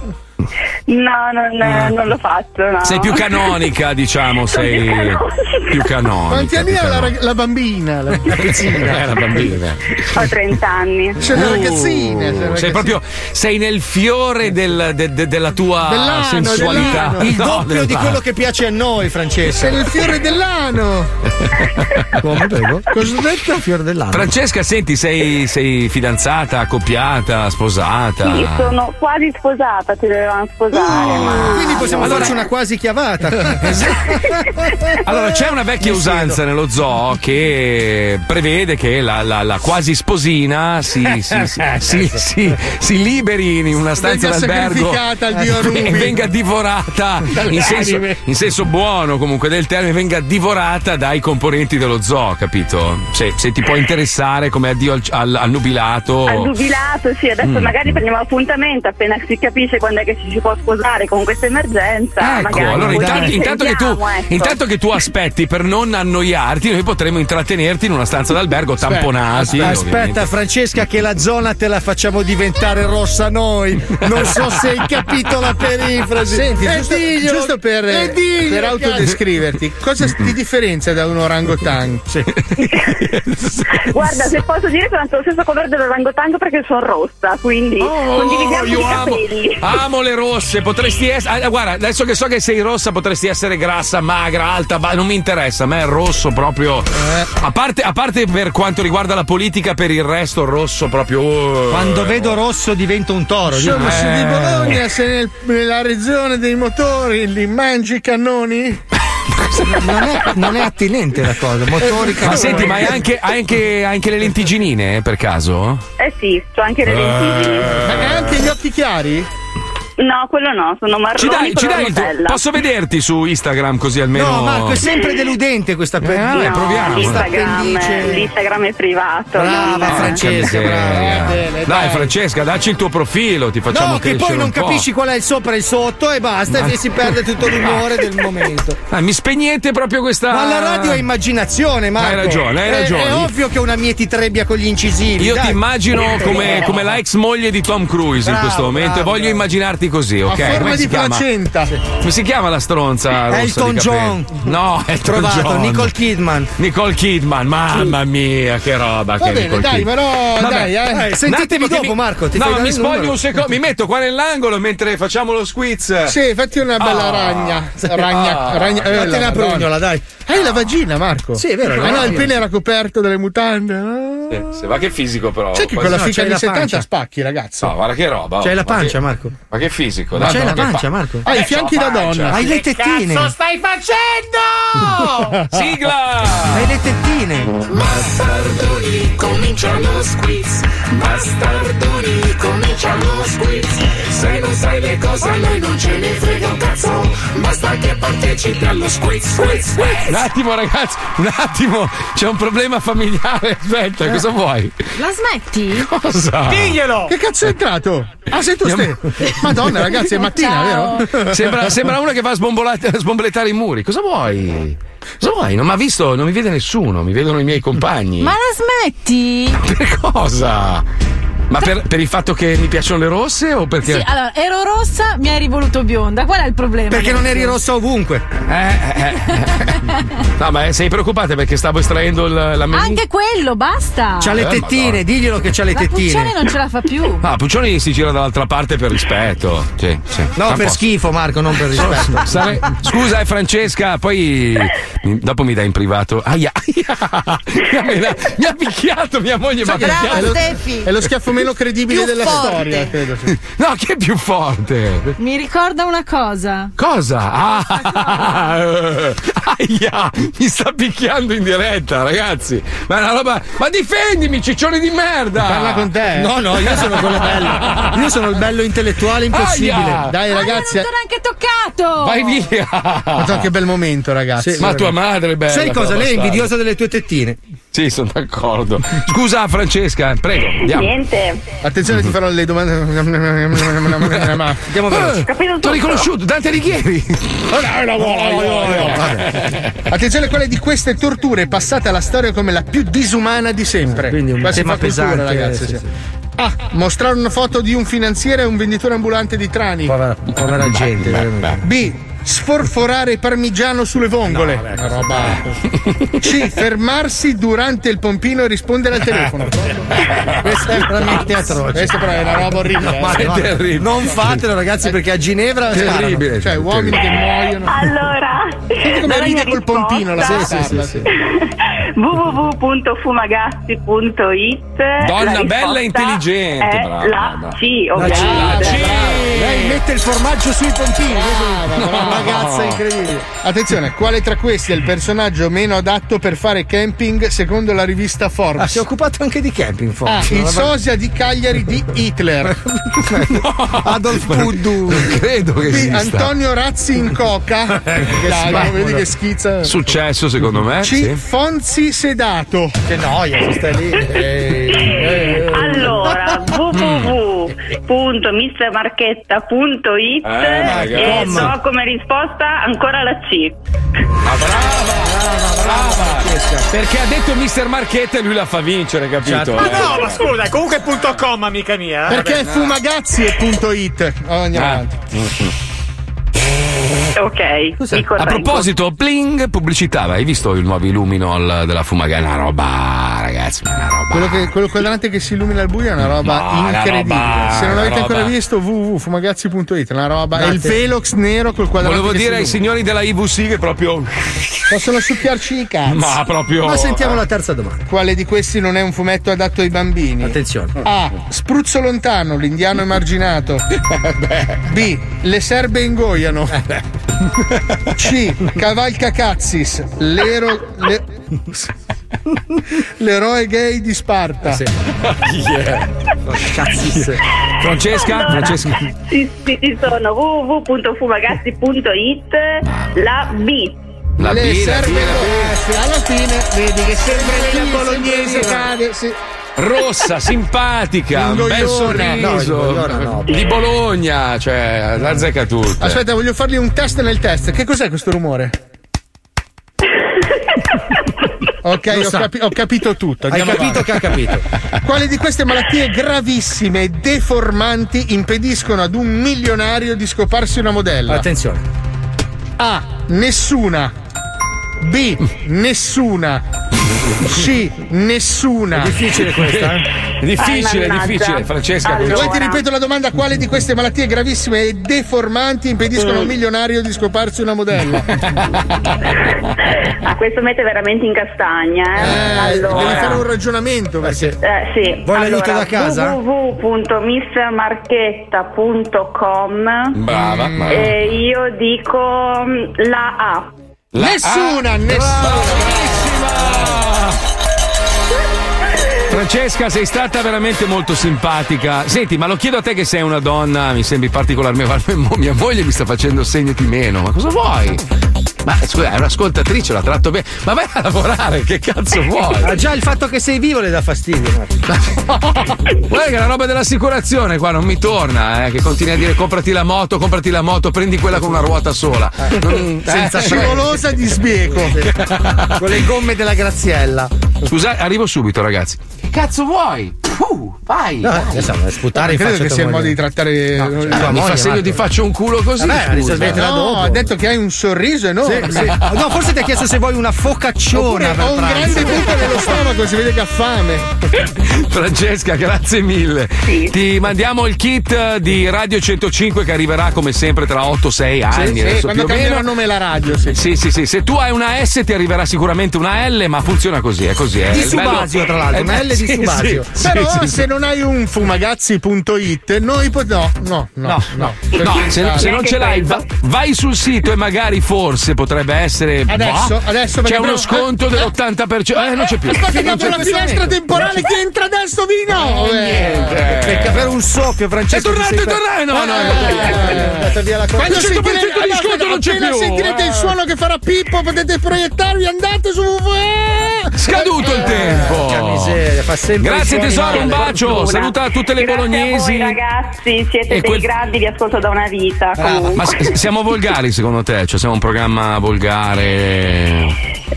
Speaker 25: No, non, eh, non lo faccio. No.
Speaker 2: Sei più canonica, diciamo, sei più canonica.
Speaker 3: Quanti anni
Speaker 2: più
Speaker 3: ha la,
Speaker 2: canonica.
Speaker 3: rag- la bambina? La ragazzina.
Speaker 2: Eh, la bambina.
Speaker 25: Ho 30 anni.
Speaker 3: C'è una ragazzina, c'è una
Speaker 2: Uh, Sei
Speaker 3: ragazzina.
Speaker 2: proprio sei nel fiore del- de- de- della tua
Speaker 3: Dell'ano,
Speaker 5: Ah,
Speaker 2: sensualità.
Speaker 3: dell'ano. Il doppio di quello
Speaker 2: che piace a noi, Francesca.
Speaker 3: C'è il fiore dell'ano.
Speaker 2: Come prego?
Speaker 3: Cosa ho detto? Fiore dell'ano.
Speaker 2: Francesca, senti, sei, sei fidanzata, accoppiata, sposata?
Speaker 25: Sì, sono quasi sposata, ti dovevamo
Speaker 2: Oh.
Speaker 25: sposare. ma...
Speaker 26: Quindi possiamo
Speaker 2: Allora-
Speaker 26: farci una quasi chiavata.
Speaker 2: Esatto. Allora, c'è una vecchia usanza nello zoo che prevede che la, la- la quasi sposina si, si- si- si- si- si liberi in una stanza
Speaker 3: Venga
Speaker 2: d'albergo
Speaker 3: sacrificata al dio
Speaker 2: e
Speaker 3: Rubi.
Speaker 2: venga divorata
Speaker 3: Dalle
Speaker 2: in senso,
Speaker 3: anime.
Speaker 2: in senso buono comunque del termine, venga divorata dai componenti dello zoo, capito? Se, se ti può interessare come addio al, al, al nubilato.
Speaker 25: Al nubilato, sì, adesso
Speaker 2: Mm.
Speaker 25: magari prendiamo appuntamento appena si capisce quando è che ci si può sposare con questa emergenza.
Speaker 2: Ecco,
Speaker 25: magari
Speaker 2: allora
Speaker 25: poi
Speaker 2: intanto,
Speaker 25: ci
Speaker 2: intanto che tu,
Speaker 25: sentiamo, ecco.
Speaker 2: intanto che tu aspetti per non annoiarti, noi potremo intrattenerti in una stanza d'albergo tamponati.
Speaker 5: Aspetta,
Speaker 2: ovviamente.
Speaker 5: aspetta, Francesca, che la zona te la facciamo diventare rossa noi. Non so se hai capito la perifrasi.
Speaker 3: Senti,
Speaker 5: E
Speaker 3: giusto,
Speaker 5: diglielo,
Speaker 3: giusto per, eh,
Speaker 5: e diglielo,
Speaker 3: per autodescriverti, cosa ti differenzia da un orangotango?
Speaker 25: Guarda, se posso dire sono lo stesso colore dell'orangotango perché sono rossa, quindi condividiamo
Speaker 2: Oh, io
Speaker 25: i
Speaker 2: amo,
Speaker 25: capelli.
Speaker 2: amo le rosse, potresti essere. ah, guarda, adesso che so che sei rossa, potresti essere grassa, magra, alta, ba- non mi interessa. A me il rosso proprio.
Speaker 5: Eh.
Speaker 2: A parte, a parte per quanto riguarda la politica, per il resto, il rosso proprio. oh.
Speaker 5: Quando vedo rosso divento un toro.
Speaker 3: Insomma,
Speaker 5: dico.
Speaker 3: se
Speaker 5: Eh.
Speaker 3: di Bologna sei nel- nella regione dei motori, li mangi i cannoni?
Speaker 27: Non è, non è attinente la cosa. Motori,
Speaker 2: Ma
Speaker 27: cannoni.
Speaker 2: senti, ma hai anche, hai anche, anche le lentiginine eh, per caso?
Speaker 25: Eh sì, ho anche le lentiggini.
Speaker 2: Ma
Speaker 3: anche gli occhi chiari?
Speaker 25: No, quello no, sono marroni
Speaker 2: Ci dai, ci
Speaker 25: color
Speaker 2: dai il tuo-
Speaker 25: Nutella.
Speaker 2: posso vederti su Instagram così almeno.
Speaker 5: No, Marco, è sempre deludente questa per-
Speaker 25: No,
Speaker 5: eh, proviamo.
Speaker 25: Instagram,
Speaker 5: Appendice.
Speaker 25: l'Instagram è privato.
Speaker 5: Brava,
Speaker 25: non-
Speaker 5: Francesca,
Speaker 2: miseria.
Speaker 5: brava.
Speaker 2: Dai, Francesca, dacci il tuo profilo, ti facciamo
Speaker 5: No, che
Speaker 2: crescere
Speaker 5: poi non
Speaker 2: un po'.
Speaker 5: capisci qual è il sopra e il sotto e basta,
Speaker 2: Ma-
Speaker 5: e si perde tutto l'umore del momento.
Speaker 2: Ah, mi spegnete proprio questa.
Speaker 5: Ma la radio è immaginazione, Marco.
Speaker 2: Hai ragione, hai
Speaker 5: È-
Speaker 2: ragione.
Speaker 5: È, ovvio che è una mietitrebbia con gli incisivi.
Speaker 2: Io
Speaker 5: dai.
Speaker 2: ti immagino come, come la ex moglie di Tom Cruise in
Speaker 5: Bravo,
Speaker 2: questo momento e
Speaker 5: bravo,
Speaker 2: voglio immaginarti così, ok?
Speaker 3: A forma
Speaker 2: Come
Speaker 3: di
Speaker 2: si chiama?
Speaker 3: placenta.
Speaker 2: Come si chiama la stronza? rossa
Speaker 5: Elton
Speaker 2: di capelli?
Speaker 5: John.
Speaker 2: No, Elton
Speaker 5: Trovato,
Speaker 2: John.
Speaker 5: Nicole Kidman.
Speaker 2: Nicole Kidman, mamma mia, che
Speaker 5: Va
Speaker 2: roba. che è
Speaker 5: bene,
Speaker 2: Nicole
Speaker 5: dai,
Speaker 2: Kidman.
Speaker 5: però,
Speaker 2: Vabbè.
Speaker 5: dai, eh.
Speaker 2: Un attimo
Speaker 5: Sentitemi
Speaker 2: che
Speaker 5: dopo, Marco, ti fai
Speaker 2: no,
Speaker 5: dare
Speaker 2: mi
Speaker 5: il
Speaker 2: spoglio
Speaker 5: numero.
Speaker 2: un secondo, mi metto qua nell'angolo mentre facciamo lo squiz. Ah.
Speaker 3: Sì, fatti una bella ragna. Ragna, ragna. eh,
Speaker 2: Fatti
Speaker 3: la
Speaker 2: una
Speaker 3: Madonna.
Speaker 2: prugnola, dai.
Speaker 3: Hai la vagina, Marco?
Speaker 2: Sì, è vero,
Speaker 3: Ah,
Speaker 2: è la
Speaker 3: no, il
Speaker 2: vagina.
Speaker 3: pene era coperto dalle mutande. no?
Speaker 2: Eh, Se va che fisico però.
Speaker 3: Sai che
Speaker 2: Quasi-
Speaker 3: con la
Speaker 2: No,
Speaker 3: fica
Speaker 2: c'hai
Speaker 3: di
Speaker 2: la
Speaker 3: 70
Speaker 2: pancia.
Speaker 3: spacchi, ragazzo.
Speaker 2: No, guarda che roba. oh.
Speaker 3: C'hai la
Speaker 2: Ma che-
Speaker 3: pancia, Marco.
Speaker 2: Ma che fisico.
Speaker 3: Ma
Speaker 2: dai.
Speaker 3: c'hai la
Speaker 2: Che
Speaker 3: pancia,
Speaker 2: pa-
Speaker 3: Marco. Hai i
Speaker 2: Eh,
Speaker 3: fianchi
Speaker 2: c'ho la
Speaker 3: da
Speaker 2: pancia.
Speaker 3: donna. Hai le tettine.
Speaker 5: Cazzo stai facendo?
Speaker 2: Sigla!
Speaker 5: Hai le tettine.
Speaker 4: Bastardoni, comincia lo squiz. Bastardoni, comincia lo squiz. Se non sai le cose, a noi non ce ne frega un cazzo. Basta che partecipi allo squiz, squiz, squiz.
Speaker 2: Un attimo, ragazzi, un attimo, c'è un problema familiare. Aspetta,
Speaker 3: Eh.
Speaker 2: cosa vuoi?
Speaker 16: La smetti?
Speaker 2: Cosa?
Speaker 3: Diglielo! Che cazzo è entrato? Ah, sei tu ste. Madonna, ragazzi, è mattina, vero?
Speaker 2: Sembra, sembra uno che va a sbombolate- a sbomblettare i muri. Cosa vuoi? Cosa vuoi? Non mi ha visto, non mi vede nessuno, mi vedono i miei compagni.
Speaker 16: Ma la smetti?
Speaker 2: Per cosa? Ma per, per il fatto che mi piacciono le rosse o perché.
Speaker 16: Sì, allora, ero rossa, mi hai voluto bionda. Qual è il problema?
Speaker 2: Perché non eri
Speaker 16: rossa?
Speaker 5: Rossa ovunque.
Speaker 2: Eh, eh, eh. No, ma eh, sei preoccupata perché stavo estraendo il- la mia.
Speaker 16: Anche quello, basta.
Speaker 2: C'ha le Eh, tettine, Madonna.
Speaker 5: diglielo che c'ha
Speaker 2: le
Speaker 16: la
Speaker 2: tettine.
Speaker 16: Puccioni non ce la fa più.
Speaker 2: Ah, Puccioni si gira dall'altra parte per rispetto. Sì, sì.
Speaker 5: No,
Speaker 2: Ah,
Speaker 5: per
Speaker 2: posso.
Speaker 5: schifo, Marco, non per rispetto.
Speaker 2: Sare- Scusa, eh, Francesca, poi mi- dopo mi dai in privato. Aia, aia. Mi, ha mena- mi ha picchiato mia moglie.
Speaker 3: Sai
Speaker 2: Ma
Speaker 3: che è lo- È lo schiaffo meno credibile
Speaker 16: Più
Speaker 3: della
Speaker 16: forte.
Speaker 3: storia, credo. sì.
Speaker 2: No, che è più forte.
Speaker 16: Mi ricorda una cosa.
Speaker 2: Cosa? Ah, eh. aia, mi sta picchiando in diretta, ragazzi. Ma è una roba. Ma difendimi, ciccione di merda.
Speaker 3: Parla con te.
Speaker 5: No, no, io sono quello bello. Io sono il bello intellettuale impossibile.
Speaker 3: Aia! Dai,
Speaker 5: Dai,
Speaker 3: ragazzi,
Speaker 5: ragazzi.
Speaker 16: Ah, Non sono anche toccato.
Speaker 2: Vai via.
Speaker 3: Madonna, che bel momento, ragazzi.
Speaker 5: Ah. Sì, Ma tua
Speaker 2: madre è bella,
Speaker 5: Sai cosa? Lei
Speaker 2: però,
Speaker 5: è
Speaker 2: bastardo.
Speaker 5: invidiosa delle tue tettine.
Speaker 2: Sì, sono d'accordo. Scusa, Francesca, eh, prego. Andiamo.
Speaker 25: Niente.
Speaker 3: Attenzione, ti farò le domande. Ah, Andiamo
Speaker 2: veloci. T'ho riconosciuto, Dante Alighieri.
Speaker 3: Attenzione, quale di queste torture è passata alla storia come la più disumana di sempre?
Speaker 5: un
Speaker 3: Quasi
Speaker 5: tema
Speaker 3: fa cultura,
Speaker 5: pesante,
Speaker 3: ragazzi.
Speaker 5: sì,
Speaker 3: sì. A. Mostrare una foto di un finanziere e un venditore ambulante di trani.
Speaker 5: Povera, povera gente. veramente.
Speaker 3: B. Sforforare parmigiano sulle vongole.
Speaker 5: Una roba.
Speaker 3: C. Fermarsi durante il pompino e rispondere al telefono. Questa è veramente atroce. Questa però è una roba orribile. eh.
Speaker 5: Ma è
Speaker 3: No, no.
Speaker 5: terribile. Non fatelo, ragazzi, perché a Ginevra. sparano.
Speaker 3: Terribile. Cioè, uomini che muoiono.
Speaker 7: Allora,
Speaker 3: Come
Speaker 7: la mia
Speaker 3: ride col pompino la
Speaker 7: risposta-
Speaker 3: bastarda.
Speaker 7: www.fumagazzi.it
Speaker 2: Donna
Speaker 7: La risposta
Speaker 2: bella e intelligente,
Speaker 7: è
Speaker 2: brava,
Speaker 7: la
Speaker 2: brava.
Speaker 7: C,
Speaker 2: La
Speaker 7: ovviamente.
Speaker 2: C, la C.
Speaker 3: Lei mette il formaggio sui pompini.
Speaker 18: No.
Speaker 3: incredibile. Attenzione, quale tra questi è il personaggio meno adatto per fare camping secondo la rivista Forbes?
Speaker 5: Ah, si è occupato anche di camping, Forbes.
Speaker 3: Ah, il
Speaker 5: Vabbè.
Speaker 3: sosia di Cagliari di Hitler.
Speaker 5: Adolf Puddu.
Speaker 2: Non credo che
Speaker 3: B.
Speaker 2: esista.
Speaker 3: Antonio Razzi in coca. Dai,
Speaker 2: schifo.
Speaker 3: vedi che schizza.
Speaker 2: Successo secondo me.
Speaker 3: C.
Speaker 2: sì.
Speaker 3: Fonzi sedato. Che noia, si sta lì.
Speaker 5: eh.
Speaker 2: Eh,
Speaker 7: Allora, www.mistermarchetta.it
Speaker 2: Eh,
Speaker 7: e
Speaker 2: ragazzi.
Speaker 7: do come risposta ancora la C.
Speaker 2: Perché ha detto Mr. Marchetta e lui la fa vincere,
Speaker 5: Certo.
Speaker 2: capito?
Speaker 9: Ma
Speaker 2: Eh.
Speaker 9: Ah, no, ma scusa, comunque è punto com, amica mia. eh.
Speaker 3: Perché è
Speaker 9: Vabbè.
Speaker 3: fumagazzi.it. Oh, andiamo
Speaker 2: Ah.
Speaker 3: avanti.
Speaker 7: Ok, dico
Speaker 2: A
Speaker 7: Renzo.
Speaker 2: proposito, bling, pubblicità, hai visto il nuovo Illuminol della Fumagana? Una roba, Ah, ragazzi, una roba.
Speaker 3: Quello che, quello quadrante che si illumina al buio è una roba
Speaker 2: No, è una
Speaker 3: incredibile.
Speaker 2: roba,
Speaker 3: Se non
Speaker 2: una
Speaker 3: l'avete ancora
Speaker 2: roba.
Speaker 3: visto, www.fumagazzi.it, è una roba. È il
Speaker 2: Grazie.
Speaker 3: Velox nero col quadrante.
Speaker 2: Volevo
Speaker 3: che si
Speaker 2: dire ai
Speaker 3: illumina.
Speaker 2: signori della IVC che proprio.
Speaker 3: Possono succhiarci i cazzi.
Speaker 2: Ma proprio- Ma sentiamo la
Speaker 3: terza domanda. Quale di questi non è un fumetto adatto ai bambini? Attenzione. A. Spruzzo lontano, l'indiano emarginato. B. Le serbe ingoiano. C. Cavalca cazzis. L'ero. le- L'eroe gay di Sparta.
Speaker 2: Francesca?
Speaker 7: Allora,
Speaker 2: Francesca?
Speaker 7: Sì, sì, ci sono www.fumagazzi.it la B.
Speaker 2: La
Speaker 3: Le
Speaker 2: B, la B,
Speaker 3: serve
Speaker 2: la B.
Speaker 3: Eh, alla fine vedi che sempre
Speaker 18: Sì,
Speaker 3: la
Speaker 18: sempre
Speaker 3: bolognese
Speaker 18: lì.
Speaker 3: cade. Sì.
Speaker 2: Rossa, simpatica, un bel
Speaker 3: Ingoiona. No,
Speaker 2: sorriso.
Speaker 3: ingoiona no.
Speaker 2: di Bologna, cioè, la zecca tutta.
Speaker 3: Aspetta, voglio fargli un test nel test. Che cos'è questo rumore? Ok,
Speaker 2: Lo
Speaker 3: ho,
Speaker 2: sa.
Speaker 3: capi- ho capito tutto.
Speaker 2: Hai capito
Speaker 3: che ha capito. Quale di queste malattie gravissime e deformanti impediscono ad un milionario di scoparsi una modella?
Speaker 5: Attenzione.
Speaker 3: A. Nessuna. B. Nessuna. C. Nessuna.
Speaker 2: È difficile questa, eh? È difficile, è difficile, Francesca,
Speaker 3: Allora.
Speaker 2: comincia.
Speaker 3: Vuoi ti ripeto la domanda: quale di queste malattie gravissime e deformanti impediscono a un milionario di scoparsi una modella?
Speaker 7: Ah, questo mette veramente in castagna. Eh? allora.
Speaker 3: Devi fare un ragionamento perché.
Speaker 7: Eh, sì.
Speaker 3: Vuoi
Speaker 7: allora,
Speaker 3: l'aiuto da casa?
Speaker 7: www.mistermarchetta.com
Speaker 2: Brava, brava.
Speaker 7: E io dico mm, la A.
Speaker 2: La
Speaker 7: nessuna,
Speaker 2: Francesca, sei stata veramente molto simpatica. Senti, ma lo chiedo a te che sei una donna, mi sembri particolarmente. guarda, mo- Mia moglie mi sta facendo segno di meno, ma cosa vuoi? Ma scusa, è un'ascoltatrice, la tratto bene. Ma vai a lavorare, che cazzo
Speaker 3: Eh,
Speaker 2: vuoi?
Speaker 5: Ah, già il fatto che sei vivo le dà fastidio.
Speaker 2: Guarda che la roba dell'assicurazione qua non mi torna, eh, che continui a dire comprati la moto, comprati la moto, prendi quella con una ruota sola. Non-
Speaker 5: Senza
Speaker 2: eh.
Speaker 5: scivolosa
Speaker 3: di sbieco.
Speaker 5: Con le gomme della Graziella.
Speaker 2: Scusate, arrivo subito, ragazzi. Che cazzo vuoi? Uh, vai!
Speaker 5: No,
Speaker 2: vai.
Speaker 5: adesso va a sputare in
Speaker 3: eh, credo
Speaker 5: faccia
Speaker 3: che
Speaker 5: tua
Speaker 3: sia il modo
Speaker 5: moglie.
Speaker 3: di trattare.
Speaker 5: No,
Speaker 3: eh,
Speaker 5: cioè,
Speaker 3: tua
Speaker 2: mi
Speaker 3: moglie,
Speaker 2: fa segno
Speaker 3: Marco.
Speaker 2: di faccio un culo così.
Speaker 3: Vabbè,
Speaker 2: scusa.
Speaker 3: risolvetela
Speaker 2: No,
Speaker 3: dopo. ha detto che hai un sorriso enorme.
Speaker 5: Sì, sì. No, forse ti ha chiesto se vuoi una focacciona
Speaker 3: Oppure
Speaker 5: per
Speaker 3: ho un
Speaker 5: pranzo.
Speaker 3: grande buco nello stomaco, si vede che ha fame.
Speaker 2: Francesca, grazie mille. Ti mandiamo il kit eh, di Radio 105 che arriverà come sempre tra 8-6 anni.
Speaker 3: Sì, sì,
Speaker 2: adesso
Speaker 3: quando
Speaker 2: più o
Speaker 3: cambierà
Speaker 2: meno.
Speaker 3: nome la radio, sì.
Speaker 2: Sì, sì, sì. Se tu hai una S ti arriverà sicuramente una L, ma funziona così, è così. È
Speaker 3: Di
Speaker 2: Eh, il bello-
Speaker 3: Subasio, tra l'altro,
Speaker 2: Eh,
Speaker 3: una L di
Speaker 2: sì,
Speaker 3: Subasio.
Speaker 2: sì,
Speaker 3: Però
Speaker 2: sì, sì,
Speaker 3: se non hai un fumagazzi.it, noi pot- no, no, no, no.
Speaker 2: No, se, se non ce l'hai, va- vai sul sito e magari forse potrebbe essere.
Speaker 3: Adesso,
Speaker 2: boh,
Speaker 3: adesso Eh,
Speaker 2: c'è
Speaker 3: perché
Speaker 2: uno
Speaker 3: abbiamo-
Speaker 2: sconto dell'80%. Eh, non c'è più.
Speaker 3: Aspetta che
Speaker 2: Non c'è
Speaker 3: apro la
Speaker 2: più.
Speaker 3: finestra temporale che entra adesso di no. eh.
Speaker 5: Perché per un soffio, Francesco.
Speaker 3: È tornato,
Speaker 5: ti sei
Speaker 3: è tornato! No, no,
Speaker 5: Eh, è andata via la cosa.
Speaker 3: Quando
Speaker 5: 100%
Speaker 3: sentirete,
Speaker 5: di
Speaker 3: allora,
Speaker 5: sconto non c'è
Speaker 3: appena
Speaker 5: più.
Speaker 3: sentirete
Speaker 2: Ah.
Speaker 5: Eh.
Speaker 3: il suono che farà Pippo, potete proiettarvi, andate su. Eh,
Speaker 2: Scaduto il tempo.
Speaker 5: Porca miseria, fa sempre
Speaker 2: Grazie
Speaker 5: i suoni
Speaker 2: tesoro, un
Speaker 5: male.
Speaker 2: bacio. Saluta tutte le
Speaker 7: Grazie
Speaker 2: bolognesi.
Speaker 7: a voi, ragazzi, siete
Speaker 2: E
Speaker 7: dei
Speaker 2: quel- Ah,
Speaker 7: grandi, vi ascolto da una vita. comunque.
Speaker 2: Ma s- siamo volgari secondo te? Cioè siamo un programma volgare?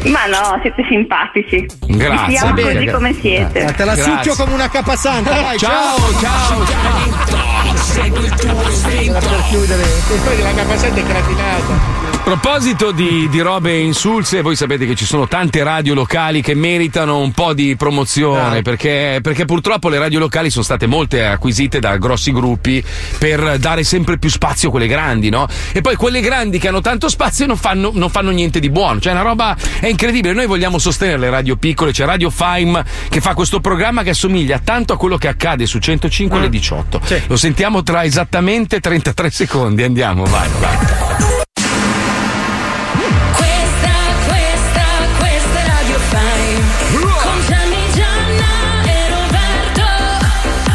Speaker 25: Ma no, siete simpatici.
Speaker 2: Grazie,
Speaker 25: Vi amo
Speaker 2: bene,
Speaker 25: così
Speaker 2: gra-
Speaker 25: come siete.
Speaker 5: Ah,
Speaker 2: Te la Grazie. succhio
Speaker 25: come
Speaker 3: una capasanta.
Speaker 25: vai,
Speaker 2: ciao, ciao.
Speaker 3: Segui il tuo istinto. Per chiudere. E poi la capasanta è gratinata.
Speaker 2: A proposito di, di robe insulse, voi sapete che ci sono tante radio locali che meritano un po' di promozione, perché, perché purtroppo le radio locali sono state molte acquisite da grossi gruppi per dare sempre più spazio a quelle grandi, no? E poi quelle grandi che hanno tanto spazio non fanno, non fanno niente di buono, cioè è una roba è incredibile. Noi vogliamo sostenere le radio piccole, c'è Radio Fime che fa questo programma che assomiglia tanto a quello che accade su 105 alle 18. Lo sentiamo tra esattamente 33 secondi, andiamo, vai, vai.
Speaker 8: Questa, questa, questa è Radio Fine Con Gianni, Gianna e Roberto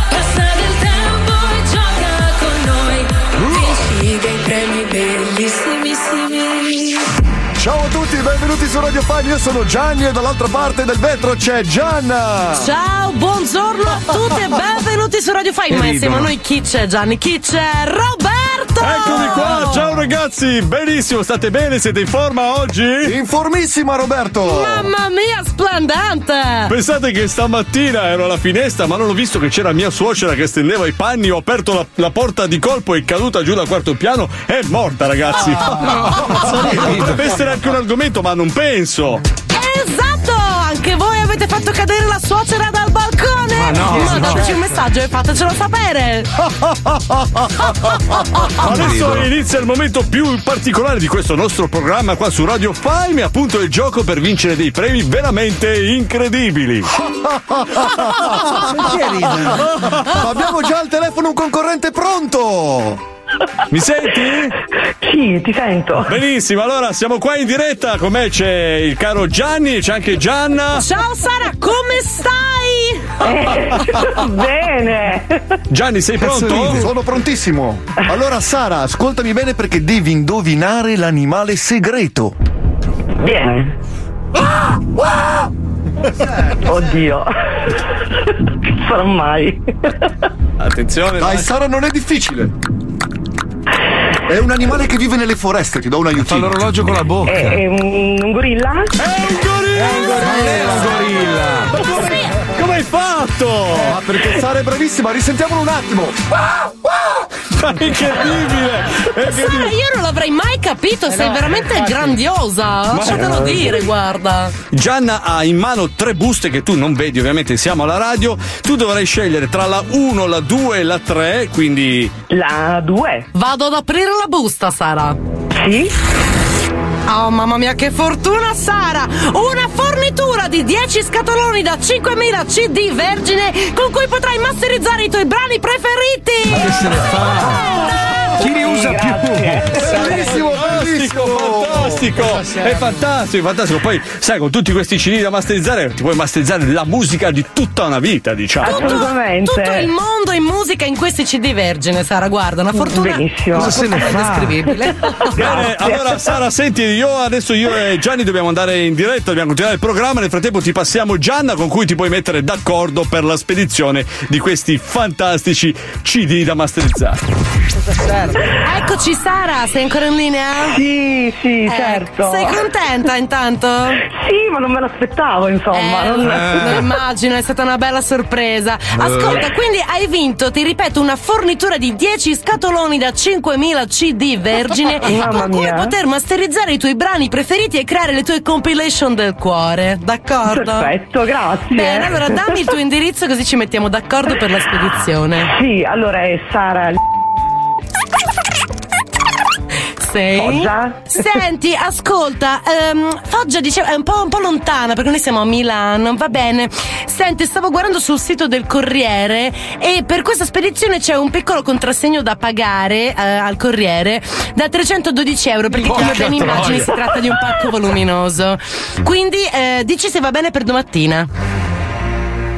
Speaker 8: Passa del tempo e gioca con noi Vinci dei premi bellissimissimi
Speaker 4: Ciao a tutti, benvenuti su Radio Fan, io sono Gianni e dall'altra parte del vetro c'è Gianna!
Speaker 16: Ciao, buongiorno a tutti e benvenuti su Radio Fai.
Speaker 4: Che
Speaker 16: Ma
Speaker 4: ridono.
Speaker 16: insieme a noi chi c'è Gianni? Chi c'è Roberto?
Speaker 13: Eccomi qua, ciao ragazzi, benissimo, state bene, siete in forma oggi?
Speaker 4: Informissima Roberto!
Speaker 16: Mamma mia, splendente!
Speaker 13: Pensate che stamattina ero alla finestra, ma non ho visto che c'era mia suocera che stendeva i panni, ho aperto la, la porta di colpo e caduta giù dal quarto piano, è morta ragazzi!
Speaker 4: Ah,
Speaker 16: Oh,
Speaker 13: Potrebbe essere anche un argomento, ma non penso!
Speaker 16: Esatto! Anche voi avete fatto cadere la suocera dal balcone!
Speaker 13: Ma no,
Speaker 16: Ma
Speaker 13: no.
Speaker 16: dateci un messaggio e fatecelo sapere!
Speaker 13: Adesso inizia il momento più particolare di questo nostro programma qua su Radio Fime, appunto il gioco per vincere dei premi veramente incredibili.
Speaker 4: Perché ridi? Abbiamo già al telefono un concorrente pronto!
Speaker 13: Mi senti?
Speaker 28: Sì, ti sento.
Speaker 13: Benissimo, allora siamo qua in diretta, con me c'è il caro Gianni, c'è anche Gianna.
Speaker 16: Ciao Sara, come stai?
Speaker 28: Eh, Bene!
Speaker 13: Gianni, sei
Speaker 4: pronto? Sono prontissimo. Allora, Sara, ascoltami bene perché devi indovinare l'animale segreto.
Speaker 28: Bene.
Speaker 8: Ah,
Speaker 28: Oddio. Sarà mai.
Speaker 13: Attenzione.
Speaker 4: Dai, Sara, non è difficile. È un animale che vive nelle foreste, ti do un aiutino. Fa l'orologio con la bocca.
Speaker 28: È, è un, un gorilla? È un gorilla! È un
Speaker 4: gorilla!
Speaker 13: Come hai fatto?
Speaker 4: Ma perché Sara è bravissima, risentiamolo un attimo. Ah,
Speaker 13: Ma è incredibile!
Speaker 16: Sara, io non l'avrei mai capito, sei veramente grandiosa! Lasciatelo
Speaker 13: eh,
Speaker 16: dire, guarda!
Speaker 13: Gianna ha in mano tre buste che tu non vedi, ovviamente siamo alla radio. Tu dovrai scegliere tra la 1, la 2 e la 3, quindi.
Speaker 28: La 2.
Speaker 16: Vado ad aprire la busta, Sara.
Speaker 28: Sì?
Speaker 16: Oh mamma mia che fortuna Sara! Una fornitura di 10 scatoloni da 5000 CD vergine con cui potrai masterizzare i tuoi brani preferiti!
Speaker 2: Che se ne fa? Chi li usa più?
Speaker 13: Bellissimo, fantastico, fantastico! È fantastico, fantastico. Poi, sai, con tutti questi CD da masterizzare, ti puoi masterizzare la musica di tutta una vita, diciamo.
Speaker 16: Tutto il mondo in musica in questi CD vergine, Sara, guarda, una fortuna
Speaker 28: Benissimo.
Speaker 13: Cosa se ne fa?
Speaker 16: indescrivibile.
Speaker 13: Bene, allora Sara, senti, io adesso io e Gianni dobbiamo andare in diretta, dobbiamo continuare il programma. Nel frattempo ti passiamo Gianna con cui ti puoi mettere d'accordo per la spedizione di questi fantastici CD da masterizzare.
Speaker 16: Eccoci Sara, sei ancora in linea?
Speaker 28: Certo.
Speaker 16: Ecco.
Speaker 28: Sì, sì, certo.
Speaker 16: Sei contenta intanto?
Speaker 28: Sì, ma non me l'aspettavo, insomma.
Speaker 16: Eh,
Speaker 28: non...
Speaker 16: Lo immagino, è stata una bella sorpresa. Ascolta, quindi hai vinto, ti ripeto, una fornitura di 10 scatoloni da 5000 CD vergine
Speaker 28: Mamma
Speaker 16: con cui
Speaker 28: mia.
Speaker 16: poter masterizzare i tuoi brani preferiti e creare le tue compilation del cuore. D'accordo?
Speaker 28: Perfetto, grazie.
Speaker 16: Bene, allora dammi il tuo indirizzo così ci mettiamo d'accordo per la spedizione.
Speaker 28: Sì, allora è Sara.
Speaker 16: Sei?
Speaker 28: Foggia?
Speaker 16: Senti, ascolta, ehm, Foggia dice, è un po', un po' lontana perché noi siamo a Milano, va bene. Senti, stavo guardando sul sito del Corriere e per questa spedizione c'è un piccolo contrassegno da pagare eh, al Corriere da 312 euro perché come
Speaker 8: Porca
Speaker 16: ben immagini
Speaker 8: troia.
Speaker 16: si tratta di un pacco voluminoso. Quindi eh, dici se va bene per domattina.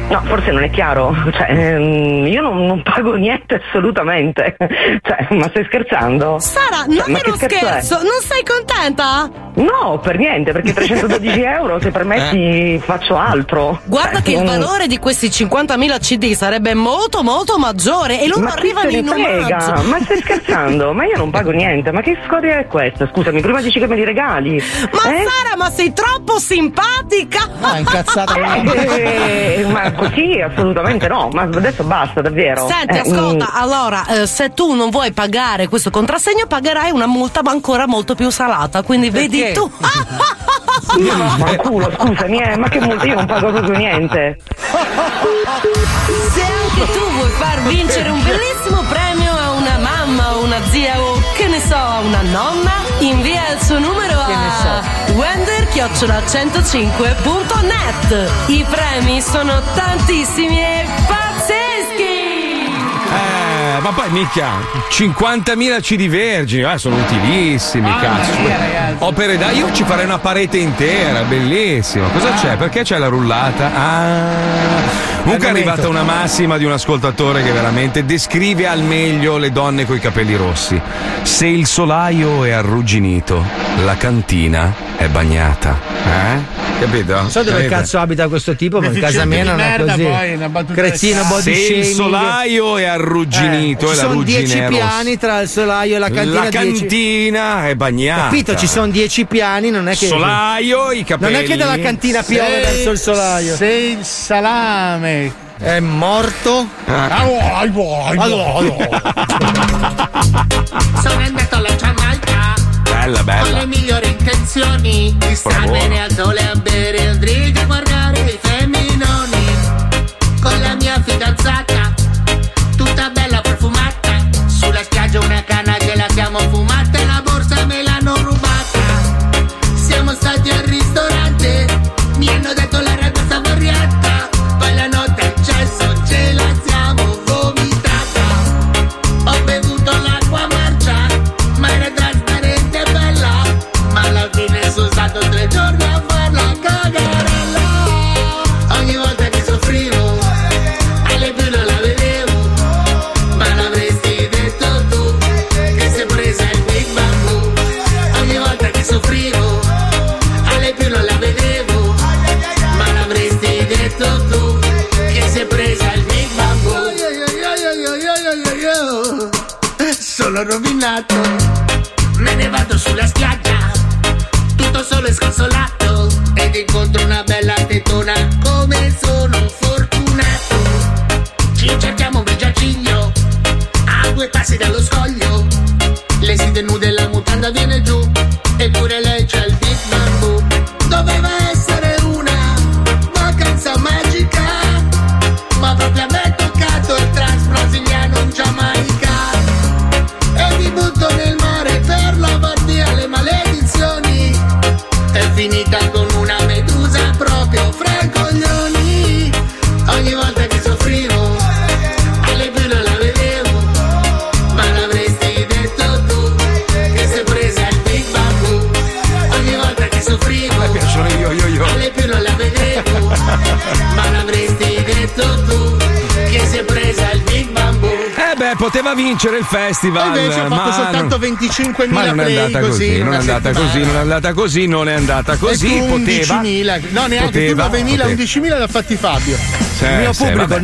Speaker 28: No, forse non è chiaro. Cioè, ehm, io non, non pago niente assolutamente. Cioè, ma stai scherzando?
Speaker 19: Sara,
Speaker 28: Cioè,
Speaker 19: non
Speaker 28: ma
Speaker 19: è uno
Speaker 28: che scherzo è?
Speaker 19: scherzo, non sei contenta?
Speaker 28: No, per niente, perché 312 euro, se permetti, faccio altro.
Speaker 19: Eh. Guarda
Speaker 28: Cioè,
Speaker 19: che il
Speaker 28: non-
Speaker 19: valore di questi 50.000 CD sarebbe molto molto maggiore e loro
Speaker 28: ma chi
Speaker 19: arrivano
Speaker 28: se
Speaker 19: in
Speaker 28: ne frega?
Speaker 19: omaggio.
Speaker 28: Ma stai scherzando? Ma io non pago niente, ma che scoria è questa? Scusami, prima dici che me li regali.
Speaker 19: Ma
Speaker 28: eh?
Speaker 19: Sara, ma sei troppo simpatica!
Speaker 28: Ma incazzata. Eh, ma così assolutamente no, ma adesso basta, davvero.
Speaker 19: Senti,
Speaker 28: Eh,
Speaker 19: ascolta, allora, eh, se tu non vuoi pagare questo contrassegno, pagherai una multa ma ancora molto più salata. Quindi vedi tu.
Speaker 28: mm, no, ma culo, scusami, eh, ma che multa, io non pago proprio niente.
Speaker 19: Se anche tu vuoi far vincere un bellissimo premio a una mamma, a una zia o che ne so, a una nonna, invia il suo numero a wender-105.net. I premi sono tantissimi e pazzeschi!
Speaker 2: Eh, ma poi mica 50.000 CD vergini, ah, sono utilissimi,
Speaker 5: Ah,
Speaker 2: cazzo. Opere da io ci farei una parete intera, bellissimo. Cosa
Speaker 5: Ah.
Speaker 2: c'è? Perché c'è la rullata? Ah. Comunque è arrivata una massima di un ascoltatore che veramente descrive al meglio le donne coi capelli rossi. Se il solaio è arrugginito, la cantina è bagnata. Eh? Capito?
Speaker 5: Non so dove
Speaker 2: Capito?
Speaker 5: cazzo abita questo tipo, ma in
Speaker 2: Deficiente
Speaker 5: casa mia
Speaker 2: di
Speaker 5: non è
Speaker 2: merda,
Speaker 5: così.
Speaker 2: poi, una battuta
Speaker 5: Cretino
Speaker 2: del-
Speaker 5: body
Speaker 2: Se il
Speaker 5: shaming.
Speaker 2: solaio è arrugginito
Speaker 5: Eh,
Speaker 2: e
Speaker 5: ci
Speaker 2: la
Speaker 5: sono
Speaker 2: ruggine
Speaker 5: 10
Speaker 2: è rossa.
Speaker 5: piani tra il solaio e la cantina.
Speaker 2: La
Speaker 5: 10.
Speaker 2: cantina è bagnata.
Speaker 5: Capito, ci sono 10 piani, non è che.
Speaker 2: Solaio, i capelli.
Speaker 5: Non è che dalla cantina piove
Speaker 3: Se-
Speaker 5: verso il solaio.
Speaker 3: Se il salame
Speaker 5: è morto.
Speaker 3: Ah,
Speaker 2: oh,
Speaker 3: vuoi, vuoi, vuoi.
Speaker 4: Sono andato alla Giamaica
Speaker 2: Bella,
Speaker 4: con
Speaker 2: bella.
Speaker 4: le migliori intenzioni di star
Speaker 2: Bravo.
Speaker 4: bene al sole a bere un drink e guardare i femminoni con la mia fidanzata tutta bella profumata sulla spiaggia una canna che la siamo fumata e la borsa me l'hanno rubata siamo stati al ristorante mi hanno detto la ragazza variata poi la notte al cesso ce la siamo vomitata ho bevuto l'acqua marcia, ma era trasparente e bella. Ma alla fine sono stato tre giorni a farla cagarella. Ogni volta che soffrivo, alle più non la vedevo. Ma l'avresti detto tu, che sei presa il Big Bamboo. Ogni volta che soffrivo, alle più non la vedevo. Ma l'avresti detto tu, che sei presa il Big Bamboo. Sono rovinato, me ne vado sulla spiaggia, tutto solo e sconsolato. Ed incontro una bella tetona, come sono fortunato. Ci cerchiamo un bel giaciglio, a due passi dallo scoglio. Lei si denude e la mutanda viene giù, eppure lei c'ha il big bamboo. Doveva essere una vacanza magica. Ma proprio a me è toccato il trans brasiliano in Giamaica E mi butto nel mare per lavar via le maledizioni È finita con una medusa proprio fra i coglioni Ogni volta che soffrivo alle più non la vedevo Ma l'avresti detto tu che sei presa il Big Bamboo Ogni volta che soffrivo alle più non la vedevo Ma l'avresti detto tu che sei presa il Big Bamboo
Speaker 2: Eh beh, poteva vincere il festival.
Speaker 3: E invece ho
Speaker 2: ma
Speaker 3: fatto soltanto
Speaker 2: non-
Speaker 3: 25.000
Speaker 2: ma non è
Speaker 3: play
Speaker 2: andata
Speaker 3: così,
Speaker 2: così,
Speaker 3: in
Speaker 2: non è
Speaker 3: una
Speaker 2: andata
Speaker 3: settimana.
Speaker 2: così, non è andata così, non è andata così.
Speaker 3: E tu
Speaker 2: poteva.
Speaker 3: 11.000, Ecco, no neanche
Speaker 2: poteva,
Speaker 3: tu 9.000,
Speaker 2: poteva.
Speaker 3: 11.000 l'ha fatti Fabio.
Speaker 2: Sì, sì, vabbè.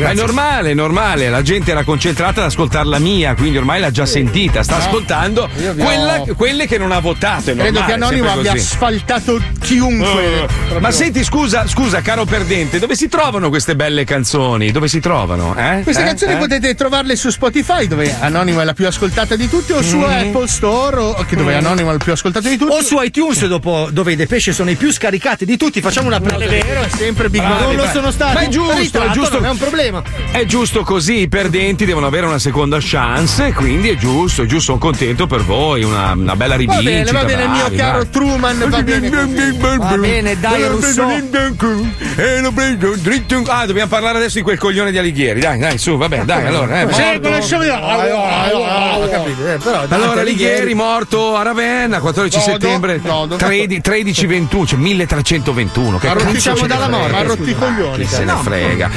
Speaker 2: Ma è normale, è normale. La gente era concentrata ad ascoltare la mia, quindi ormai l'ha già sentita. Sta
Speaker 3: No,
Speaker 2: ascoltando
Speaker 3: Eh. io vi ho-
Speaker 2: quella- quelle che non ha votato. È
Speaker 3: Credo
Speaker 2: normale,
Speaker 3: che Anonimo
Speaker 2: sempre
Speaker 3: abbia
Speaker 2: così.
Speaker 3: asfaltato chiunque.
Speaker 2: Eh, ma senti, scusa, scusa, caro perdente, dove si trovano queste belle canzoni? Dove si trovano? eh?
Speaker 3: Queste
Speaker 2: Eh?
Speaker 3: canzoni
Speaker 2: Eh?
Speaker 3: potete trovarle su Spotify, dove Anonimo è la più ascoltata di tutti, o su Apple Store, o, che dove
Speaker 5: Mm.
Speaker 3: Anonimo è il più ascoltato di tutti.
Speaker 5: O su iTunes, dopo, dove i The Pesce sono i più scaricati di tutti, facciamo una
Speaker 3: Non è vero, è sempre Big
Speaker 5: Ma
Speaker 3: Bang.
Speaker 5: non lo sono stato.
Speaker 3: Ma è giusto,
Speaker 5: Ritratto,
Speaker 3: è giusto.
Speaker 5: Non è un problema.
Speaker 2: È giusto così, i perdenti devono avere una seconda chance, e quindi è giusto, è giusto, sono contento per voi, una, una bella
Speaker 3: Va
Speaker 2: rivincita.
Speaker 3: bene, va bene, mio
Speaker 2: bravi,
Speaker 3: caro
Speaker 2: bravi.
Speaker 3: Truman, va bene. così.
Speaker 5: Va bene, dai, Rousseau.
Speaker 2: E Eh, lo prendo dritto. Ah, dobbiamo parlare adesso di quel coglione di Alighieri. Dai, dai, su, vabbè, dai, allora. eh,
Speaker 3: Sì,
Speaker 2: morto.
Speaker 6: Diciamo
Speaker 3: conosciamo io. Ah, ah, ah, ah, capito, eh, però Dante
Speaker 2: Allora,
Speaker 3: Alighieri-
Speaker 2: Alighieri morto a Ravenna, 14
Speaker 3: Dodo,
Speaker 2: settembre
Speaker 3: Dodo.
Speaker 2: 13, 13 21, cioè 1321. Che
Speaker 3: Ma
Speaker 2: cazzo
Speaker 3: rottiamo
Speaker 2: ce ne
Speaker 3: dalla
Speaker 2: frega?
Speaker 3: morte, ma rotti i coglioni,
Speaker 2: Chi se
Speaker 3: cara.
Speaker 2: ne
Speaker 3: No,
Speaker 2: frega.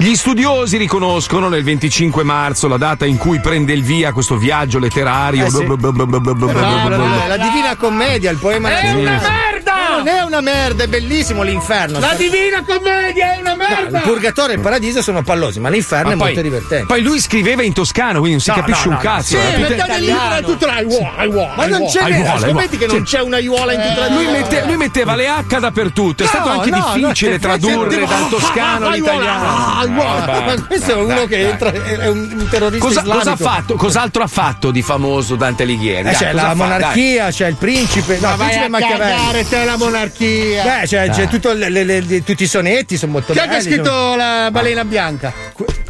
Speaker 2: Gli studiosi riconoscono nel 25 marzo la data in cui prende il via questo viaggio letterario.
Speaker 6: Eh sì.
Speaker 2: Bla, bla, bla, bla, bla, bla, bla,
Speaker 6: No,
Speaker 2: bla,
Speaker 6: no,
Speaker 2: bla.
Speaker 6: no, la Divina Commedia, il poema
Speaker 2: È una
Speaker 6: merda! Non è una merda, è bellissimo l'inferno.
Speaker 18: La
Speaker 6: Sta-
Speaker 18: divina commedia è
Speaker 6: No,
Speaker 18: una merda!
Speaker 6: il purgatorio e il paradiso sono pallosi, ma l'inferno
Speaker 2: Ma
Speaker 6: è molto divertente.
Speaker 2: Poi lui scriveva in toscano, quindi non si
Speaker 6: No,
Speaker 2: capisce
Speaker 6: no,
Speaker 2: un
Speaker 6: no,
Speaker 2: cazzo.
Speaker 6: sì,
Speaker 2: era tutto-
Speaker 5: Cioè,
Speaker 6: mettete il libro, era tutto
Speaker 18: I wa- I wa-
Speaker 6: Ma
Speaker 18: I
Speaker 6: non
Speaker 18: wa-
Speaker 6: c'è
Speaker 2: Ai
Speaker 6: nera,
Speaker 2: vuole, ai
Speaker 6: scommetti che
Speaker 2: vuole.
Speaker 6: non
Speaker 18: c'è una
Speaker 6: iuola in tutta la
Speaker 2: Eh, lui,
Speaker 6: divina
Speaker 2: mette- lui metteva le H dappertutto, è
Speaker 6: No,
Speaker 2: stato anche
Speaker 6: no, no,
Speaker 2: difficile
Speaker 6: no,
Speaker 2: tradurre
Speaker 6: effettivamente-
Speaker 2: dal toscano
Speaker 6: Ah, ah,
Speaker 2: all'italiano. Eh,
Speaker 6: ah, ah, ma questo è uno che entra- è un- un terrorista
Speaker 2: Cosa,
Speaker 6: islamico.
Speaker 2: cosa ha fatto? Cos'altro ha fatto di famoso Dante Alighieri?
Speaker 5: Eh,
Speaker 2: Dai,
Speaker 5: c'è
Speaker 2: cosa
Speaker 5: la
Speaker 2: fa? Dai.
Speaker 5: monarchia, c'è il principe. No,
Speaker 2: Ma
Speaker 5: il
Speaker 2: vai
Speaker 5: principe
Speaker 2: a
Speaker 5: Machiavelli.
Speaker 2: cagare,
Speaker 18: te la monarchia.
Speaker 5: Beh, c'è, c'è tutto le- le- le- tutti i sonetti, sono molto
Speaker 18: Chi è
Speaker 5: belli. oh,
Speaker 18: che ha scritto la balena bianca?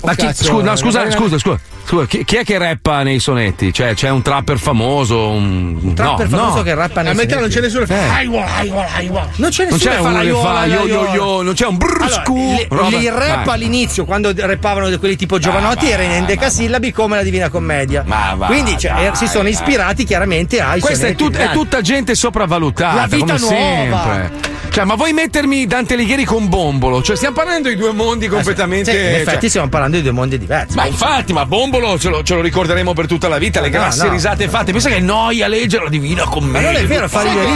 Speaker 2: Ma chi-
Speaker 5: cazzo,
Speaker 2: scusa, no, scusa,
Speaker 5: eh,
Speaker 2: scusa, scusa, scusa, chi, chi è che rappa nei sonetti? Cioè, c'è un trapper famoso? Un, no, Eh. no.
Speaker 18: A metà non c'è nessuno che fa. I wa- I wa- I wa-
Speaker 5: Non c'è
Speaker 2: Non
Speaker 5: nessuno
Speaker 2: c'è
Speaker 5: che
Speaker 2: uno
Speaker 5: fa la
Speaker 2: che
Speaker 5: iola,
Speaker 2: fa
Speaker 5: la
Speaker 2: yo yo
Speaker 5: iola.
Speaker 2: yo, non c'è un bruscu.
Speaker 18: Cioè,
Speaker 5: Allora, li- li rap all'inizio, quando rappavano quelli tipo giovanotti,
Speaker 2: va,
Speaker 5: era in endecasillabi come la Divina Commedia.
Speaker 2: Ma va,
Speaker 5: Quindi cioè,
Speaker 2: dai,
Speaker 5: eh, si sono
Speaker 2: dai.
Speaker 5: ispirati chiaramente ai
Speaker 2: Questa è,
Speaker 5: sonetti
Speaker 2: tut-
Speaker 5: di
Speaker 2: è
Speaker 5: Dante.
Speaker 2: tutta gente sopravvalutata.
Speaker 5: La vita
Speaker 2: come
Speaker 5: nuova.
Speaker 2: sempre. Cioè, ma vuoi mettermi Dante Alighieri con Bombolo? Cioè, stiamo parlando di due mondi completamente.
Speaker 5: Eh, Sì, in effetti
Speaker 2: cioè-
Speaker 5: stiamo parlando di due mondi diversi.
Speaker 2: Ma infatti, ma Bombolo ce lo, ce lo ricorderemo per tutta la vita, le
Speaker 5: No,
Speaker 2: grasse
Speaker 5: no.
Speaker 2: risate fatte. Pensa che noia leggere la divina commedia.
Speaker 18: sai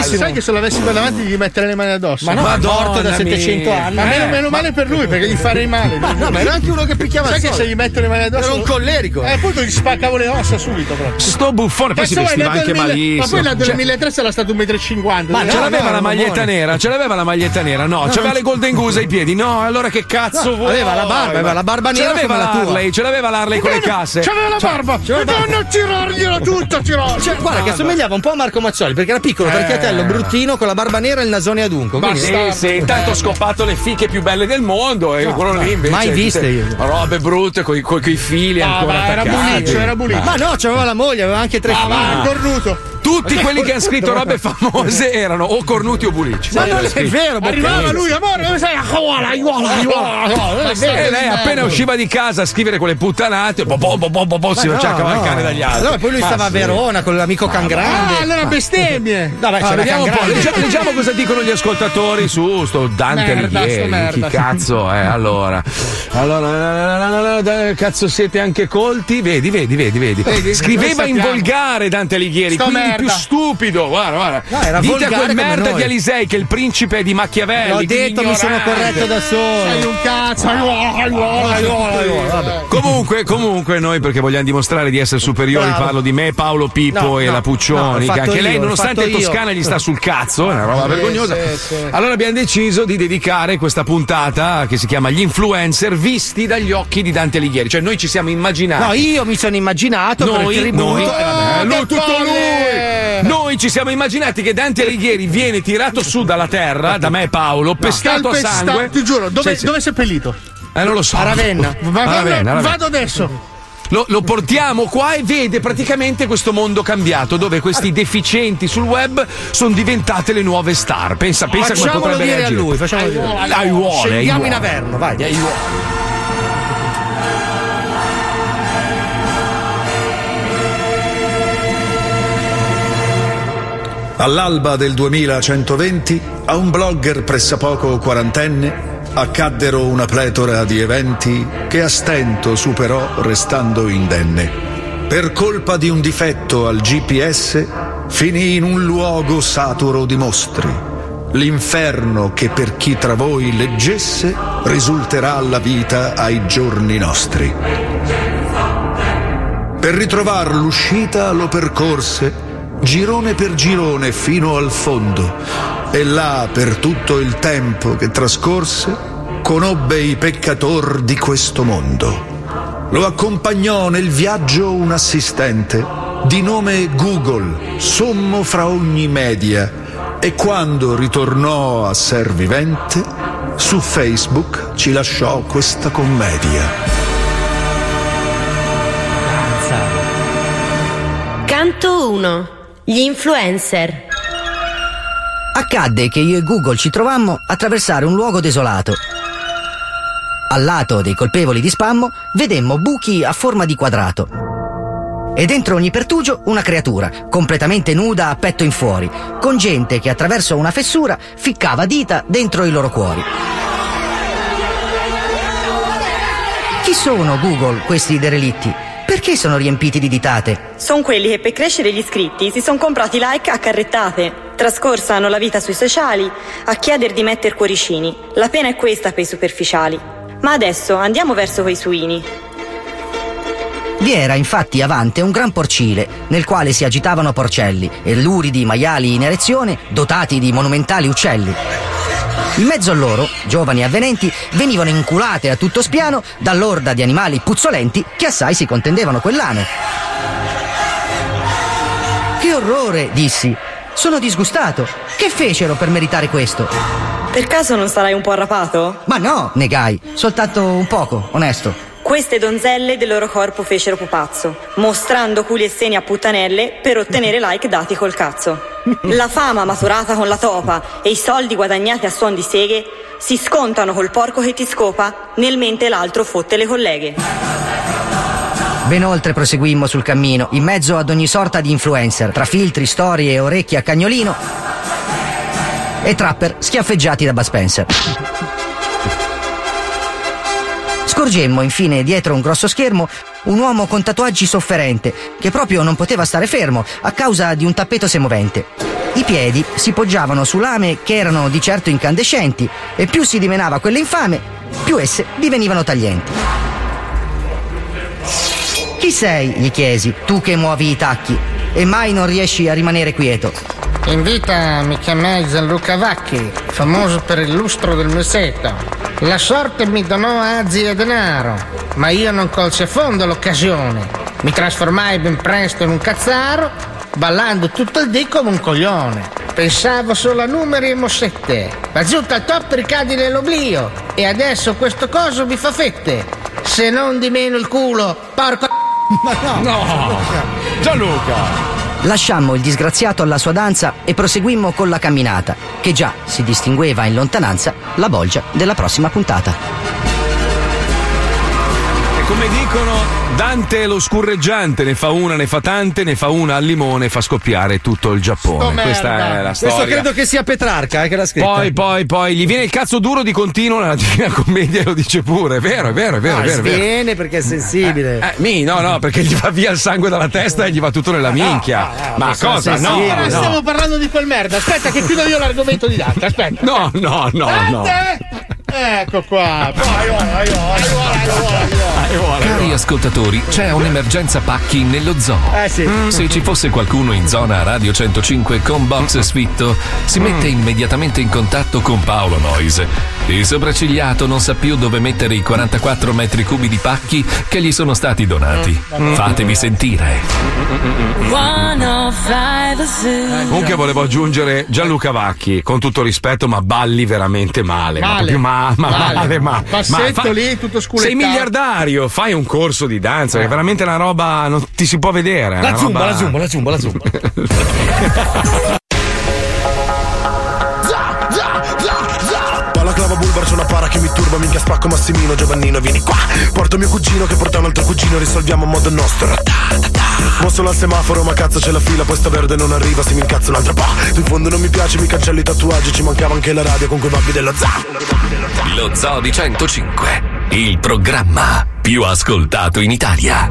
Speaker 18: che- Sai che se l'avessi qua davanti gli metterei le mani addosso.
Speaker 2: Ma no,
Speaker 18: è
Speaker 2: Madonna
Speaker 18: morto
Speaker 2: mia.
Speaker 18: Ma
Speaker 2: Eh,
Speaker 18: meno, meno
Speaker 2: ma-
Speaker 18: male per lui perché gli farei male. Ma no, ma era anche uno che picchiava Sai il che sole. se gli metto le mani addosso. Era un collerico. E appunto gli spaccavo le ossa subito proprio.
Speaker 2: Sto buffone,
Speaker 5: Eh,
Speaker 2: poi si
Speaker 18: Cazzo,
Speaker 2: vestiva
Speaker 18: nel
Speaker 2: anche
Speaker 18: 2000
Speaker 2: malissimo.
Speaker 18: Ma poi nel
Speaker 2: Cioè-
Speaker 18: 2003 sarà stato 1,50 m.
Speaker 2: Ma ce l'aveva la maglietta nera, ce l'aveva la maglietta nera, no,
Speaker 18: No,
Speaker 2: c'aveva
Speaker 18: non-
Speaker 2: le Golden Goose ai piedi, no, allora che cazzo
Speaker 18: No,
Speaker 2: vuoi?
Speaker 18: aveva la barba, aveva la barba
Speaker 2: Ce
Speaker 18: nera
Speaker 2: l'aveva
Speaker 18: come la tua.
Speaker 2: l'Harley, ce l'aveva l'Harley con le casse.
Speaker 18: C'aveva la
Speaker 2: Cioè-
Speaker 18: barba.
Speaker 2: C'aveva la barba.
Speaker 18: Madonna, tirargliela tutta, tirargliela.
Speaker 5: Cioè, guarda, che somigliava un po' a Marco Mazzoli perché era piccolo,
Speaker 2: Eh.
Speaker 5: perchiatello, bruttino, con la barba nera e il nasone adunco.
Speaker 2: Ma
Speaker 5: quindi- eh,
Speaker 2: sì, sì,
Speaker 5: Ah,
Speaker 2: intanto ho scopato le fiche più belle del mondo e
Speaker 5: No,
Speaker 2: quello lì
Speaker 5: no,
Speaker 2: invece.
Speaker 5: mai
Speaker 2: tutte
Speaker 5: viste io.
Speaker 2: Robe brutte con i fili
Speaker 5: Ah,
Speaker 2: ancora
Speaker 5: ma era
Speaker 2: attaccati.
Speaker 5: buliccio, era buliccio. Ma no, c'aveva la moglie, aveva anche tre
Speaker 2: Ah,
Speaker 5: figli.
Speaker 2: va,
Speaker 18: cornuto.
Speaker 2: Tutti quelli che hanno scritto robe famose erano o cornuti o bulicci.
Speaker 18: Ma non
Speaker 2: Era
Speaker 18: è
Speaker 2: scritto.
Speaker 18: vero, Bocconi. Arrivava lui, amore, dove sei? Aiuola, aiuola, aiuola,
Speaker 4: Eh,
Speaker 18: aiuola.
Speaker 2: Ma sì, E eh, lei appena usciva di casa a scrivere quelle puttanate, bo bo bo bo bo, bo, si
Speaker 5: Ma
Speaker 2: faceva
Speaker 5: no,
Speaker 2: cavalcare
Speaker 5: no.
Speaker 2: dagli altri.
Speaker 5: Allora, poi lui
Speaker 2: Ma
Speaker 5: stava a
Speaker 2: sì.
Speaker 5: Verona con l'amico Cangrande.
Speaker 18: Ah, allora bestemmie.
Speaker 5: No, beh,
Speaker 2: Ah,
Speaker 5: c'era
Speaker 2: vediamo, un po',
Speaker 5: Cangrande.
Speaker 2: leggiamo, leggiamo cosa dicono gli ascoltatori su sto Dante
Speaker 18: Merda, sto
Speaker 2: Alighieri.
Speaker 18: merda.
Speaker 2: Chi cazzo è? Allora, allora la, la, la, la, la, la, cazzo siete anche colti? Vedi, vedi, vedi, vedi.
Speaker 18: Vedi,
Speaker 2: Scriveva
Speaker 18: noi
Speaker 2: in
Speaker 18: sappiamo.
Speaker 2: volgare Dante Alighieri,
Speaker 18: Sto
Speaker 2: quindi il più
Speaker 18: merda.
Speaker 2: stupido. Guarda, guarda.
Speaker 18: No, era
Speaker 2: Dite a
Speaker 18: volgare
Speaker 2: quel
Speaker 18: come
Speaker 2: merda
Speaker 18: noi.
Speaker 2: di Alisei che il principe è di Machiavelli.
Speaker 18: L'ho
Speaker 2: quindi
Speaker 18: detto, mi sono
Speaker 2: eh, ignorante.
Speaker 18: corretto da solo. Sei un cazzo. Aiuola, aiuola, aiuola, aiuola. Vabbè.
Speaker 2: Comunque, comunque, noi perché vogliamo dimostrare di essere superiori,
Speaker 18: Bravo.
Speaker 2: parlo di me, Paolo Pippo
Speaker 18: No,
Speaker 2: e
Speaker 18: no,
Speaker 2: la Puccioni,
Speaker 18: no, l'ho
Speaker 2: che
Speaker 18: fatto
Speaker 2: anche lei,
Speaker 18: io, l'ho
Speaker 2: nonostante
Speaker 18: fatto io.
Speaker 2: Toscana, gli sta sul cazzo, è una roba
Speaker 18: Sì,
Speaker 2: vergognosa.
Speaker 18: sì, sì.
Speaker 2: Allora abbiamo deciso di dedicare questa puntata che si chiama Gli influencer visti dagli occhi di Dante Alighieri. Cioè, noi ci siamo immaginati.
Speaker 5: No, io mi sono immaginato per il
Speaker 2: Noi,
Speaker 5: tributo.
Speaker 2: noi, eh, vabbè,
Speaker 5: Oh,
Speaker 2: lui,
Speaker 5: che
Speaker 2: tutto
Speaker 5: palle!
Speaker 2: lui. Noi ci siamo immaginati che Dante Alighieri viene tirato su dalla terra, da me e Paolo, pescato a
Speaker 18: Calpesta-
Speaker 2: sangue.
Speaker 18: Ti giuro, dove,
Speaker 2: Sì, sì.
Speaker 18: dove è seppellito?
Speaker 2: Eh, non lo so.
Speaker 18: A Ravenna.
Speaker 2: A
Speaker 18: Va-
Speaker 2: Ravenna, a Ravenna.
Speaker 18: Vado adesso.
Speaker 2: Lo, lo portiamo qua e vede praticamente questo mondo cambiato dove
Speaker 5: Ah.
Speaker 2: questi deficienti sul web sono diventate le nuove star. Pensa, pensa come
Speaker 5: facciamolo
Speaker 2: potrebbe
Speaker 5: dire
Speaker 2: reagire.
Speaker 5: a lui, facciamolo dire.
Speaker 2: Ai uole, ai
Speaker 5: Scendiamo
Speaker 2: uole.
Speaker 5: in Averno, vai.
Speaker 2: Ai uole.
Speaker 11: All'alba del 2120, a un blogger pressappoco quarantenne accaddero una pletora di eventi che a stento superò restando indenne. Per colpa di un difetto al GPS, finì in un luogo saturo di mostri. L'inferno che per chi tra voi leggesse risulterà la vita ai giorni nostri. Per ritrovar l'uscita lo percorse girone per girone fino al fondo e là per tutto il tempo che trascorse conobbe i peccator di questo mondo. Lo accompagnò nel viaggio un assistente di nome Google, sommo fra ogni media, e quando ritornò a ser vivente, su Facebook ci lasciò questa commedia.
Speaker 10: Canto 1. Gli influencer.
Speaker 21: Accadde che io e Google ci trovammo a attraversare un luogo desolato. Al lato dei colpevoli di spammo vedemmo buchi a forma di quadrato. E dentro ogni pertugio una creatura, completamente nuda a petto in fuori, con gente che attraverso una fessura ficcava dita dentro i loro cuori. sono Google questi derelitti? Perché sono riempiti di ditate?
Speaker 29: Sono quelli che per crescere gli iscritti si sono comprati like a carrettate. Trascorsano la vita sui sociali a chieder di mettere cuoricini. La pena è questa per i superficiali. Ma adesso andiamo verso quei suini.
Speaker 21: Vi era infatti avante un gran porcile, nel quale si agitavano porcelli e luridi maiali in erezione dotati di monumentali uccelli. In mezzo a loro, giovani avvenenti, venivano inculate a tutto spiano dall'orda di animali puzzolenti che assai si contendevano quell'ano. Che orrore, dissi. Sono disgustato. Che fecero per meritare questo?
Speaker 29: Per caso non sarai un po' arrapato?
Speaker 21: Ma no, negai, soltanto un poco, onesto.
Speaker 29: Queste donzelle del loro corpo fecero pupazzo, mostrando culi e seni a puttanelle per ottenere like dati col cazzo. La fama maturata con la topa e i soldi guadagnati a suon di seghe si scontano col porco che ti scopa, nel mente l'altro fotte le colleghe.
Speaker 21: Ben oltre proseguimmo sul cammino, in mezzo ad ogni sorta di influencer, tra filtri, storie e orecchie a cagnolino e trapper schiaffeggiati da Bud Spencer. Scorgemmo infine dietro un grosso schermo un uomo con tatuaggi sofferente che proprio non poteva stare fermo a causa di un tappeto semovente. I piedi si poggiavano su lame che erano di certo incandescenti e più si dimenava quelle infame, più esse divenivano taglienti. Chi sei? gli chiesi, tu che muovi i tacchi e mai non riesci a rimanere quieto.
Speaker 18: In vita mi chiamai Gianluca Vacchi, famoso per il lustro del Messeto. La sorte mi donò azi e denaro, ma io non colsi a fondo l'occasione. Mi trasformai ben presto in un cazzaro, ballando tutto il dì come un coglione. Pensavo solo a numeri e mossette, ma giunta al top ricadi nell'oblio, e adesso questo coso mi fa fette. Se non di meno il culo, porco... Ma no!
Speaker 2: No! Gianluca!
Speaker 21: Lasciammo il disgraziato alla sua danza e proseguimmo con la camminata, che già si distingueva in lontananza la bolgia della prossima puntata.
Speaker 2: E come dicono, Dante lo scurreggiante ne fa una, ne fa tante, ne fa una al limone e fa scoppiare tutto il Giappone. Questa è la
Speaker 5: Questo
Speaker 2: storia.
Speaker 5: credo che sia Petrarca eh, che l'ha scritta.
Speaker 2: Poi, poi, poi, gli viene il cazzo duro di continuo nella Divina Commedia, lo dice pure. È vero, è vero, è vero.
Speaker 5: No,
Speaker 2: è vero, è vero.
Speaker 5: sviene perché è sensibile.
Speaker 2: Eh, mi, no, no, perché gli va via il sangue dalla testa e gli va tutto nella minchia. Ma
Speaker 5: questo
Speaker 2: cosa?
Speaker 5: è
Speaker 2: No,
Speaker 5: sensibile.
Speaker 2: no.
Speaker 18: Stiamo parlando di quel merda. Aspetta, che chiudo io l'argomento di Dante. Aspetta.
Speaker 2: No, no, no, no.
Speaker 18: Ecco qua.
Speaker 1: Cari ascoltatori, c'è un'emergenza pacchi nello zoo.
Speaker 18: Eh sì. Mm.
Speaker 1: Se ci fosse qualcuno in zona Radio 105 con box sfitto, si mette immediatamente in contatto con Paolo Noise. Il sopraccigliato non sa più dove mettere i 44 metri cubi di pacchi che gli sono stati donati.
Speaker 2: Mm.
Speaker 1: Fatevi sentire.
Speaker 8: 105 Zoo.
Speaker 2: Comunque volevo aggiungere Gianluca Vacchi, con tutto rispetto, ma balli veramente male. Ma
Speaker 18: Male.
Speaker 2: proprio ma, ma
Speaker 18: Male.
Speaker 2: male, ma.
Speaker 18: Passetto
Speaker 2: ma fa-
Speaker 18: lì, tutto
Speaker 2: Sei
Speaker 18: sculettato.
Speaker 2: miliardario, fai un corso di danza, che è veramente una roba. non ti si può vedere.
Speaker 5: La zumba, la zumba,
Speaker 2: la zumba, la zumba.
Speaker 30: Balaclava Bulbar c'è una para che mi turba Minchia spacco Massimino Giovannino vieni qua Porto mio cugino che porta un altro cugino Risolviamo a modo nostro Ta, ta, ta. Mo solo al semaforo ma cazzo c'è la fila Poi sta verde non arriva se mi incazzo un'altra po' In fondo non mi piace mi cancello i tatuaggi Ci mancava anche la radio con quei babbi dello za
Speaker 1: Lo zoo di 105, il programma più ascoltato in Italia.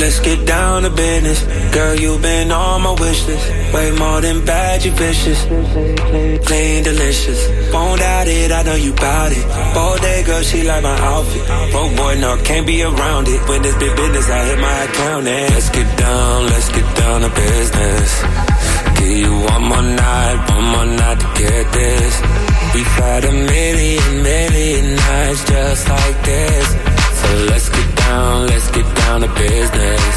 Speaker 12: Let's get down to business. Girl, you've been on my wish list. Way more than bad, you vicious. Clean, delicious. Won't doubt it, I know you bout it. All day, girl, she like my outfit. Oh boy, no, can't be around it. When it's big business, I hit my account and let's get down, let's get down to business. Give you one more night, one more night to get this. We've had a million, million nights just like this. So let's get down, let's get down to business.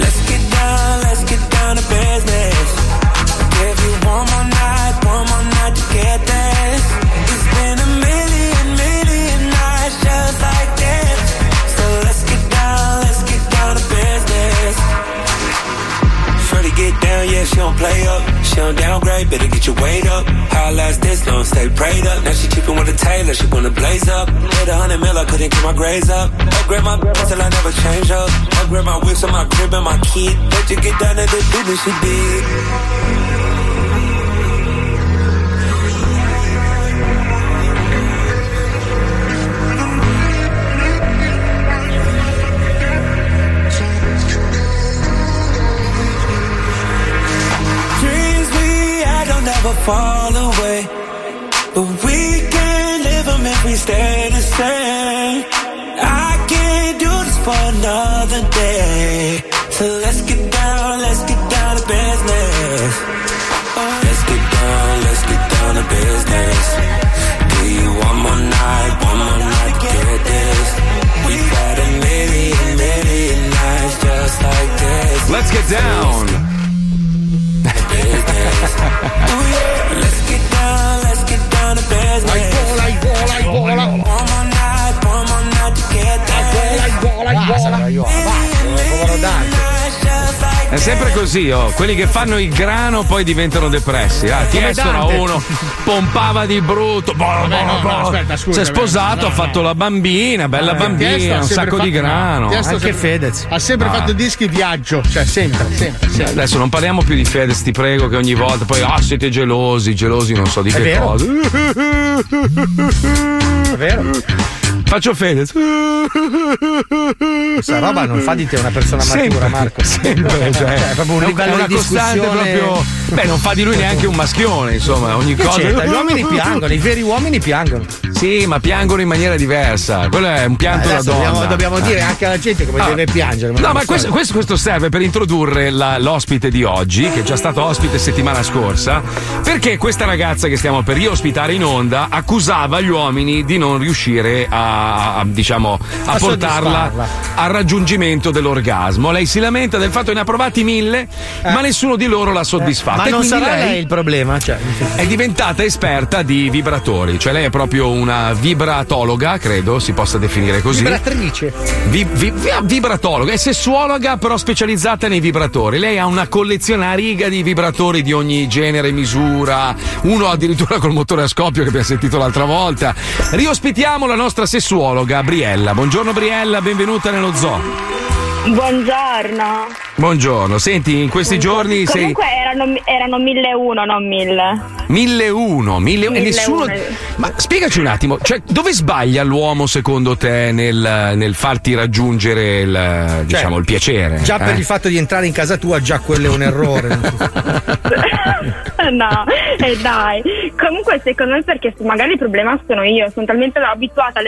Speaker 12: Let's get down, let's get down to business. Give you one more night, one more night to get this. It's been a million, million nights just like this. So let's get down, let's get down to business. Shorty get down, yeah, she night, better get your weight up. High last this long, stay prayed up. Now she cheapin' with a tailor, she wanna blaze up. Hit a hundred mil, I couldn't get my grades up. Upgrade my grip till I never change up. Upgrade my whips and my crib and my kid. Let you get down to the business she did.
Speaker 8: Dreams we had don't ever fall away. But we can live 'em if we stay the same. I can't do this for another day. So let's get down, let's get down to business. Oh,
Speaker 12: Let's get down, let's get down to business. Do you one more night, one more night to get this? We've had a million, million nights just like this.
Speaker 2: Let's get down.
Speaker 8: Let's get down, let's get down to business. Like ball, like ball, like ball. One more night, one more night to get that. Like ball, like ball, like ball.
Speaker 2: È sempre così, oh. quelli che fanno il grano poi diventano depressi. Ah,
Speaker 8: Come
Speaker 2: Tiesto era
Speaker 8: Dante.
Speaker 2: uno, pompava di brutto, boh,
Speaker 3: Vabbè,
Speaker 2: boh,
Speaker 3: no, no,
Speaker 2: boh.
Speaker 3: aspetta, scusa,
Speaker 2: si è
Speaker 3: vabbè,
Speaker 2: sposato,
Speaker 3: no,
Speaker 2: ha fatto la bambina, bella
Speaker 3: Eh, Tiesto
Speaker 2: bambina,
Speaker 3: ha
Speaker 2: un
Speaker 3: sempre
Speaker 2: sacco di
Speaker 3: fatto-
Speaker 2: grano.
Speaker 3: Tiesto ha sempre- Ha sempre
Speaker 2: Ah.
Speaker 3: fatto dischi viaggio, cioè sempre, sempre, sempre.
Speaker 2: Adesso non parliamo più di Fedez, ti prego, che ogni volta poi ah siete gelosi, gelosi non so di
Speaker 8: È
Speaker 2: che
Speaker 8: vero.
Speaker 2: cosa.
Speaker 8: È
Speaker 5: vero?
Speaker 2: Faccio Fedez.
Speaker 5: Questa roba non fa di te una persona matura,
Speaker 2: Sempre,
Speaker 5: Marco.
Speaker 2: Sempre, cioè,
Speaker 5: Cioè, è proprio un
Speaker 2: è
Speaker 5: livello
Speaker 2: una
Speaker 5: di
Speaker 2: costante
Speaker 5: discussione-
Speaker 2: proprio. Beh, non fa di lui neanche un maschione, insomma, ogni
Speaker 5: Che
Speaker 2: cosa.
Speaker 5: c'entra? certo, Gli uomini piangono, i veri uomini piangono.
Speaker 2: Sì, ma piangono in maniera diversa. Quello è un pianto da
Speaker 5: Adesso
Speaker 2: donna.
Speaker 5: dobbiamo, dobbiamo dire
Speaker 2: Eh.
Speaker 5: anche alla gente come
Speaker 2: Ah.
Speaker 5: deve piangere.
Speaker 2: No,
Speaker 5: non
Speaker 2: ma
Speaker 5: so.
Speaker 2: questo, questo- questo serve per introdurre la- l'ospite di oggi, che è già stato ospite settimana scorsa, perché questa ragazza che stiamo per riospitare in onda accusava gli uomini di non riuscire a, a- diciamo, a,
Speaker 5: A
Speaker 2: portarla
Speaker 5: soddisfarla.
Speaker 2: al raggiungimento dell'orgasmo. Lei si lamenta del fatto che ne ha provati mille, ma nessuno di loro l'ha
Speaker 5: Eh.
Speaker 2: soddisfatta.
Speaker 5: Ma
Speaker 2: E
Speaker 5: non
Speaker 2: quindi
Speaker 5: sarà lei
Speaker 2: lei
Speaker 5: il problema? Cioè,
Speaker 2: è diventata esperta di vibratori, cioè lei è proprio una vibratologa, credo si possa definire così.
Speaker 5: vibratrice.
Speaker 2: Vi- vi- vi- vibratologa, è sessuologa però specializzata nei vibratori. Lei ha una collezione a riga di vibratori di ogni genere, misura, uno addirittura col motore a scoppio che abbiamo sentito l'altra volta. Riospitiamo la nostra sessuologa Briella. Buongiorno Briella, benvenuta nello zoo.
Speaker 25: Buongiorno.
Speaker 2: Buongiorno, senti, in questi giorni sei
Speaker 25: Comunque erano, erano 1001, non 1000.
Speaker 2: 1001, 1000 e
Speaker 25: 1001.
Speaker 2: nessuno Ma spiegaci un attimo, cioè, dove sbaglia l'uomo secondo te nel, nel farti raggiungere il, diciamo, il piacere?
Speaker 5: Cioè, Già per
Speaker 2: eh?
Speaker 5: il fatto di entrare in casa tua, già quello è un errore.
Speaker 25: no, e dai. Comunque secondo me perché magari il problema sono io, sono talmente abituata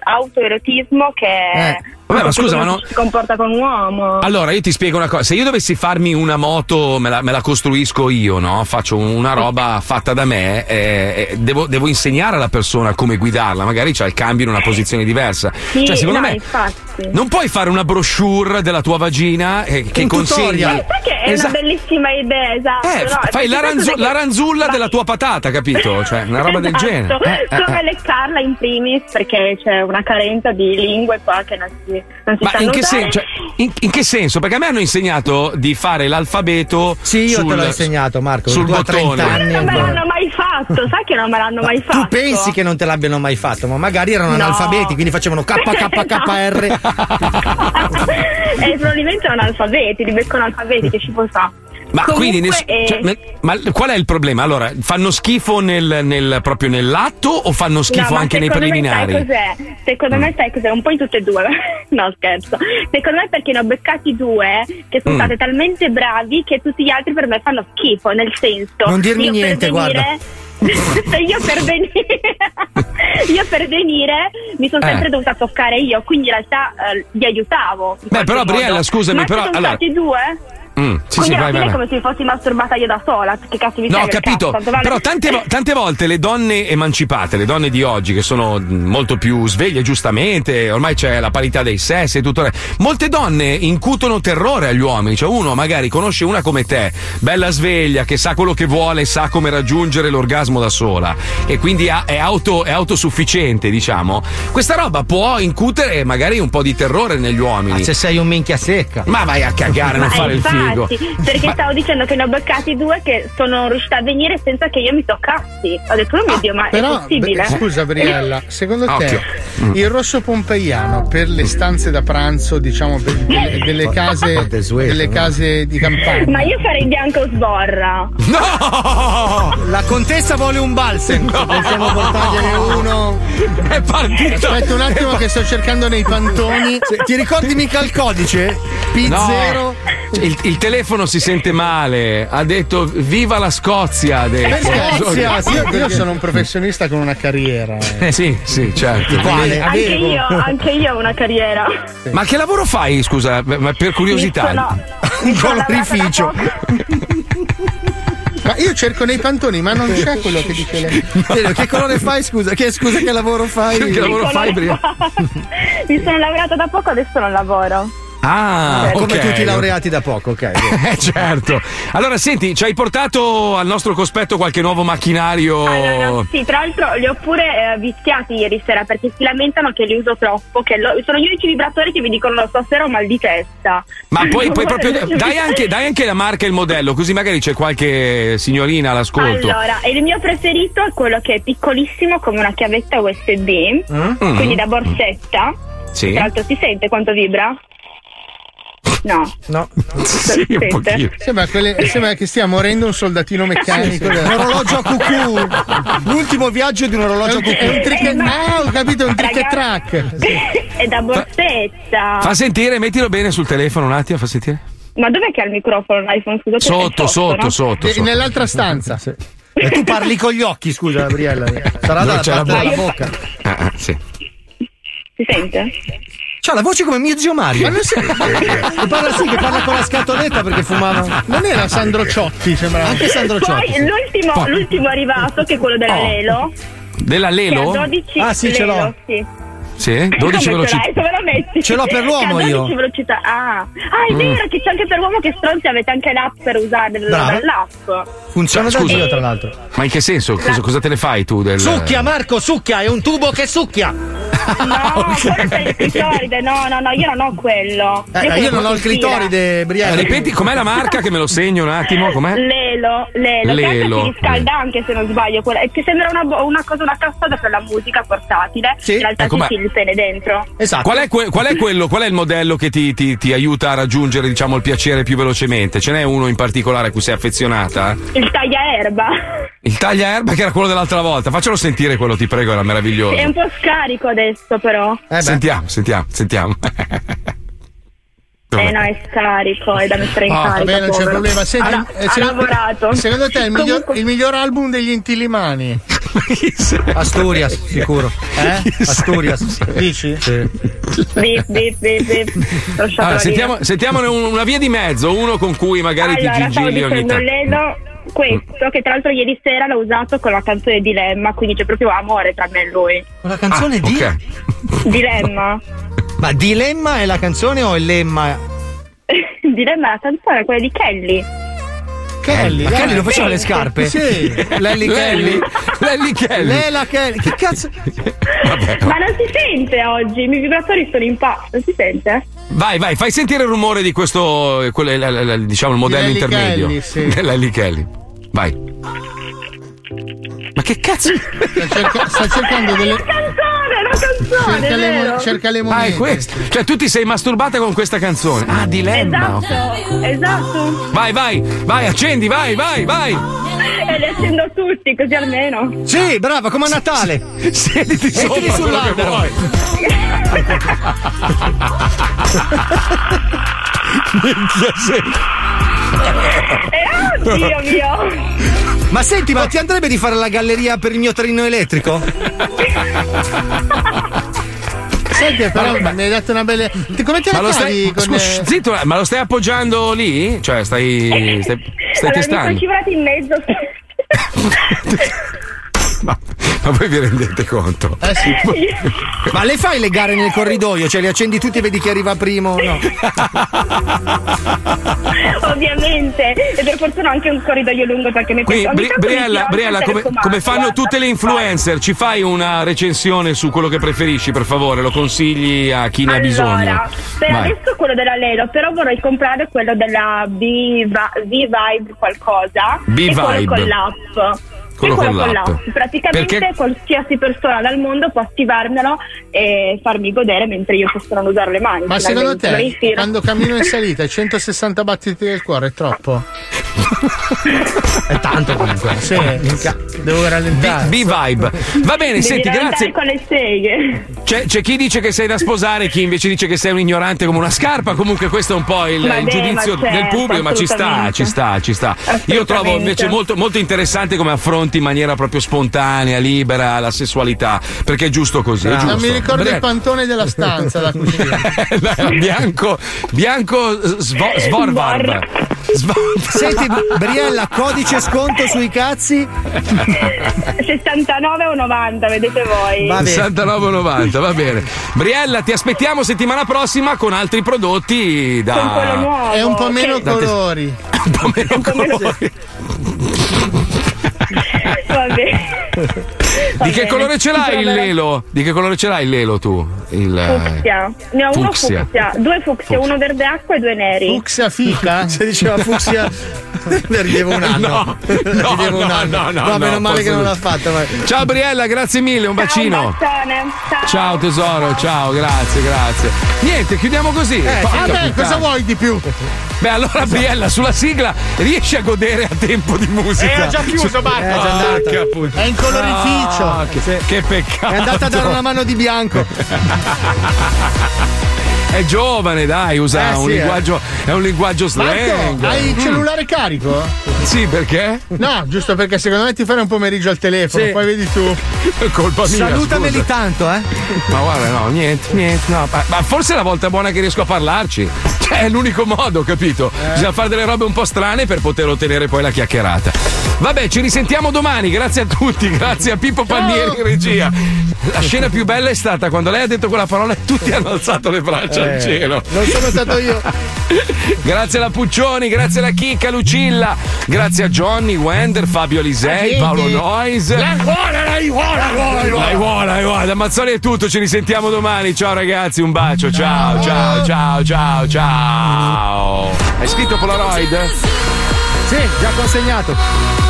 Speaker 25: all'autoerotismo che...
Speaker 2: Eh. Vabbè, ma scusa, ma Ah, no-
Speaker 25: Si comporta con un uomo.
Speaker 2: Allora, io ti spiego una cosa. Se io dovessi farmi una moto, me la, me la costruisco io, no? Faccio una roba fatta da me, eh, eh, devo, devo insegnare alla persona come guidarla. Magari c'ha il cambio in una posizione diversa.
Speaker 25: Sì,
Speaker 2: cioè, secondo
Speaker 25: no,
Speaker 2: me,
Speaker 25: infatti.
Speaker 2: non puoi fare una brochure della tua vagina eh, che consiglia. Eh,
Speaker 25: Eh, sai che è una bellissima idea, esatto. no?
Speaker 2: Fai
Speaker 25: perché
Speaker 2: la,
Speaker 25: questo
Speaker 2: ranzu-
Speaker 25: perché-
Speaker 2: la ranzulla della tua patata, capito? Cioè, una roba del
Speaker 25: Esatto.
Speaker 2: genere. Eh, eh,
Speaker 25: Come
Speaker 2: eh.
Speaker 25: leccarla in primis perché c'è una carenza di lingue qua che non si, non si
Speaker 2: Ma
Speaker 25: sanno
Speaker 2: in che,
Speaker 25: usare.
Speaker 2: sen- cioè, in- in che senso? Perché a me hanno insegnato di fare l'alfabeto.
Speaker 5: Sì, io te
Speaker 2: sul-
Speaker 5: l'ho insegnato, Marco.
Speaker 2: sul
Speaker 5: tu a
Speaker 2: bottone.
Speaker 5: 30 anni
Speaker 25: Non me
Speaker 5: ancora.
Speaker 25: l'hanno mai fatto, sai che non me l'hanno mai fatto.
Speaker 5: Tu pensi che non te l'abbiano mai fatto, ma magari erano
Speaker 25: No.
Speaker 5: analfabeti, quindi facevano KKKR.
Speaker 25: Eh, probabilmente erano alfabeti, li beccano alfabeti che ci può fare.
Speaker 2: Ma
Speaker 25: Comunque,
Speaker 2: quindi ness-
Speaker 25: eh,
Speaker 2: cioè, ne- ma l- qual è il problema? Allora, fanno schifo nel, nel- proprio nell'atto o fanno schifo
Speaker 25: No, ma
Speaker 2: anche nei
Speaker 25: secondo me sai
Speaker 2: preliminari? Mm.
Speaker 25: cos'è? Secondo me sai cos'è? Un po' in tutte e due. no, scherzo. Secondo me perché ne ho beccati due che sono
Speaker 2: Mm.
Speaker 25: state talmente bravi che tutti gli altri per me fanno schifo, nel senso.
Speaker 5: Non dirmi
Speaker 25: io per
Speaker 5: niente, guarda.
Speaker 25: Se io per venire, io per venire mi sono
Speaker 2: Eh.
Speaker 25: sempre dovuta toccare io, quindi in realtà eh, li aiutavo.
Speaker 2: Beh,
Speaker 25: in qualche
Speaker 2: però,
Speaker 25: modo.
Speaker 2: Briella, scusami,
Speaker 25: Ma
Speaker 2: però,
Speaker 25: se sono
Speaker 2: allora-
Speaker 25: stati due?
Speaker 2: Mm, sì, sì,
Speaker 25: quindi alla
Speaker 2: vai,
Speaker 25: fine
Speaker 2: vai.
Speaker 25: è
Speaker 2: vai.
Speaker 25: come se mi fossi masturbata io da sola. Che cazzo mi
Speaker 2: No, ho
Speaker 25: frega,
Speaker 2: capito,
Speaker 25: cazzo, tanto vale.
Speaker 2: però tante, vo- tante volte le donne emancipate, le donne di oggi che sono molto più sveglie giustamente, ormai c'è la parità dei sessi e tutto, il re- molte donne incutono terrore agli uomini, cioè uno magari conosce una come te, bella sveglia, che sa quello che vuole, sa come raggiungere l'orgasmo da sola e quindi ha- è, auto- è autosufficiente diciamo, questa roba può incutere magari un po' di terrore negli uomini.
Speaker 5: Se sei un minchia secca.
Speaker 2: Ma vai a cagare, non
Speaker 25: Ma
Speaker 2: fare il
Speaker 25: infatti,
Speaker 2: figo.
Speaker 25: Infatti, perché
Speaker 2: Ma-
Speaker 25: stavo dicendo che ne ho beccati due che sono riuscita a venire senza che io mi toccassi. Ho detto, oh mio Dio, ma è
Speaker 3: Ah, Però,
Speaker 25: possibile?
Speaker 3: beh, scusa Briella, secondo
Speaker 25: Ah,
Speaker 3: te
Speaker 25: occhio. Mm.
Speaker 3: il rosso pompeiano per le stanze da pranzo, diciamo, per- delle, delle case, delle case di campagna?
Speaker 25: Ma io farei bianco sborra.
Speaker 2: No!
Speaker 6: La contessa vuole un balsam.
Speaker 3: Possiamo portargliene uno.
Speaker 2: È partito.
Speaker 3: Aspetta un attimo che sto cercando nei pantoni.
Speaker 6: Se- ti ricordi mica il codice?
Speaker 3: P0.
Speaker 2: No, il, il telefono si sente male. Ha detto viva la Scozia. Ha detto.
Speaker 3: Io- io,
Speaker 2: Perché-
Speaker 3: sono un professionista con una carriera.
Speaker 2: Eh, sì, sì, certo.
Speaker 3: Eh,
Speaker 25: Anche io, anche io ho una carriera.
Speaker 2: Ma che lavoro fai, scusa, ma per curiosità?
Speaker 25: Mi sono-
Speaker 3: Un colorificio. Ma io cerco nei pantoni, ma non c'è quello che dice lei.
Speaker 6: Vero, Che colore fai, scusa? Che, scusa, che lavoro fai?
Speaker 3: Che lavoro fai, Bria?
Speaker 25: Mi sono laureata da poco, adesso non lavoro.
Speaker 6: Eh,
Speaker 2: Ah,
Speaker 5: Eh, come
Speaker 2: ok.
Speaker 5: tutti i laureati da poco, ok.
Speaker 2: Eh, certo. Allora, senti, ci hai portato al nostro cospetto qualche nuovo macchinario?
Speaker 25: Sì, tra l'altro li ho pure eh, viziati ieri sera perché si lamentano che li uso troppo. Che lo- sono gli unici vibratori che mi dicono stasera ho mal di testa.
Speaker 2: Ma poi, poi proprio
Speaker 25: Guarda,
Speaker 2: dai anche, dai anche la marca e il modello, così magari c'è qualche signorina all'ascolto.
Speaker 25: Allora, il mio preferito è quello che è piccolissimo come una chiavetta USB,
Speaker 2: Mm.
Speaker 25: quindi da borsetta.
Speaker 2: Sì.
Speaker 25: Tra l'altro si sente quanto vibra? No.
Speaker 5: No.
Speaker 3: Sì,
Speaker 25: un pochino.
Speaker 3: Sembra, quelle- sembra che stia morendo un soldatino meccanico.
Speaker 6: Eh Un orologio a
Speaker 3: cucù.
Speaker 6: L'ultimo viaggio di un orologio
Speaker 3: a cucù. È un trick and- ah, ho capito, è un trick and track.
Speaker 25: è da borsetta.
Speaker 2: Fa sentire, mettilo bene sul telefono un attimo, fa sentire.
Speaker 25: Ma dov'è che ha il microfono l'iPhone? Scusa, perché è
Speaker 2: Sotto, sotto,
Speaker 25: no?
Speaker 2: sotto, sotto.
Speaker 3: Eh, Nell'altra stanza.
Speaker 6: E Eh, tu parli con gli occhi, scusa, Briella. Sarà
Speaker 2: Dove
Speaker 6: dalla
Speaker 2: c'è
Speaker 6: parte
Speaker 2: la
Speaker 6: della
Speaker 2: bocca?
Speaker 6: bocca.
Speaker 2: Ah, ah, sì.
Speaker 25: Si sente?
Speaker 6: C'ha la voce come mio zio Mario.
Speaker 3: Ma non si-
Speaker 6: Eh, E parla sì, che parla con la scatoletta perché fumava.
Speaker 3: Non era Sandro Ciotti, sembrava.
Speaker 6: Anche Sandro Ciotti.
Speaker 25: Poi l'ultimo, l'ultimo arrivato, che è quello della
Speaker 2: Oh.
Speaker 25: Lelo.
Speaker 2: Della Lelo?
Speaker 25: Che ha 12
Speaker 6: Ah,
Speaker 25: Lelo, Sì.
Speaker 2: Sì, eh? 12
Speaker 25: Come ce
Speaker 2: velocità.
Speaker 25: l'hai? Dove la metti?
Speaker 2: Ce l'ho per l'uomo
Speaker 25: Che ha 12
Speaker 2: io.
Speaker 25: velocità. Ah, ah, è
Speaker 2: Mm.
Speaker 25: vero che c'è anche per l'uomo che stronzi avete anche l'app per usare
Speaker 2: Bravo.
Speaker 25: l'app.
Speaker 2: Ma
Speaker 6: da
Speaker 2: scusa,
Speaker 6: Dio, tra l'altro.
Speaker 2: Ma in che senso? Cosa, cosa te ne fai tu? Del...
Speaker 6: Succhia, Marco, succhia, è un tubo che succhia.
Speaker 25: No, quello per il clitoride. No, no, no, io non ho quello.
Speaker 6: Eh, io non ho il clitoride,
Speaker 2: Eh,
Speaker 6: Briella.
Speaker 2: ripeti, com'è la marca che me lo segno un attimo? Com'è?
Speaker 25: Lelo, Lelo, che
Speaker 2: Eh? Lelo.
Speaker 25: anche si riscalda anche se non sbaglio, quella- e che sembra una, bo- una cosa, una cassata per la musica portatile, in realtà
Speaker 2: Ecco,
Speaker 25: ci
Speaker 2: ma- Esatto.
Speaker 25: si il pene dentro.
Speaker 2: Qual è, que- qual è quello? Qual è il modello che ti, ti- ti aiuta a raggiungere diciamo, il piacere più velocemente? Ce n'è uno in particolare a cui sei affezionata?
Speaker 25: Il tagliaerba
Speaker 2: Il tagliaerba che era quello dell'altra volta. Faccelo sentire quello, ti prego, era meraviglioso.
Speaker 25: è un po' scarico adesso però.
Speaker 2: sentiamo, sentiamo, sentiamo.
Speaker 25: Eh no, è scarico, è da mettere in
Speaker 3: Ah,
Speaker 25: carica.
Speaker 3: vabbè, non c'è
Speaker 25: povero.
Speaker 3: problema. Senti,
Speaker 25: ha,
Speaker 3: eh,
Speaker 25: ha
Speaker 3: secondo-
Speaker 25: lavorato.
Speaker 3: Secondo te è il miglior, il miglior album degli Intilimani?
Speaker 6: Asturias, sicuro.
Speaker 3: Eh?
Speaker 6: Asturias.
Speaker 3: Dici?
Speaker 25: Bip, bip, bip, bip. Lasciatelo
Speaker 2: Allora,
Speaker 25: lì.
Speaker 2: Ah, sentiamo, sentiamone un- una via di mezzo, uno con cui magari
Speaker 25: Allora,
Speaker 2: ti
Speaker 25: stavo
Speaker 2: gigili ogni
Speaker 25: dicendo
Speaker 2: tanto.
Speaker 25: Lelo questo che tra l'altro ieri sera l'ho usato con la canzone Dilemma, quindi c'è proprio amore tra me e lui.
Speaker 6: Con la canzone di.
Speaker 25: Dilemma.
Speaker 6: Ah, Ma dilemma è la canzone o è lemma?
Speaker 25: Dilemma è la canzone, quella di Kelly.
Speaker 6: Kelly,
Speaker 25: Ma
Speaker 6: Kelly
Speaker 25: dai.
Speaker 6: lo faceva
Speaker 25: Sì.
Speaker 6: le scarpe?
Speaker 25: Sì.
Speaker 6: Lelly Kelly.
Speaker 2: Lelly Kelly.
Speaker 6: Lela Kelly. Che cazzo?
Speaker 25: Ma non si sente oggi, i miei vibratori sono in pazzo, non si sente?
Speaker 2: Vai, vai, fai sentire il rumore di questo, eh, quello- la- la- la- diciamo, il modello
Speaker 25: Lelly
Speaker 2: intermedio.
Speaker 25: Kelly, sì.
Speaker 2: Lelly Kelly. Vai. Ma che cazzo?
Speaker 3: Sta, cerca- sta cercando delle.
Speaker 25: canzone,
Speaker 3: Cerca le,
Speaker 25: vero?
Speaker 3: mo- cerca le
Speaker 2: Ah, è
Speaker 3: monete.
Speaker 2: questo. Cioè, tu ti sei masturbata con questa canzone. Ah, dilemma. ok.
Speaker 25: Esatto, esatto.
Speaker 2: Vai, vai, vai, accendi, vai, vai, vai.
Speaker 25: E li accendo tutti, così almeno.
Speaker 6: Sì, Eh, brava, come a Natale.
Speaker 2: Siediti
Speaker 6: sopra
Speaker 8: quello che
Speaker 6: sull'albero.
Speaker 8: vuoi.
Speaker 25: Dio mio.
Speaker 6: Ma senti, ma ti andrebbe di fare la galleria per il mio treno elettrico?
Speaker 3: Sai che però mi hai dato una bella. Ti- Come te
Speaker 25: Cioè,
Speaker 3: la
Speaker 2: Ma lo,
Speaker 3: cavi
Speaker 2: stai,
Speaker 3: con eh,
Speaker 2: Scusa, zitto, eh, ma lo stai appoggiando lì? Cioè, stai. Stai, stai
Speaker 25: allora mi sono
Speaker 2: testando.
Speaker 25: scivolati in mezzo.
Speaker 2: Ma voi vi rendete conto?
Speaker 6: Eh sì. Ma le fai le gare nel corridoio? Cioè le accendi tutti e vedi chi arriva primo? No.
Speaker 25: Ovviamente, e per fortuna ho anche un corridoio lungo perché mi
Speaker 2: Quindi,
Speaker 25: piace.
Speaker 2: Bri-
Speaker 25: Ogni tanto mi
Speaker 2: Briella,
Speaker 25: piace
Speaker 2: Briella,
Speaker 25: il
Speaker 2: come,
Speaker 25: telecomando,
Speaker 2: come fanno
Speaker 25: guarda.
Speaker 2: tutte le influencer, ci fai una recensione su quello che preferisci, per favore? Lo consigli a chi ne ha bisogno.
Speaker 25: Allora, per
Speaker 2: Vai.
Speaker 25: adesso quello della Lelo, però vorrei comprare quello della B-Vibe qualcosa.
Speaker 2: B
Speaker 25: e
Speaker 2: Vibe.
Speaker 25: quello con l'app.
Speaker 2: Quello
Speaker 25: e quello
Speaker 2: con
Speaker 25: con
Speaker 2: l'app.
Speaker 25: l'app. Praticamente
Speaker 2: Perché-
Speaker 25: qualsiasi persona dal mondo può attivarmelo e farmi godere mentre io posso non usare le mani. Cioè,
Speaker 3: Ma secondo
Speaker 25: finalmente,
Speaker 3: te,
Speaker 25: volentieri.
Speaker 3: quando cammino in salita, i 160 battiti del cuore è troppo?
Speaker 6: è tanto comunque.
Speaker 3: Sì, minchia, devo rallentare.
Speaker 2: B-Vibe. Va bene,
Speaker 25: Devi
Speaker 2: senti,
Speaker 25: rallentare
Speaker 2: grazie.
Speaker 25: con le seghe.
Speaker 2: C'è, c'è chi dice che sei da sposare, chi invece dice che sei un ignorante come una scarpa. Comunque, questo è un po' il,
Speaker 25: Vabbè,
Speaker 2: il giudizio
Speaker 25: ma certo,
Speaker 2: del pubblico, ma ci sta,
Speaker 25: assolutamente.
Speaker 2: ci sta, ci sta. Io trovo invece molto, molto interessante come affronti in maniera proprio spontanea, libera la sessualità, perché è giusto così. È giusto.
Speaker 3: Ah, Non mi ricordo il
Speaker 2: Briella-
Speaker 3: pantone della stanza da cucina.
Speaker 2: bianco, bianco Svo- Svorvarb.
Speaker 6: Senti, Briella, codice sconto sui cazzi?
Speaker 25: 69 o 90, vedete voi.
Speaker 2: 69,90 va bene. Briella, ti aspettiamo settimana prossima con altri prodotti da.
Speaker 25: Con quello nuovo.
Speaker 3: E un po' meno
Speaker 2: Da te-
Speaker 3: colori.
Speaker 2: Un po' meno colori. Di che
Speaker 25: bene,
Speaker 2: colore ce l'hai il
Speaker 25: proverò.
Speaker 2: lelo? Di che colore ce l'hai il lelo tu? Il, eh,
Speaker 25: Fucsia. Ne ho uno
Speaker 2: Fucsia.
Speaker 25: fucsia, due fucsia, uno verde acqua e due neri.
Speaker 3: Fucsia fica? Se diceva fucsia, ne ridevo un anno.
Speaker 2: No,
Speaker 3: Ne
Speaker 2: no,
Speaker 3: ridevo un
Speaker 2: no,
Speaker 3: anno.
Speaker 2: no, no,
Speaker 3: No, meno
Speaker 2: no,
Speaker 3: male che
Speaker 2: posso-
Speaker 3: non l'ha fatta. vai.
Speaker 2: eh. Ciao Briella, grazie mille, un bacino.
Speaker 25: Bacione.
Speaker 2: Ciao tesoro, ciao, grazie, grazie. Niente, chiudiamo così.
Speaker 3: Eh, Esatto.
Speaker 2: Porca
Speaker 3: vabbè,
Speaker 2: puttana.
Speaker 3: cosa vuoi di più?
Speaker 2: Beh, allora Briella, sulla sigla riesci a godere a tempo di musica.
Speaker 3: Eh, ha già chiuso, Marco.
Speaker 2: Ah,
Speaker 3: È già andata.
Speaker 2: che appunto.
Speaker 3: È in colorificio.
Speaker 2: Ah, che, che peccato.
Speaker 6: È andata a dare una mano di bianco.
Speaker 2: È giovane, dai, usa
Speaker 3: Eh,
Speaker 2: un
Speaker 3: sì, eh.
Speaker 2: linguaggio. È un linguaggio slang.
Speaker 3: Marco, hai il
Speaker 2: Mm.
Speaker 3: cellulare carico?
Speaker 2: Sì, perché?
Speaker 3: No, giusto perché secondo me ti fai un pomeriggio al telefono,
Speaker 2: Sì.
Speaker 3: poi vedi tu.
Speaker 2: È colpa mia.
Speaker 6: Salutameli
Speaker 2: scusa.
Speaker 6: tanto, eh.
Speaker 2: Ma guarda, no, niente, niente, no. Ma, ma forse è la volta buona che riesco a parlarci. Cioè, è l'unico modo, capito?
Speaker 3: Eh.
Speaker 2: Bisogna fare delle robe un po' strane per poter ottenere poi la chiacchierata. Vabbè, ci risentiamo domani. Grazie a tutti, grazie a Pippo Palmieri in regia. La scena più bella è stata quando lei ha detto quella parola e tutti hanno alzato le braccia
Speaker 3: Eh,
Speaker 2: al cielo.
Speaker 3: Non sono stato io.
Speaker 2: Grazie alla Puccioni, grazie alla Chicca, Lucilla, grazie a Johnny, Wender, Fabio Alisei,
Speaker 9: Agenti.
Speaker 2: Paolo Noise.
Speaker 9: La gola, la gola, la gola, la gola.
Speaker 2: La gola, la gola. Da Mazzoli è tutto, ci risentiamo domani. Ciao ragazzi, un bacio. Ciao, ciao, ciao, ciao, ciao. Hai scritto Polaroid?
Speaker 3: Sì, già consegnato.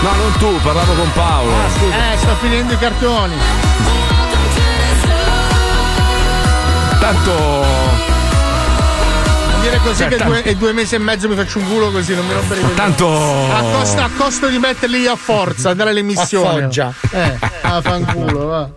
Speaker 2: No, non tu, parlavo con Paolo.
Speaker 3: Eh, sto finendo i cartoni.
Speaker 2: Tanto.
Speaker 3: Non dire così
Speaker 2: Cioè,
Speaker 3: che
Speaker 2: tanto-
Speaker 3: due, e due mesi e mezzo mi faccio un culo così, non mi rompere i coglioni.
Speaker 2: Tanto-
Speaker 3: A costo, a costo di metterli a forza, andare all'emissione. Eh, a fanculo, va.